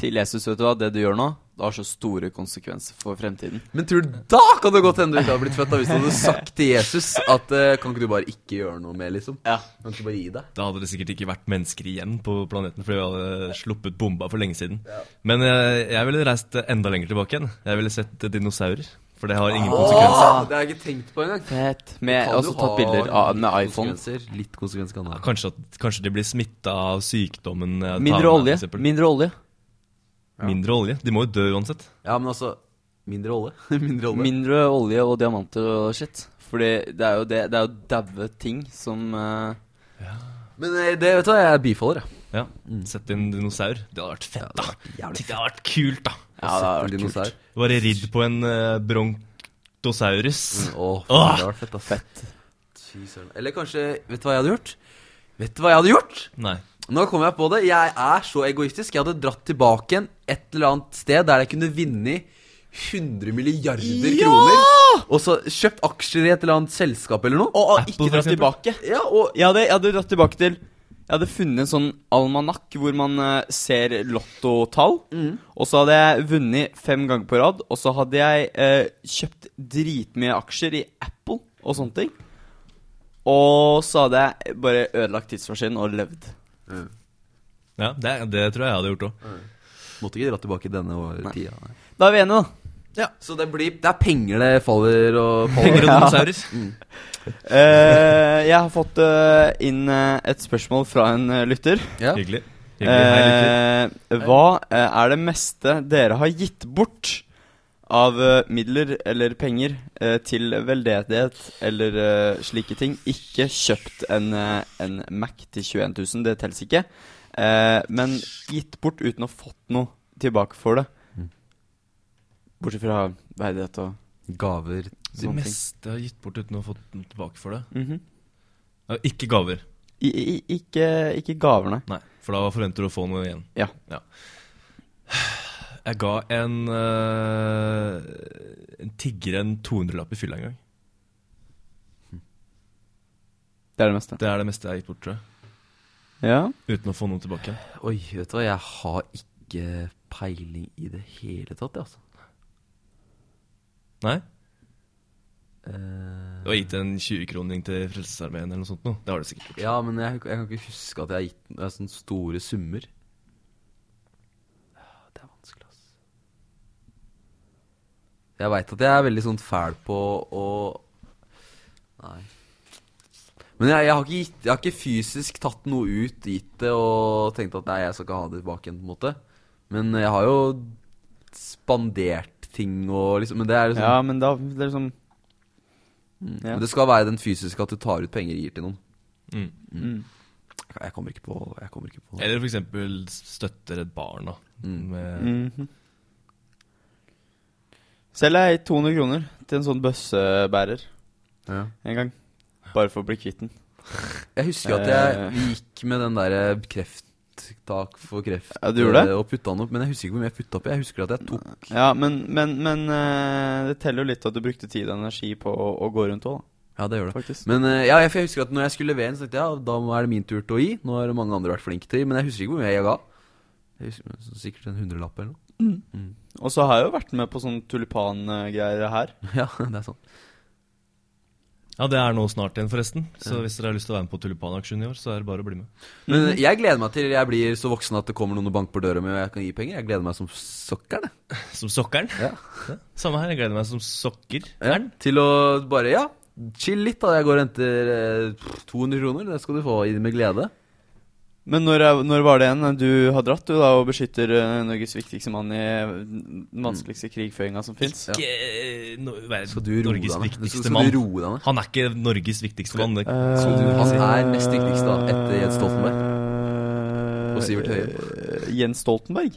[SPEAKER 10] til Jesus, vet du hva, det du gjør nå, det har så store konsekvenser for fremtiden.
[SPEAKER 2] Men tror du da kan det godt hende du ikke hadde blitt født? Da, hvis du hadde sagt til Jesus at eh, Kan ikke du bare ikke gjøre noe mer, liksom?
[SPEAKER 10] Ja.
[SPEAKER 2] Kan ikke du bare gi
[SPEAKER 10] Ah!
[SPEAKER 2] deg?
[SPEAKER 1] Da hadde det sikkert ikke vært mennesker igjen på planeten, fordi vi hadde sluppet bomba for lenge siden. Men jeg, jeg ville reist enda lenger tilbake igjen. Jeg ville sett dinosaurer. For det har ingen
[SPEAKER 10] Ah.
[SPEAKER 1] konsekvenser.
[SPEAKER 2] det har jeg ikke tenkt på engang.
[SPEAKER 10] Fett. Med, også tatt Eh, altså, bilder av, med iPhone.
[SPEAKER 2] Litt konsekvenser kan det ha.
[SPEAKER 1] Kanskje, at, kanskje de blir smitta av sykdommen jeg tar med
[SPEAKER 10] Mindre
[SPEAKER 1] meg,
[SPEAKER 10] olje.
[SPEAKER 1] for eksempel.
[SPEAKER 10] Mindre olje.
[SPEAKER 1] Mindre olje. De må jo dø uansett.
[SPEAKER 2] Ja, men altså Mindre olje. mindre olje.
[SPEAKER 10] Mindre olje og diamanter og shit. Fordi det er jo det, det er jo daue ting som eh,
[SPEAKER 2] Men eh, det vet du hva, jeg bifaller, jeg.
[SPEAKER 1] Ja.
[SPEAKER 10] Mm.
[SPEAKER 1] Sett inn dinosaur. Det hadde vært fett, da.
[SPEAKER 2] jævlig
[SPEAKER 1] Tenk, det hadde vært kult, da.
[SPEAKER 10] Ja, det hadde vært kult.
[SPEAKER 2] dinosaur.
[SPEAKER 1] Bare ridd på en eh, brontosaurus.
[SPEAKER 10] Mm.
[SPEAKER 2] Mm, Åh, det
[SPEAKER 1] Åh!
[SPEAKER 2] hadde vært fett, ass. Fy søren. Eller kanskje Vet du hva jeg hadde gjort? Vet du hva jeg hadde gjort?
[SPEAKER 1] Nei.
[SPEAKER 2] Nå kom jeg på det. Jeg er så egoistisk. Jeg hadde dratt tilbake igjen et eller annet sted der jeg kunne vunnet 100 milliarder kroner. Og så kjøpt aksjer i et eller annet selskap eller noe.
[SPEAKER 10] Og, og
[SPEAKER 1] Apple,
[SPEAKER 10] ikke
[SPEAKER 1] for
[SPEAKER 10] dratt
[SPEAKER 1] eksempel.
[SPEAKER 10] tilbake.
[SPEAKER 2] Ja, og
[SPEAKER 10] Jeg hadde, jeg hadde dratt tilbake til Jeg hadde funnet en sånn almanakk hvor man eh, ser lottotall. Og så hadde jeg vunnet fem ganger på rad. Og så hadde jeg eh, kjøpt dritmye aksjer i Apple og sånne ting. Og så hadde jeg bare ødelagt tidsmaskinen og levd.
[SPEAKER 1] Ja, det, det tror jeg jeg hadde gjort òg.
[SPEAKER 2] Måtte ikke dra tilbake denne år- tida. nei.
[SPEAKER 10] Da er vi enige, da.
[SPEAKER 2] Så det blir Det er penger det faller og faller.
[SPEAKER 1] Penger og dinosaurus.
[SPEAKER 10] Eh, jeg har fått eh, inn eh, et spørsmål fra en eh, lytter.
[SPEAKER 2] Ja.
[SPEAKER 1] Hyggelig. Hyggelig. Hei, lytter.
[SPEAKER 10] Eh, hva eh, er det meste dere har gitt bort av eh, midler eller penger eh, til veldedighet eller eh, slike ting. Ikke kjøpt en, eh, en Mac til 21 000, det telles ikke. Eh, men gitt bort uten å ha fått noe tilbake for det. Mm. Bortsett fra verdighet og
[SPEAKER 14] Gaver.
[SPEAKER 1] Det
[SPEAKER 10] Sånne ting.
[SPEAKER 1] meste jeg har gitt bort uten å ha fått noe tilbake for det.
[SPEAKER 10] Mhm.
[SPEAKER 1] Ja, Ikke gaver.
[SPEAKER 10] I, i, ikke, ikke gaver, nei.
[SPEAKER 1] For da forventer du å få noe igjen.
[SPEAKER 10] Ja.
[SPEAKER 1] Jeg ga en, eh, en tigger en 200-lapp i fylla en gang.
[SPEAKER 10] Det er det meste.
[SPEAKER 1] Det er det meste jeg har gitt bort, tror jeg.
[SPEAKER 10] Ja.
[SPEAKER 1] Uten å få noe tilbake.
[SPEAKER 2] Oi, vet du hva, jeg har ikke peiling i det hele tatt, jeg, altså.
[SPEAKER 1] Nei? Du har gitt en 20-kroning til Frelsesarmeen eller noe sånt nå. Det har du sikkert gjort.
[SPEAKER 2] Ja, men jeg, jeg kan ikke huske at jeg har gitt den- det er sånne store summer. Ja, Det er vanskelig, altså. Jeg veit at jeg er veldig sånn fæl på å Nei. Men jeg, jeg, har ikke gitt, jeg har ikke fysisk tatt noe ut, gitt det og tenkt at nei, jeg skal ikke ha det tilbake igjen, på en måte. Men jeg har jo spandert ting og liksom Men det er liksom
[SPEAKER 10] Ja, men da det er liksom ja.
[SPEAKER 2] Men det skal være den fysiske at du tar ut penger og gir til noen.
[SPEAKER 1] Mm.
[SPEAKER 10] Mm.
[SPEAKER 2] Jeg kommer ikke på Jeg kommer ikke på
[SPEAKER 1] Eller f.eks. støtter et barn, da. Med
[SPEAKER 10] Mhm. Selv har jeg gitt 200 kroner til en sånn bøssebærer
[SPEAKER 2] Ja.
[SPEAKER 10] en gang. Bare for å bli kvitt den.
[SPEAKER 2] Jeg husker at
[SPEAKER 10] Eh.
[SPEAKER 2] jeg vi gikk med den der eh, krefttak for kreft eh,
[SPEAKER 10] Ja, du gjorde det?
[SPEAKER 2] og putta den opp. Men jeg husker ikke hvor mye jeg putta opp. Jeg husker at jeg tok
[SPEAKER 10] Ja, men, men, men eh, det teller jo litt at du brukte tid og energi på å, å gå rundt òg,
[SPEAKER 2] Ja, det gjør
[SPEAKER 10] det. Faktisk.
[SPEAKER 2] Men eh, ja, jeg for jeg husker at når jeg skulle levere den, så tenkte jeg ja, da må- er det min tur til å gi. Nå har mange andre vært flinke til å gi, men jeg husker ikke hvor mye jeg ga. Jeg husker så Sikkert en hundrelapp eller noe.
[SPEAKER 10] Og så har jeg jo vært med på sånne tulipangreier her.
[SPEAKER 2] Ja, det er sant.
[SPEAKER 1] Ja, det er nå snart igjen, forresten. Så hvis dere har lyst til å være med på tulipanaksjon i år, så er det bare å bli med.
[SPEAKER 2] Men
[SPEAKER 10] Mhm.
[SPEAKER 2] eh, jeg gleder meg til jeg blir så voksen at det kommer noen og banker på døra mi og jeg kan gi penger. Jeg gleder meg som sokkeren. jeg.
[SPEAKER 1] Som sokkeren.
[SPEAKER 2] Ja.
[SPEAKER 1] Samme her, jeg gleder meg som sokker.
[SPEAKER 2] Ja, til å bare, ja, chill litt da. Jeg går og henter eh, pff, 200 kroner. Det skal du få i- med glede.
[SPEAKER 10] Men når, er- når var det igjen? Du har dratt, du, da, og beskytter eh, Norges viktigste mann i den vanskeligste krigføringa som fins.
[SPEAKER 1] Ikke eh, no, være
[SPEAKER 2] Skal du roe
[SPEAKER 1] Norges
[SPEAKER 2] deg ned? Skal- skal
[SPEAKER 1] viktigste
[SPEAKER 2] du
[SPEAKER 1] mann.
[SPEAKER 2] roe deg Eh. ned?
[SPEAKER 1] Han er ikke Norges viktigste mann. det-
[SPEAKER 2] Så du, han er
[SPEAKER 10] Eh,
[SPEAKER 2] nest dyktigst da, etter Jens Stoltenberg.
[SPEAKER 10] Og
[SPEAKER 2] Og Sivert Høie.
[SPEAKER 10] Eh, Jens Stoltenberg?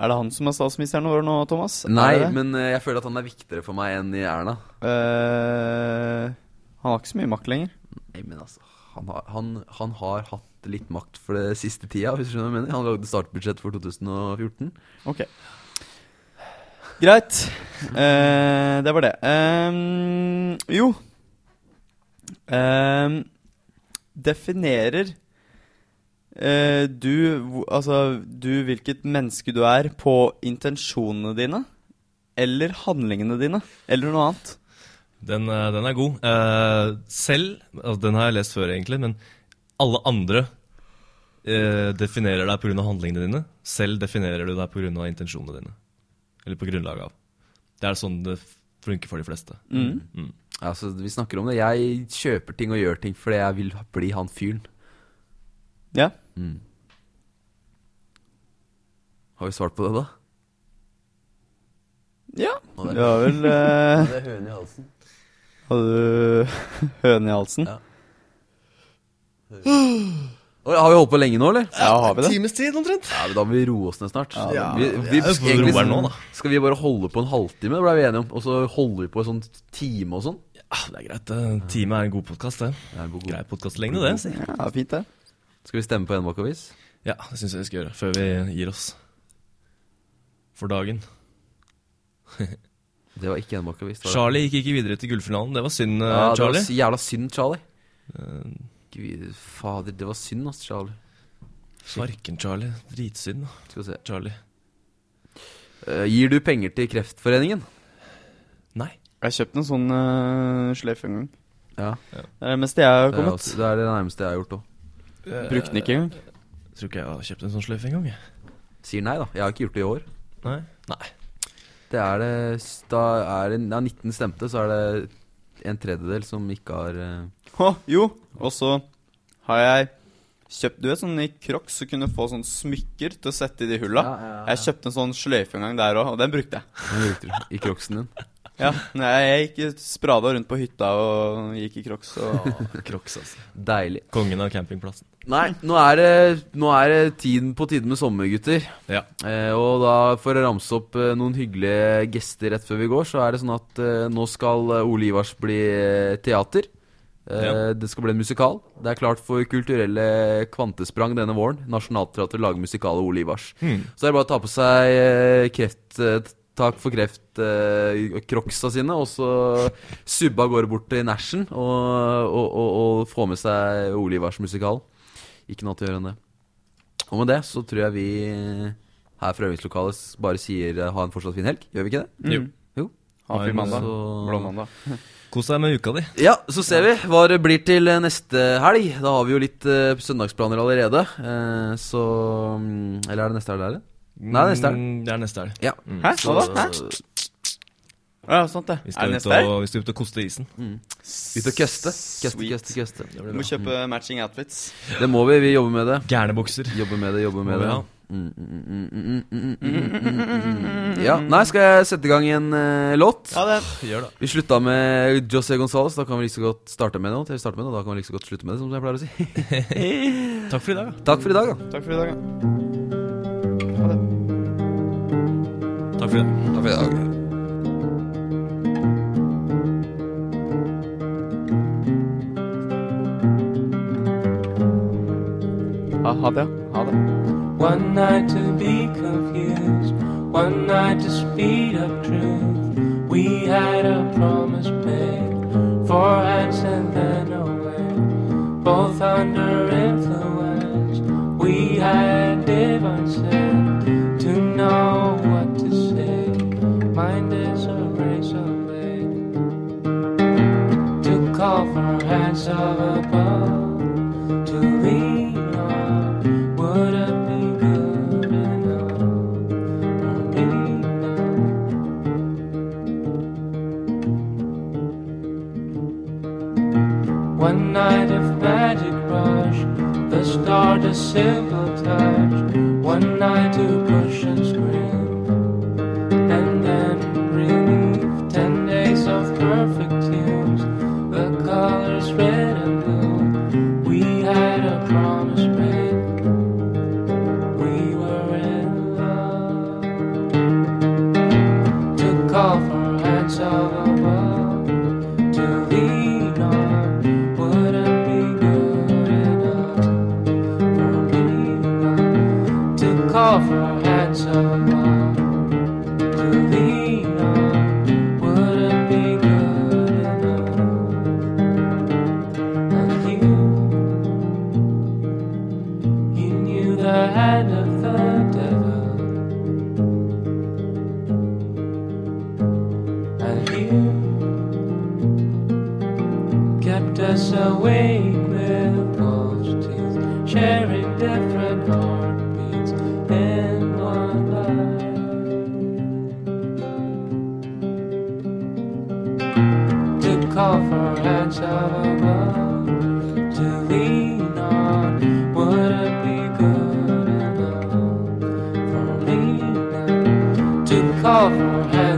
[SPEAKER 10] Er det han som er statsministeren vår nå, Thomas?
[SPEAKER 2] Nei,
[SPEAKER 10] er det det?
[SPEAKER 2] men eh, jeg føler at han er viktigere for meg enn i Erna.
[SPEAKER 10] Eh, Han har ikke så mye makt lenger.
[SPEAKER 2] Nei, men altså, han har, han, han har hatt litt makt for det siste tida, hvis du skjønner hva jeg mener. Han lagde startbudsjett for 2014.
[SPEAKER 10] Ok. Greit. Eh, det var det. Ehm, jo Ehm, Definerer eh, du hvor- Altså, du hvilket menneske du er på intensjonene dine? Eller handlingene dine? Eller noe annet?
[SPEAKER 1] Den, eh, den er god. Eh, selv altså, Den har jeg lest før, egentlig, men alle andre eh, definerer deg pga. handlingene dine. Selv definerer du deg pga. intensjonene dine. Eller på grunnlag av. Det er sånn det funker for de fleste.
[SPEAKER 10] Mm.
[SPEAKER 1] Mm.
[SPEAKER 2] Altså, vi snakker om det. Jeg kjøper ting og gjør ting fordi jeg vil bli han fyren.
[SPEAKER 10] Ja.
[SPEAKER 2] Har vi svart på det, da?
[SPEAKER 10] Ja.
[SPEAKER 2] Nå er
[SPEAKER 10] Det var vel eh,
[SPEAKER 2] det er høne i halsen.
[SPEAKER 10] Hadde du høne i halsen?
[SPEAKER 2] Ja. Oi, Har vi holdt på lenge nå, eller?
[SPEAKER 10] Ja, har vi det?
[SPEAKER 1] Times tid, omtrent.
[SPEAKER 2] Ja, men Da må vi roe oss ned snart.
[SPEAKER 1] Ja.
[SPEAKER 2] vi, vi,
[SPEAKER 1] Ja, vi får
[SPEAKER 2] egentlig
[SPEAKER 1] roe den nå, da.
[SPEAKER 2] Skal vi bare holde på en halvtime, det ble vi enige om. Og så holder vi på en sånn time og sånn.
[SPEAKER 1] Ah, det er greit. En time er en god podkast, det.
[SPEAKER 2] Det er en god-
[SPEAKER 1] Grei podkastlengde, det. sier jeg.
[SPEAKER 10] Ja, fint, det.
[SPEAKER 2] Skal vi stemme på enebakkeavis?
[SPEAKER 1] Ja, det syns jeg vi skal gjøre før vi gir oss. For dagen.
[SPEAKER 2] Det var ikke enebakkeavis.
[SPEAKER 1] Charlie gikk ikke videre til gullfinalen. Det var synd, eh,
[SPEAKER 2] Ja, det var
[SPEAKER 1] Charlie. Eh.
[SPEAKER 2] s- jævla synd, Charlie. Gud, fader, det var synd, ass, Charlie.
[SPEAKER 1] Farken, Charlie. Dritsynd, da.
[SPEAKER 2] Skal vi se.
[SPEAKER 1] Charlie.
[SPEAKER 2] Eh, gir du penger til Kreftforeningen?
[SPEAKER 1] Nei.
[SPEAKER 10] Jeg har kjøpt en sånn uh, sløyfe en gang.
[SPEAKER 2] Ja.
[SPEAKER 10] Det er det meste jeg Eh, har
[SPEAKER 2] Det er,
[SPEAKER 10] kommet.
[SPEAKER 2] også, det er det nærmeste jeg har gjort òg.
[SPEAKER 10] altså, Brukte den ikke engang.
[SPEAKER 1] Tror ikke jeg har kjøpt en sånn sløyfe engang. jeg.
[SPEAKER 2] Sier nei, da. Jeg har ikke gjort det i år.
[SPEAKER 1] Nei. Nei.
[SPEAKER 2] Det er det s- Da er det ja, 19 stemte, så er det en tredjedel som ikke har eh,
[SPEAKER 10] Å, jo, og så har jeg kjøpt Du vet sånn i Crocs så kunne du få sånn smykker til å sette i de hulla.
[SPEAKER 2] Ja, ja, ja.
[SPEAKER 10] Jeg kjøpte en sånn sløyfe en gang der òg, og den brukte jeg.
[SPEAKER 2] Den brukte du, I crocsen din?
[SPEAKER 10] Ja. Nei, jeg gikk sprada rundt på hytta og gikk i Crocs og
[SPEAKER 1] Crocs, altså.
[SPEAKER 2] Deilig.
[SPEAKER 1] Kongen av campingplassen.
[SPEAKER 2] Nei, nå er det, nå er det tiden på tide med sommer, gutter.
[SPEAKER 1] Ja.
[SPEAKER 2] Eh, og da for å ramse opp eh, noen hyggelige gester rett før vi går, så er det sånn at eh, nå skal eh, Ole Ivars bli eh, teater. Eh,
[SPEAKER 1] Ja.
[SPEAKER 2] Det skal bli en musikal. Det er klart for kulturelle kvantesprang denne våren. Nationaltheatret lager musikal av Ole Ivars.
[SPEAKER 1] Hmm.
[SPEAKER 2] Så er det bare å ta på seg eh, kreft, eh, tak for kreft-crocsa sine, og så subbe av gårde bort til Nashen og, og, og, og få med seg Olivars musikal. Ikke noe annet å gjøre enn det. Og med det så tror jeg vi eh, her fra øvingslokalet bare sier eh, ha en fortsatt fin helg. Gjør vi ikke det?
[SPEAKER 1] Jo.
[SPEAKER 2] jo.
[SPEAKER 10] Ha en fin mandag.
[SPEAKER 2] Så-
[SPEAKER 10] Blåmandag.
[SPEAKER 1] Kos deg med uka di.
[SPEAKER 2] Ja, så ser vi hva det blir til eh, neste helg. Da har vi jo litt eh, søndagsplaner allerede. Eh, så mm, Eller er det neste helg, eller? Nei, neste helg.
[SPEAKER 1] Mm, Det er neste helg.
[SPEAKER 2] Ja.
[SPEAKER 1] Mm.
[SPEAKER 10] Hæ? Hva da? Hæ?
[SPEAKER 2] Så-
[SPEAKER 10] Ja, sant det.
[SPEAKER 1] Vi
[SPEAKER 10] Er
[SPEAKER 1] skal
[SPEAKER 10] det
[SPEAKER 1] ut
[SPEAKER 10] neste helg?
[SPEAKER 1] og, vi skal ut og koste isen.
[SPEAKER 2] Ut og køste. Køste,
[SPEAKER 10] Sweet.
[SPEAKER 2] køste, køste.
[SPEAKER 10] Du må kjøpe matching outfits.
[SPEAKER 2] Det må vi. Vi jobber med det.
[SPEAKER 1] Gærne bukser.
[SPEAKER 2] Jobber med det, jobber med
[SPEAKER 1] Må vi
[SPEAKER 2] det.
[SPEAKER 1] ha.
[SPEAKER 2] Mm, mm, mm, mm, mm, mm, mm, mm, mm. Ja. Nei, skal jeg sette i gang en eh, låt?
[SPEAKER 10] Ha det.
[SPEAKER 1] Gjør det.
[SPEAKER 2] Vi slutta med José Gonzales. Da kan vi like så godt starte med noe. Til vi starter med noe, Da kan vi like så godt slutte med det, som jeg pleier å si.
[SPEAKER 1] Takk for i dag. da.
[SPEAKER 2] Takk for i dag, da.
[SPEAKER 10] Takk for i dag. da.
[SPEAKER 1] Takk for i dag.
[SPEAKER 2] Takk for i dag.
[SPEAKER 10] Ha, ha det. Ha det.
[SPEAKER 12] One night to be confused, one night to speed up truth. We had a promise made, four hands and then away. Both under influence, we had divine sense to know what to say. Mind is a razor blade to call for hands of above to lean on. Would it be good enough for me now? One night of magic rush, the start a simple touch. One night to push and scream and then relief. Ten days of perfect tunes, the colors red and blue. We had a promise made. We were in love. To call for hands of above, to lean on. Wouldn't be good enough for me now. To call for hands of above. To lean on wouldn't be good enough. And you, you knew the hand of the devil. And you kept us awake with false teeth, sharing different heartbeats in one life. to call for hands of above to lean on. Would it be good enough for me now to call for hands?